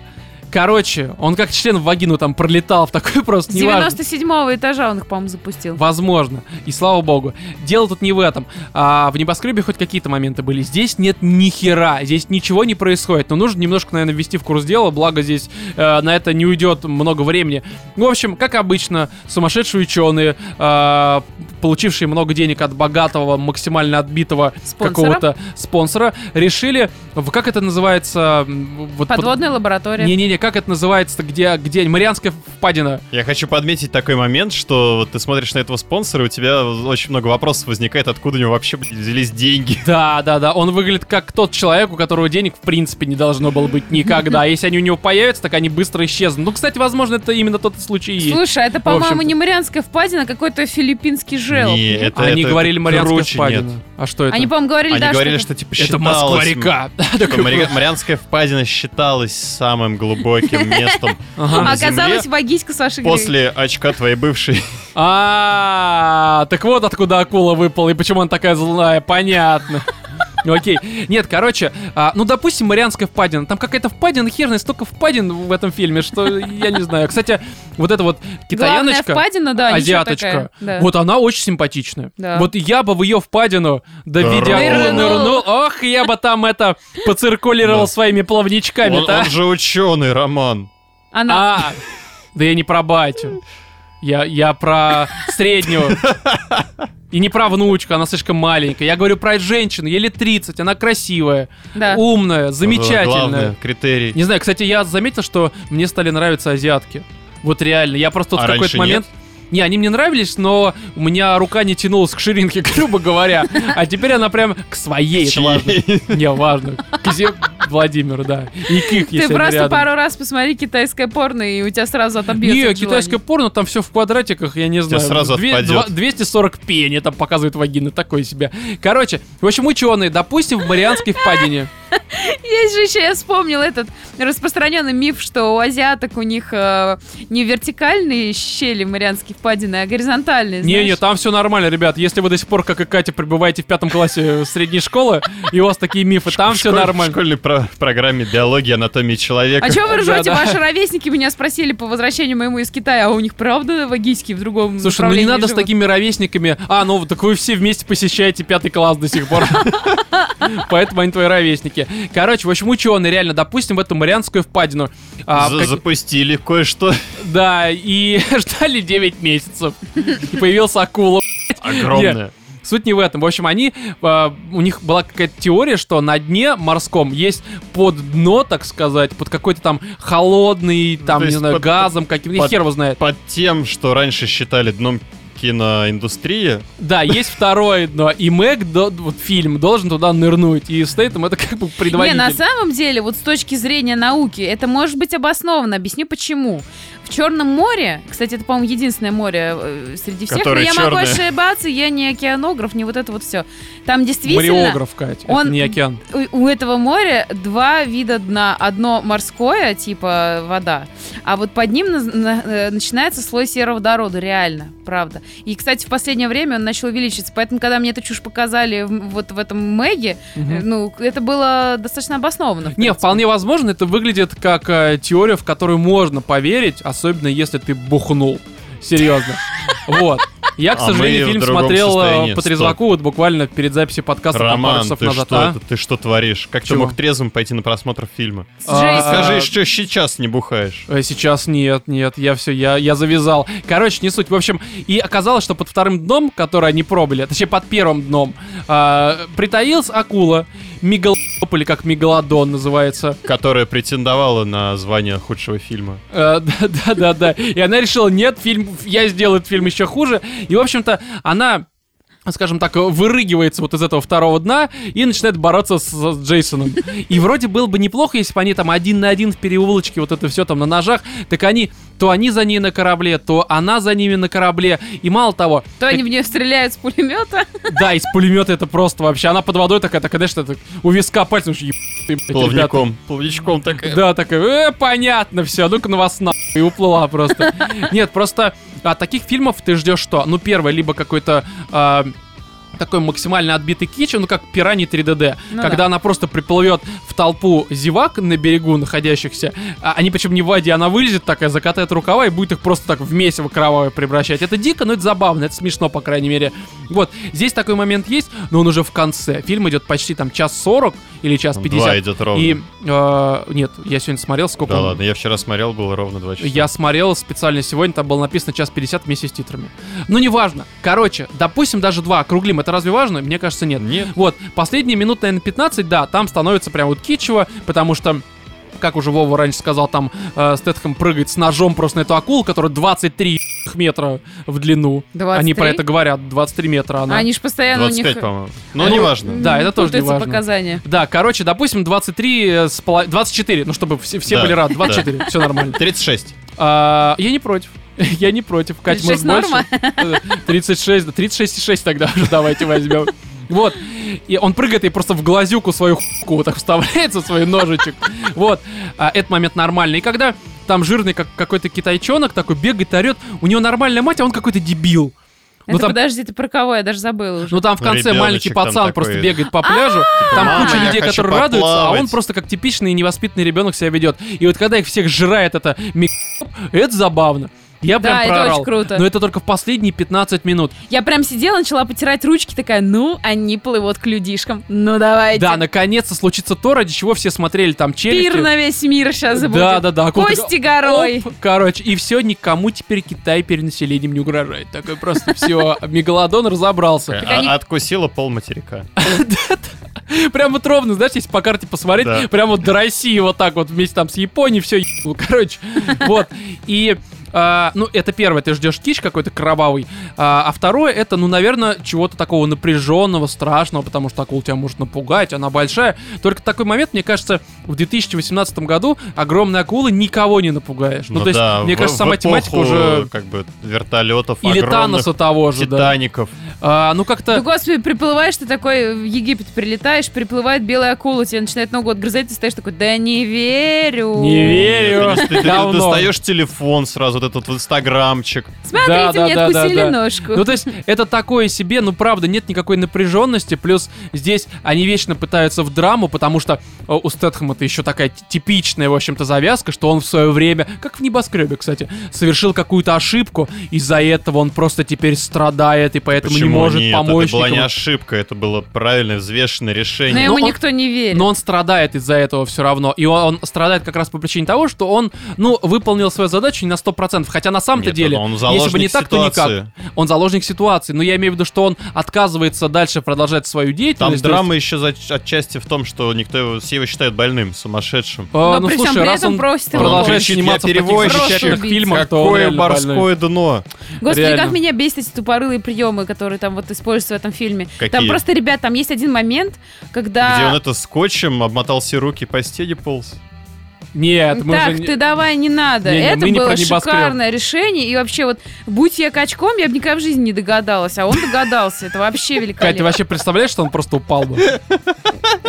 Speaker 1: Короче, он как член в вагину там пролетал в такой просто,
Speaker 3: С
Speaker 1: неважно.
Speaker 3: 97-го этажа он их, по-моему, запустил.
Speaker 1: Возможно. И слава богу. Дело тут не в этом. А, в небоскребе хоть какие-то моменты были. Здесь нет ни хера. Здесь ничего не происходит. Но нужно немножко, наверное, ввести в курс дела. Благо здесь э, на это не уйдет много времени. В общем, как обычно, сумасшедшие ученые, э, получившие много денег от богатого, максимально отбитого
Speaker 3: Спонсора.
Speaker 1: какого-то спонсора, решили, в- как это называется? м, вот под-
Speaker 3: Подводная лаборатория.
Speaker 1: Не-не-не, как это называется? Где, где Марианская впадина?
Speaker 2: Я хочу подметить такой момент, что вот ты смотришь на этого спонсора, и у тебя очень много вопросов возникает, откуда у него вообще блин, взялись деньги.
Speaker 1: Да, да, да. Он выглядит как тот человек, у которого денег в принципе не должно было быть никогда. А Если они у него появятся, так они быстро исчезнут. Ну, кстати, возможно, это именно тот случай и есть.
Speaker 3: Слушай, а это,
Speaker 1: общем-то.
Speaker 3: по-моему, не Марианская впадина, а какой-то филиппинский жел.
Speaker 2: Не, это-
Speaker 1: А Они
Speaker 2: это
Speaker 1: говорили Марианская
Speaker 2: круче,
Speaker 1: впадина. А что это?
Speaker 3: Они, по-моему, говорили,
Speaker 2: Они
Speaker 3: да,
Speaker 2: говорили,
Speaker 3: что...
Speaker 2: что, типа
Speaker 1: Это
Speaker 2: считалось-
Speaker 1: Москва-река.
Speaker 2: типа, Мари- Марианская впадина считалась самым глубоким местом
Speaker 1: Ага.
Speaker 2: на
Speaker 3: А Оказалось,
Speaker 2: Земле
Speaker 3: вагиська с вашей гривой.
Speaker 2: после очка твоей бывшей.
Speaker 1: А, так вот откуда акула выпала и почему она такая злая, понятно. Ну, Окей. Нет, короче, а, ну, допустим, Марианская впадина. Там какая-то впадина, херная, столько впадин в этом фильме, что я не знаю. Кстати, вот эта вот
Speaker 3: Главная
Speaker 1: китаяночка...
Speaker 3: впадина, да, ничего
Speaker 1: азиаточка.
Speaker 3: такая, да.
Speaker 1: Вот она очень симпатичная.
Speaker 3: Да.
Speaker 1: Вот я бы в ее впадину до
Speaker 2: Нырнул.
Speaker 1: видео нырнул. Ох, я бы там это поциркулировал
Speaker 2: Да.
Speaker 1: своими плавничками,
Speaker 2: Он,
Speaker 1: да?
Speaker 2: он же ученый, Роман.
Speaker 3: Она...
Speaker 1: А, да я не про батю. Я, я про среднюю. И не про внучку, она слишком маленькая. Я говорю про женщину, ей лет 30, она красивая,
Speaker 3: Да.
Speaker 1: умная, замечательная.
Speaker 2: Главное, критерий.
Speaker 1: Не знаю, кстати, я заметил, что мне стали нравиться азиатки. Вот реально, я просто вот в
Speaker 2: А
Speaker 1: какой-то
Speaker 2: раньше
Speaker 1: момент... Не, они мне нравились, но у меня рука не тянулась к ширинке, грубо говоря. А теперь она прям к своей, это
Speaker 2: Чьей?
Speaker 1: важно. Не, важно. К зе- Владимиру, да. И к их,
Speaker 3: Ты
Speaker 1: если они
Speaker 3: просто
Speaker 1: рядом.
Speaker 3: пару раз посмотри китайское порно, и у тебя сразу отобьется
Speaker 1: Не,
Speaker 3: от желания.
Speaker 1: китайское порно, там все в квадратиках, я не
Speaker 2: Тебя
Speaker 1: знаю.
Speaker 2: сразу отпадет.
Speaker 1: 240 пени там показывают вагины, такое себе. Короче, в общем, ученые, допустим, в Марианской впадине.
Speaker 3: Есть же еще, я вспомнил этот распространенный миф, что у азиаток у них э, не вертикальные щели марианские впадины, а горизонтальные, знаешь.
Speaker 1: Не-не, там все нормально, ребят. Если вы до сих пор, как и Катя, пребываете в пятом классе средней школы, и у вас такие мифы, там
Speaker 2: В
Speaker 1: все
Speaker 2: школе- В
Speaker 1: нормально.
Speaker 2: школьной про- программе биологии, анатомии человека.
Speaker 3: А чего вы ржете?
Speaker 1: Да-да.
Speaker 3: Ваши ровесники меня спросили по возвращению моему из Китая, а у них правда вагийские в другом
Speaker 1: Слушай, ну не
Speaker 3: направлении
Speaker 1: надо с
Speaker 3: живут?
Speaker 1: такими ровесниками. А, ну так вы все вместе посещаете пятый класс до сих пор. Поэтому они твои ровесники. Короче, в общем, ученые реально, допустим, в эту Марианскую впадину. а, в
Speaker 2: За-
Speaker 1: как-
Speaker 2: Запустили кое-что.
Speaker 1: Да, и ждали 9 месяцев. И появился акула.
Speaker 2: Огромное.
Speaker 1: Суть не в этом. В общем, они... э, у них была какая-то теория, что на дне морском есть под дно, так сказать, под какой-то там холодный, там, не
Speaker 2: то есть
Speaker 1: знаю,
Speaker 2: под-
Speaker 1: газом каким-то.
Speaker 2: под-
Speaker 1: Хер его знает.
Speaker 2: Под тем, что раньше считали дном киноиндустрии,
Speaker 1: Да, есть второе дно. И Мэг, до- вот фильм, должен туда нырнуть. И Стейтем это как бы
Speaker 3: Не,
Speaker 1: предваритель.
Speaker 3: на самом деле, вот с точки зрения науки, это может быть обосновано. Объясню почему. В Черном море, кстати, это, по-моему, единственное море э, среди всех,
Speaker 2: Которое
Speaker 3: но я могу
Speaker 2: чёрное.
Speaker 3: ошибаться, я не океанограф, не вот это вот все. Там действительно
Speaker 1: Мариограф, Кать. Это
Speaker 3: он-
Speaker 1: не океан.
Speaker 3: у, у этого моря два вида дна. Одно морское, типа вода, а вот под ним наз- на- э, начинается слой сероводорода, реально, правда. И, кстати, в последнее время он начал увеличиться, поэтому, когда мне эту чушь показали в- вот в этом Мэге,
Speaker 1: Мгм.
Speaker 3: э, ну, это было достаточно обоснованно. в
Speaker 1: Не,
Speaker 3: принципе.
Speaker 1: вполне возможно, это выглядит как э, теория, в которую можно поверить, особенно если ты бухнул. Серьезно. Вот. Я, к
Speaker 2: А мы
Speaker 1: сожалению,
Speaker 2: в
Speaker 1: фильм
Speaker 2: другом
Speaker 1: смотрел э,
Speaker 2: состоянии.
Speaker 1: по
Speaker 2: Стоп.
Speaker 1: трезваку вот буквально перед записью подкаста там пару
Speaker 2: Роман,
Speaker 1: часов
Speaker 2: ты
Speaker 1: назад.
Speaker 2: что,
Speaker 1: а?
Speaker 2: это- ты что творишь? Как
Speaker 1: Чего?
Speaker 2: ты мог трезвым пойти на просмотр фильма?
Speaker 3: С
Speaker 1: А,
Speaker 3: Джейсоном.
Speaker 2: Скажи, что сейчас не бухаешь?
Speaker 1: Э, Сейчас нет, нет, я все, я, я завязал. Короче, не суть. В общем, и оказалось, что под вторым дном, который они пробовали, точнее, под первым дном, а, притаилась акула, мегалоп, или как мегалодон называется.
Speaker 2: Которая претендовала на звание худшего фильма.
Speaker 1: Э, Да-да-да. И она решила, нет, фильм, я сделаю этот фильм еще хуже. И, в общем-то, она скажем так, вырыгивается вот из этого второго дна и начинает бороться с, с Джейсоном. И вроде было бы неплохо, если бы они там один на один в переулочке вот это все там на ножах, так они, то они за ней на корабле, то она за ними на корабле. И мало того,
Speaker 3: То они в нее стреляют с пулемета.
Speaker 1: да, из пулемета это просто вообще. Она под водой такая, такая, знаешь, так, у виска пальцем, что, «Еб ты, блядь, ребята».
Speaker 2: Плавником. Плавничком так.
Speaker 1: Да, такая, «Э, понятно, все, ну-ка на вас на и уплыла просто. Нет, просто от таких фильмов ты ждешь что? Ну, первое, либо какой-то а, такой максимально отбитый кич, ну, как пираньи 3DD,
Speaker 3: Ну
Speaker 1: когда
Speaker 3: да.
Speaker 1: она просто приплывет в толпу зевак на берегу находящихся, а они причем не в воде, она вылезет такая, закатает рукава и будет их просто так в месиво кровавое превращать. Это дико, но это забавно, это смешно, по крайней мере. Вот, здесь такой момент есть, но он уже в конце. Фильм идет почти там час сорок или час
Speaker 2: Два
Speaker 1: пятьдесят.
Speaker 2: идет ровно.
Speaker 1: И э, нет, я сегодня смотрел, сколько.
Speaker 2: Да
Speaker 1: он-
Speaker 2: ладно, я вчера смотрел, было ровно два часа.
Speaker 1: Я смотрел специально сегодня, там было написано час 50 вместе с титрами. Ну, неважно. Короче, допустим, даже два округлим. Это разве важно? Мне кажется, нет.
Speaker 2: Нет.
Speaker 1: Вот, последние минут, наверное, 15, да, там становится прям вот кичево, потому что как уже Вова раньше сказал, там э, Стэтхэм прыгает с ножом просто на эту акулу, которая 23 метра в длину.
Speaker 3: 23?
Speaker 1: Они про это говорят, 23 метра она.
Speaker 3: Они же постоянно ну, у
Speaker 2: 25,
Speaker 3: них...
Speaker 2: по-моему. Но
Speaker 1: Ну,
Speaker 2: неважно.
Speaker 1: Да, это тоже
Speaker 3: путаются
Speaker 1: неважно.
Speaker 3: показания.
Speaker 1: Да, короче, допустим, 23, э, с поло- 24, ну чтобы все, все
Speaker 2: Да,
Speaker 1: были рады,
Speaker 2: да.
Speaker 1: 24, все нормально.
Speaker 2: 36.
Speaker 1: А, я не против. Я не против. Кать, может
Speaker 3: 36
Speaker 1: больше?
Speaker 3: норма?
Speaker 1: 36, да, 36,6 тогда уже давайте возьмем. Вот. И он прыгает и просто в глазюку свою хуйку вот так вставляет со свой ножичек. Вот. А, этот момент нормальный. И когда там жирный как какой-то китайчонок такой бегает, орет, у него нормальная мать, а он какой-то дебил. Ну
Speaker 3: Это
Speaker 1: там,
Speaker 3: подожди, ты про кого? Я даже забыла уже.
Speaker 1: ну там в
Speaker 2: Ну,
Speaker 1: конце
Speaker 2: ребёночек
Speaker 1: маленький
Speaker 2: там
Speaker 1: пацан
Speaker 2: такой.
Speaker 1: просто бегает по пляжу, там
Speaker 2: «Мама,
Speaker 1: куча
Speaker 2: я
Speaker 1: людей,
Speaker 2: хочу
Speaker 1: которые радуются, а он
Speaker 2: поплавать».
Speaker 1: просто как типичный невоспитанный ребенок себя ведет. И вот когда их всех жрает это ми- это забавно. Я прям
Speaker 3: Да, это
Speaker 1: проорал.
Speaker 3: очень круто.
Speaker 1: Но это только в последние 15 минут.
Speaker 3: Я прям сидела, начала потирать ручки, такая, ну, они плывут к людишкам. Ну, давайте.
Speaker 1: Да, наконец-то случится то, ради чего все смотрели там челюсти.
Speaker 3: Пир на весь мир сейчас будет.
Speaker 1: Да, да, да. Акула
Speaker 3: Кости
Speaker 1: такая,
Speaker 3: горой.
Speaker 1: оп, короче, и все, никому теперь Китай перенаселением не угрожает. Такой просто все, мегалодон разобрался.
Speaker 3: они-
Speaker 2: А- Откусила пол материка.
Speaker 1: Прям вот ровно, знаешь, если по карте посмотреть,
Speaker 2: Да.
Speaker 1: прям вот до России вот так вот вместе там с Японией все короче. Вот. И а, ну, это первое, ты ждешь кич какой-то кровавый. А, а второе, это, ну, наверное, чего-то такого напряженного, страшного, потому что акула тебя может напугать, она большая. Только такой момент, мне кажется, в 2018 году огромные акулы никого не напугаешь. Ну, то есть,
Speaker 2: да,
Speaker 1: мне
Speaker 2: в-
Speaker 1: кажется,
Speaker 2: в
Speaker 1: сама тематика
Speaker 2: эпоху,
Speaker 1: уже...
Speaker 2: как бы вертолетов,
Speaker 1: Или
Speaker 2: огромных,
Speaker 1: Таноса того же, да.
Speaker 2: Титаников.
Speaker 1: А, ну,
Speaker 3: Ну,
Speaker 1: как-то...
Speaker 3: господи, приплываешь ты такой в Египет, прилетаешь, приплывает белая акула, тебе начинает ногу отгрызать, ты стоишь такой, да не верю.
Speaker 1: Не верю.
Speaker 2: Ты- Ты ты
Speaker 1: Говно.
Speaker 2: достаешь телефон сразу, вот этот вот инстаграмчик.
Speaker 3: Смотрите,
Speaker 1: Да, да, да,
Speaker 3: мне
Speaker 1: да,
Speaker 3: откусили
Speaker 1: да.
Speaker 3: ножку.
Speaker 1: Ну, то есть, это такое себе, ну, правда, нет никакой напряженности, плюс здесь они вечно пытаются в драму, потому что э, у Стэтхэма это еще такая ти- типичная, в общем-то, завязка, что он в свое время, как в небоскребе, кстати, совершил какую-то ошибку, из-за этого он просто теперь страдает, и поэтому не может
Speaker 2: нет,
Speaker 1: помочь
Speaker 2: Это была не
Speaker 1: никому.
Speaker 2: ошибка, это было правильное, взвешенное
Speaker 3: Но
Speaker 2: решение.
Speaker 1: Ну,
Speaker 3: ему
Speaker 1: он-
Speaker 3: никто не верит.
Speaker 1: Но он страдает из-за этого все равно. И он, он страдает как раз по причине того, что он, ну, выполнил свою задачу не на 100%. Хотя на самом-то
Speaker 2: Нет,
Speaker 1: деле,
Speaker 2: он
Speaker 1: если бы не
Speaker 2: заложник
Speaker 1: так, то никак.
Speaker 2: ситуации.
Speaker 1: Он заложник ситуации. Но я имею в виду, что он отказывается дальше продолжать свою
Speaker 2: Там
Speaker 1: деятельность.
Speaker 2: драма еще за- отчасти в том, что никто его, все его считают больным, сумасшедшим.
Speaker 1: То есть, э,
Speaker 3: Но
Speaker 1: ну,
Speaker 3: при всем
Speaker 1: слушай,
Speaker 3: при
Speaker 1: раз
Speaker 3: этом
Speaker 1: он
Speaker 3: просит его
Speaker 2: Он
Speaker 1: продолжает
Speaker 2: кричит, «Я
Speaker 1: сниматься в таких
Speaker 2: перевозчик».
Speaker 1: замечательных
Speaker 3: Убийца.
Speaker 1: фильмах, то он
Speaker 2: Какое
Speaker 1: реально
Speaker 2: морское
Speaker 1: больной.
Speaker 2: дно?
Speaker 3: Господи,
Speaker 1: Реально.
Speaker 3: как меня бесят эти тупорылые приемы, которые там вот используются в этом фильме. Там
Speaker 2: Какие?
Speaker 3: просто, ребят, там есть один момент,
Speaker 2: Где он
Speaker 3: когда...
Speaker 2: это скотчем обмотал все руки по стене полз.
Speaker 1: Нет, мы
Speaker 3: так,
Speaker 1: уже... не-
Speaker 3: ты давай, не надо.
Speaker 1: Не-не,
Speaker 3: это
Speaker 1: мы не про
Speaker 3: было
Speaker 1: небоскреб.
Speaker 3: шикарное решение. И вообще вот, будь я качком, я бы никогда в жизни не догадалась. А он догадался. Это вообще
Speaker 1: Катя, ты
Speaker 3: великолепно.
Speaker 1: вообще представляешь, что он просто упал бы?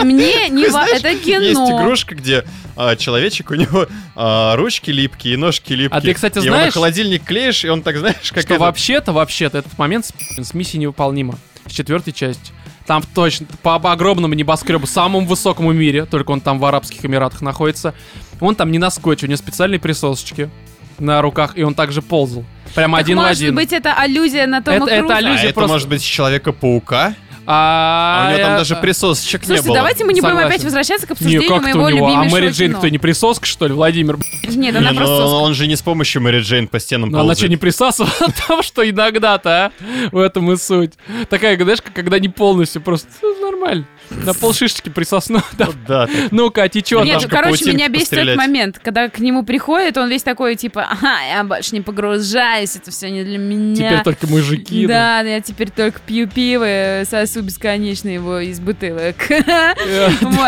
Speaker 3: Мне не
Speaker 2: Ты
Speaker 3: ва-
Speaker 2: знаешь,
Speaker 3: Это
Speaker 2: Есть
Speaker 3: кино.
Speaker 2: игрушка, где а, человечек, у него а, ручки липкие и ножки липкие.
Speaker 1: А ты, кстати,
Speaker 2: Его на
Speaker 1: знаешь-
Speaker 2: холодильник клеишь, и он так, знаешь, как
Speaker 1: Что
Speaker 2: этот-
Speaker 1: вообще-то, вообще-то, этот момент с, с миссией невыполнима. С четвертой части. Там точно по об- огромному небоскребу, самому высокому в мире, только он там в Арабских Эмиратах находится. Он там не на скотче, у него специальные присосочки на руках, и он также ползал. Прям
Speaker 3: Так
Speaker 1: один в
Speaker 3: может
Speaker 1: один.
Speaker 3: быть, это аллюзия на Тома
Speaker 1: Это- это
Speaker 3: Круза?
Speaker 1: аллюзия.
Speaker 2: А
Speaker 1: Люди
Speaker 2: это
Speaker 1: просто-
Speaker 2: может быть с человека-паука?
Speaker 1: А,
Speaker 2: А, у него там
Speaker 1: э,
Speaker 2: даже присосочек не
Speaker 3: Слушайте,
Speaker 2: было.
Speaker 3: давайте мы не будем
Speaker 1: Согласен.
Speaker 3: опять возвращаться к
Speaker 1: Не,
Speaker 3: обсуждению
Speaker 1: как ты
Speaker 3: моего
Speaker 1: у него? А
Speaker 3: любимейшего
Speaker 1: Мэри Джейн
Speaker 3: кино.
Speaker 1: кто, не присоска, что ли, Владимир? блин?
Speaker 3: Нет,
Speaker 2: Не,
Speaker 3: она
Speaker 2: ну,
Speaker 3: просто...
Speaker 2: он же не с помощью Мэри Джейн по стенам
Speaker 1: Ну, Она
Speaker 2: ползает.
Speaker 1: что, не присасывала там, что иногда-то, а? В этом и суть. Такая, знаешь, как когда не полностью, просто «Ну, нормально. На полшишечки присосну. да.
Speaker 2: Да, так.
Speaker 1: Ну-ка, а ты чё
Speaker 2: Нет,
Speaker 1: там?
Speaker 3: Нет, ну,
Speaker 2: там
Speaker 3: короче,
Speaker 2: паутинки
Speaker 3: меня бесит этот
Speaker 2: пострелять.
Speaker 3: момент, когда к нему приходит, он весь такой, типа, ага, я больше не погружаюсь, это все не для меня.
Speaker 1: Теперь только мужики.
Speaker 3: да, я теперь только пью пиво, э, сосу бесконечно его из бутылок. Вот,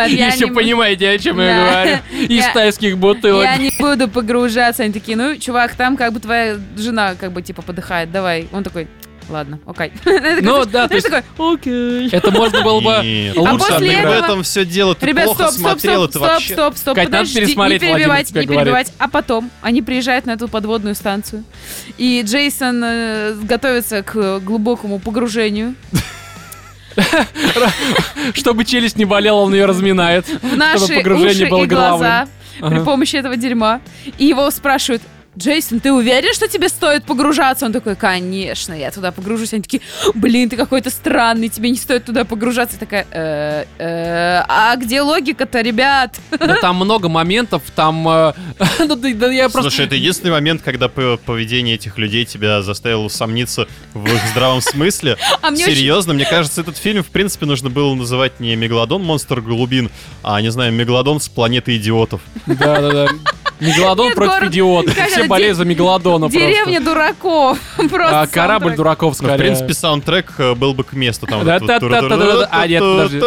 Speaker 3: я
Speaker 1: Еще
Speaker 3: не-
Speaker 1: понимаете, о чем
Speaker 3: Да.
Speaker 1: я говорю. Из
Speaker 3: Я-
Speaker 1: тайских бутылок.
Speaker 3: Я не буду погружаться. Они такие, ну, чувак, там как бы твоя жена как бы типа подыхает, давай. Он такой, ладно, окей.
Speaker 1: Ну да, то
Speaker 3: Знаешь,
Speaker 1: есть
Speaker 3: такой, окей.
Speaker 1: это можно было бы...
Speaker 2: Нет.
Speaker 1: лучше
Speaker 2: А после
Speaker 1: отыграть.
Speaker 2: этого-
Speaker 3: В
Speaker 2: В этом все дело, ты
Speaker 3: Ребят,
Speaker 2: плохо
Speaker 3: стоп, стоп,
Speaker 2: смотрел,
Speaker 3: стоп,
Speaker 2: это
Speaker 3: стоп,
Speaker 2: вообще...
Speaker 3: стоп, стоп,
Speaker 1: Кать, надо
Speaker 3: подожди, не
Speaker 1: пересмотреть, Владимир
Speaker 3: перебивать,
Speaker 1: тебе
Speaker 3: не
Speaker 1: говорит.
Speaker 3: перебивать. А потом они приезжают на эту подводную станцию, и Джейсон э, готовится к э, глубокому погружению
Speaker 1: Чтобы челюсть не болела, он ее разминает.
Speaker 3: в наши
Speaker 1: погружение
Speaker 3: уши
Speaker 1: было
Speaker 3: и глаза при
Speaker 1: Ага.
Speaker 3: помощи этого дерьма. И его спрашивают, Джейсон, ты уверен, что тебе стоит погружаться? Он такой, конечно, я туда погружусь. Они такие, блин, ты какой-то странный, тебе не стоит туда погружаться. Я такая, «Э, э, а где логика-то, ребят?
Speaker 1: Да там много моментов, там... э, Ну да да я просто...
Speaker 2: Слушай, это единственный момент, когда п- поведение этих людей тебя заставило усомниться в их здравом смысле.
Speaker 3: А мне очень
Speaker 2: Серьезно, мне кажется, этот фильм, в принципе, нужно было называть не «Мегалодон. Монстр глубин», а, не знаю, «Мегалодон с планеты идиотов».
Speaker 1: Да-да-да. Мегалодон
Speaker 3: Нет,
Speaker 1: против
Speaker 3: город-
Speaker 1: идиота.
Speaker 3: Катя,
Speaker 1: Все
Speaker 3: де-
Speaker 1: болеют за Мегалодона
Speaker 3: Деревня дураков. Просто
Speaker 1: просто. А, Корабль
Speaker 3: саундтрек.
Speaker 1: дураков,
Speaker 2: Ну, в
Speaker 1: скорее.
Speaker 2: принципе, саундтрек э, был бы к месту. Там вот этот вот
Speaker 1: Да-та-та-та-та-та. А, нет, подожди.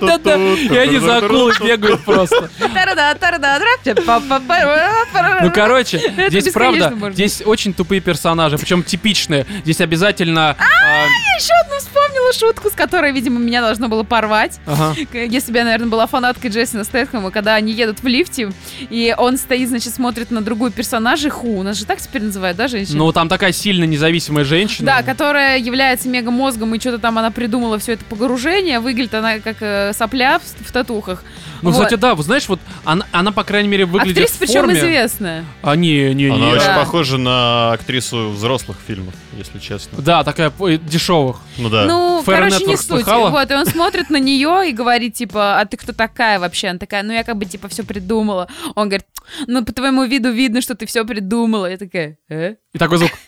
Speaker 1: Да-да-да. И они за акулы бегают просто.
Speaker 3: Тарада, тарада, дра- па-па-па-ра-ра-ра-ра.
Speaker 1: Ну, короче,
Speaker 3: Это
Speaker 1: здесь
Speaker 3: бесконечно
Speaker 1: правда,
Speaker 3: можно.
Speaker 1: здесь очень тупые персонажи, причем типичные. Здесь обязательно... а,
Speaker 3: Я еще одну вспомнила шутку, с которой, видимо, меня должно было порвать.
Speaker 1: ага.
Speaker 3: К- Если бы Э, я, наверное, была фанаткой Джейсона Стэтхэма, когда они едут в лифте, и он стоит, значит, смотрит на другую персонажа, ху, нас же так теперь называют, да, женщина?
Speaker 1: Ну, там такая сильно независимая женщина.
Speaker 3: Да, которая является мегамозгом, и что-то там она придумала все это погружение. Выглядит она как э, сопля в, в татухах.
Speaker 1: Ну,
Speaker 3: Вот.
Speaker 1: кстати, да, вот знаешь, вот она, она, по крайней мере, выглядит
Speaker 3: Актриса,
Speaker 1: в
Speaker 3: причем
Speaker 1: форме.
Speaker 3: известная.
Speaker 1: А, не, не,
Speaker 2: Она
Speaker 1: не.
Speaker 2: очень
Speaker 3: Да.
Speaker 2: похожа на актрису взрослых фильмов, если честно.
Speaker 1: Да, такая э, дешевых.
Speaker 2: Ну да.
Speaker 3: Ну,
Speaker 1: Fair
Speaker 3: короче, не
Speaker 1: Network
Speaker 3: суть.
Speaker 1: слыхала?
Speaker 3: Вот, и он смотрит на нее и говорит, типа, а ты кто такая вообще? Она такая, ну, я как бы, типа, все придумала. Он говорит, ну, по твоему виду видно, что ты все придумала. Я такая, «Э?»
Speaker 1: И такой звук.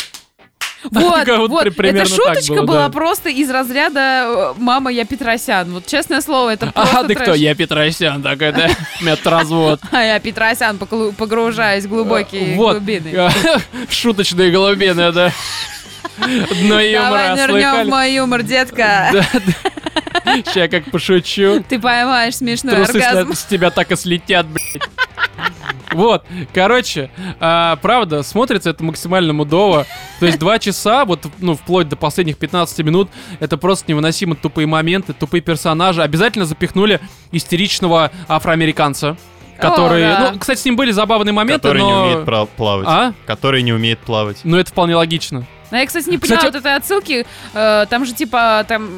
Speaker 3: Вот,
Speaker 1: Такая вот
Speaker 3: вот,
Speaker 1: при-
Speaker 3: эта
Speaker 1: примерно так
Speaker 3: шуточка
Speaker 1: было,
Speaker 3: была
Speaker 1: да.
Speaker 3: просто из разряда э, «Мама, я Петросян». Вот, честное слово, это просто
Speaker 1: А ты кто?
Speaker 3: трэш.
Speaker 1: Я Петросян, такой, да, медразвод.
Speaker 3: А я Петросян, поклу- погружаюсь в глубокие
Speaker 1: Э, Вот.
Speaker 3: глубины.
Speaker 1: Шуточные глубины, да. Дно юмора,
Speaker 3: Давай нырнем в
Speaker 1: слыхали?
Speaker 3: мой юмор, детка.
Speaker 1: Э, Да, да. Ща я как пошучу.
Speaker 3: Ты поймаешь смешной
Speaker 1: Трусы с,
Speaker 3: Ну, оргазм.
Speaker 1: на- с тебя так и слетят, блядь. Вот, короче, а, правда, смотрится это максимально мудово. То есть два часа, вот, ну, вплоть до последних 15 минут, это просто невыносимо тупые моменты, тупые персонажи. Обязательно запихнули истеричного афроамериканца, который...
Speaker 3: О, да.
Speaker 1: Ну, кстати, с ним были забавные моменты,
Speaker 2: Который не
Speaker 1: но...
Speaker 2: умеет пра- плавать.
Speaker 1: А?
Speaker 2: Который не умеет плавать.
Speaker 1: Ну, это вполне логично.
Speaker 3: Но я, кстати, не
Speaker 1: Кстати,
Speaker 3: поняла вот этой отсылки. Э, Там же типа там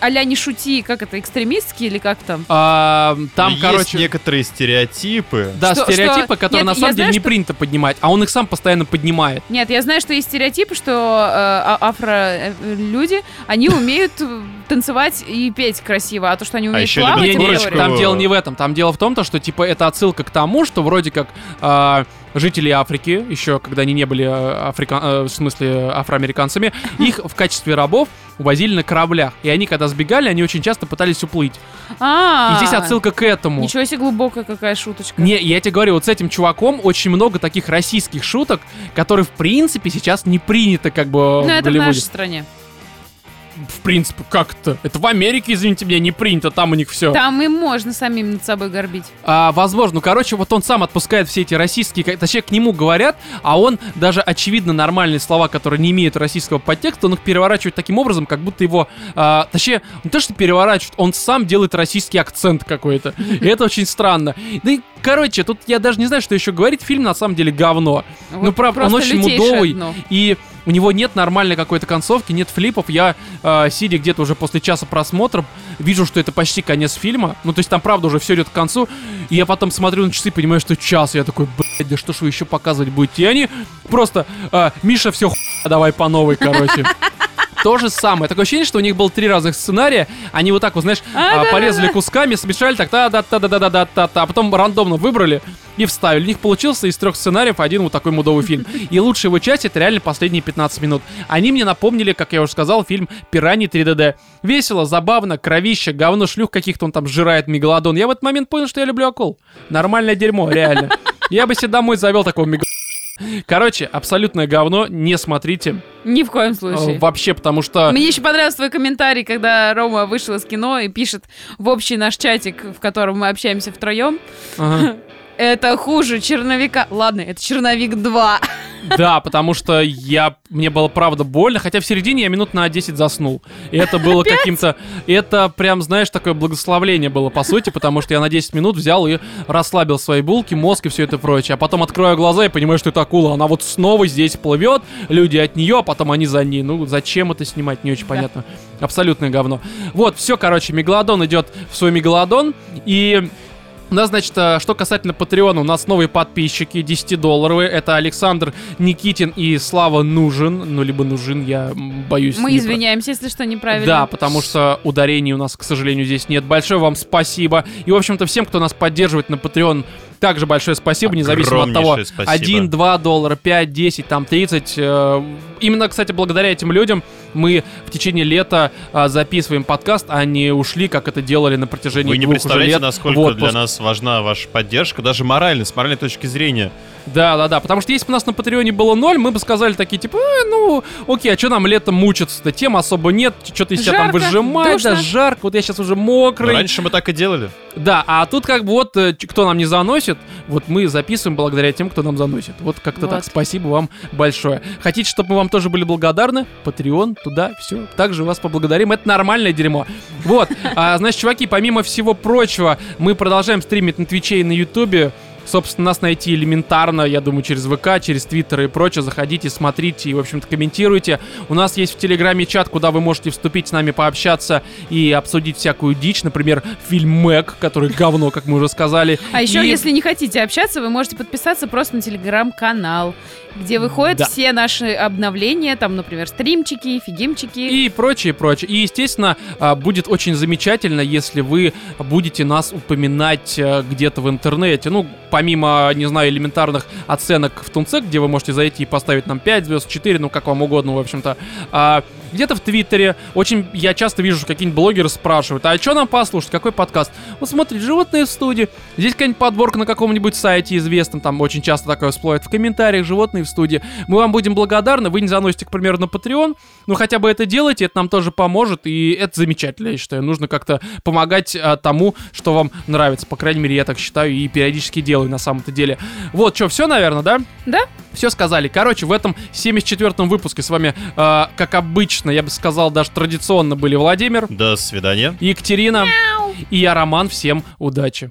Speaker 3: а-ля не шути, как это, экстремистский или как там?
Speaker 1: А,
Speaker 2: Там,
Speaker 1: Там,
Speaker 2: есть
Speaker 1: короче...
Speaker 2: некоторые стереотипы.
Speaker 1: Да,
Speaker 3: Что-
Speaker 1: стереотипы,
Speaker 3: что-
Speaker 1: которые
Speaker 3: Нет,
Speaker 1: на
Speaker 3: я
Speaker 1: самом деле
Speaker 3: знаю,
Speaker 1: не
Speaker 3: что-
Speaker 1: принято поднимать, а он их сам постоянно поднимает.
Speaker 3: Нет, я знаю, что есть стереотипы, что э, а- афро-люди, они умеют э, танцевать и петь красиво, а то, что они умеют
Speaker 2: еще
Speaker 3: плавать,
Speaker 2: любят
Speaker 3: это
Speaker 1: Не-не-не,
Speaker 2: Корочку.
Speaker 3: теория.
Speaker 1: там дело Ну, не в этом. Там дело в том, то, что типа это отсылка к тому, что вроде как а, жители Африки, еще когда они не были а, африка- а, в смысле афроамериканцами, их в качестве рабов увозили на кораблях. И они, когда сбегали, они очень часто пытались уплыть.
Speaker 3: А,
Speaker 1: И здесь отсылка к этому.
Speaker 3: Ничего себе глубокая какая шуточка.
Speaker 1: Не, я тебе говорю, вот с этим чуваком очень много таких российских шуток, которые, в принципе, сейчас не принято как бы
Speaker 3: Ну,
Speaker 1: в
Speaker 3: это в
Speaker 1: Голливуде.
Speaker 3: нашей стране.
Speaker 1: В принципе, как-то. Это в Америке, извините меня, не принято, там у них все.
Speaker 3: Там им можно самим над собой горбить.
Speaker 1: А, возможно, ну, короче, вот он сам отпускает все эти российские, ка- точнее, к нему говорят, а он даже, очевидно, нормальные слова, которые не имеют российского подтекста, он их переворачивает таким образом, как будто его, а, точнее, не то, что переворачивает, он сам делает российский акцент какой-то. И это очень странно. Да и, короче, тут я даже не знаю, что еще говорить, фильм на самом деле говно.
Speaker 3: Вот
Speaker 1: ну, правда, он
Speaker 3: просто
Speaker 1: очень
Speaker 3: лютейшее
Speaker 1: мудовый,
Speaker 3: дно.
Speaker 1: и у него нет нормальной какой-то концовки, нет флипов. Я, э, сидя где-то уже после часа просмотра, вижу, что это почти конец фильма. Ну, то есть там, правда, уже все идет к концу. И я потом смотрю на часы и понимаю, что час. Я такой, блядь, да что ж вы еще показывать будете? И они просто, э, Миша, все хуй, давай по новой, короче. То же самое. Такое ощущение, что у них было три разных сценария. Они вот так вот, знаешь,
Speaker 3: А,
Speaker 1: а,
Speaker 3: да,
Speaker 1: порезали кусками, смешали так, та да та да да да да та та а потом рандомно выбрали и вставили. У них получился из трех сценариев один вот такой мудовый фильм. И лучшая его часть — это реально последние 15 минут. Они мне напомнили, как я уже сказал, фильм «Пираньи 3DD». Весело, забавно, кровище, говно, шлюх каких-то он там жирает, мегалодон. Я в этот момент понял, что я люблю акул. Нормальное дерьмо, реально. Я бы себе домой завел такого мегалодона. Короче, абсолютное говно, не смотрите
Speaker 3: Ни в коем
Speaker 1: э,
Speaker 3: случае.
Speaker 1: вообще, потому что...
Speaker 3: Мне еще понравился твой комментарий, когда Рома вышел из кино и пишет в общий наш чатик, в котором мы общаемся втроем.
Speaker 1: Ага.
Speaker 3: Это хуже черновика. Ладно, это черновик 2.
Speaker 1: Да, потому что я мне было правда больно, хотя в середине я минут на 10 заснул. И это было каким-то... Это прям, знаешь, такое благословление было, по сути, потому что я на 10 минут взял и расслабил свои булки, мозг и все это прочее. А потом открою глаза и понимаю, что это акула. Она вот снова здесь плывет, люди от нее, а потом они за ней. Ну, зачем это снимать, не очень понятно. Абсолютное говно. Вот, все, короче, Мегалодон идет в свой Мегалодон, и у нас, значит, э, что касательно Патреона, у нас новые подписчики, 10-долларовые. Это Александр Никитин и Слава Нужен. Ну, либо Нужин, я м, боюсь.
Speaker 3: Мы
Speaker 1: не про-
Speaker 3: извиняемся, если что, неправильно.
Speaker 1: Да, потому что ударений у нас, к сожалению, здесь нет. Большое вам спасибо. И, в общем-то, всем, кто нас поддерживает на Patreon, также большое спасибо, независимо от того,
Speaker 2: Огромнейшее спасибо.
Speaker 1: 1, 2 доллара, 5, 10, там 30. э, Именно, кстати, благодаря этим людям мы в течение лета э, записываем подкаст, а не ушли, как это делали на протяжении
Speaker 2: Вы не
Speaker 1: двух уже
Speaker 2: представляете,
Speaker 1: лет
Speaker 2: насколько
Speaker 1: в отпуск.
Speaker 2: для нас важна ваша поддержка, даже морально, с моральной точки зрения.
Speaker 1: Да, да, да. Потому что если бы у нас на Патреоне было ноль, мы бы сказали такие, типа, «Э, ну, окей, а что нам летом мучиться-то? Тем особо нет, что-то из себя там
Speaker 3: Жарко,
Speaker 1: выжимать, да,
Speaker 3: душно.
Speaker 1: жарко, вот я сейчас уже
Speaker 2: Но
Speaker 1: мокрый.
Speaker 2: раньше мы так и делали.
Speaker 1: Да, а тут как бы вот, э, ч- кто нам не заносит, вот мы записываем благодаря тем, кто нам заносит. Вот как-то
Speaker 3: Вот.
Speaker 1: так, спасибо вам большое. Хотите, чтобы мы вам тоже были благодарны? Patreon, туда, все. Также вас поблагодарим, это нормальное дерьмо. Вот, А, значит, чуваки, помимо всего прочего, мы продолжаем стримить на Твиче и на Ютубе. Собственно, нас найти элементарно, я думаю, через ВК, через Твиттер и прочее. Заходите, смотрите и, в общем-то, комментируйте. У нас есть в Телеграме чат, куда вы можете вступить с нами, пообщаться и обсудить всякую дичь. Например, фильм Мэг, который говно, как мы уже сказали.
Speaker 3: А еще,
Speaker 1: И-
Speaker 3: если не хотите общаться, вы можете подписаться просто на телеграм-канал, где выходят
Speaker 1: Да.
Speaker 3: все наши обновления, там, например, стримчики, фигимчики.
Speaker 1: И прочее, прочее. И, естественно, а, будет очень замечательно, если вы будете нас упоминать э, где-то в интернете. Ну, помимо, не знаю, элементарных оценок в Тунце, где вы можете зайти и поставить нам 5 звезд, 4, ну, как вам угодно, в общем-то. А, где-то в Твиттере. Очень я часто вижу, что какие-нибудь блогеры спрашивают, а что нам послушать, какой подкаст? Вот смотрите, Ну, животные в студии. Здесь какая-нибудь подборка на каком-нибудь сайте известном, там очень часто такое всплывает в комментариях, животные в студии. Мы вам будем благодарны, вы не заносите, к примеру, на Patreon, но хотя бы это делайте, это нам тоже поможет, и это замечательно, я считаю. Нужно как-то помогать а, тому, что вам нравится. По крайней мере, я так считаю и периодически делаю на самом-то деле. Вот, что, все, наверное, да?
Speaker 3: Да?
Speaker 1: Все сказали. Короче, в этом 74-м выпуске с вами, э, как обычно, я бы сказал, даже традиционно были Владимир,
Speaker 2: До свидания.
Speaker 1: Екатерина и я, Роман. Всем удачи.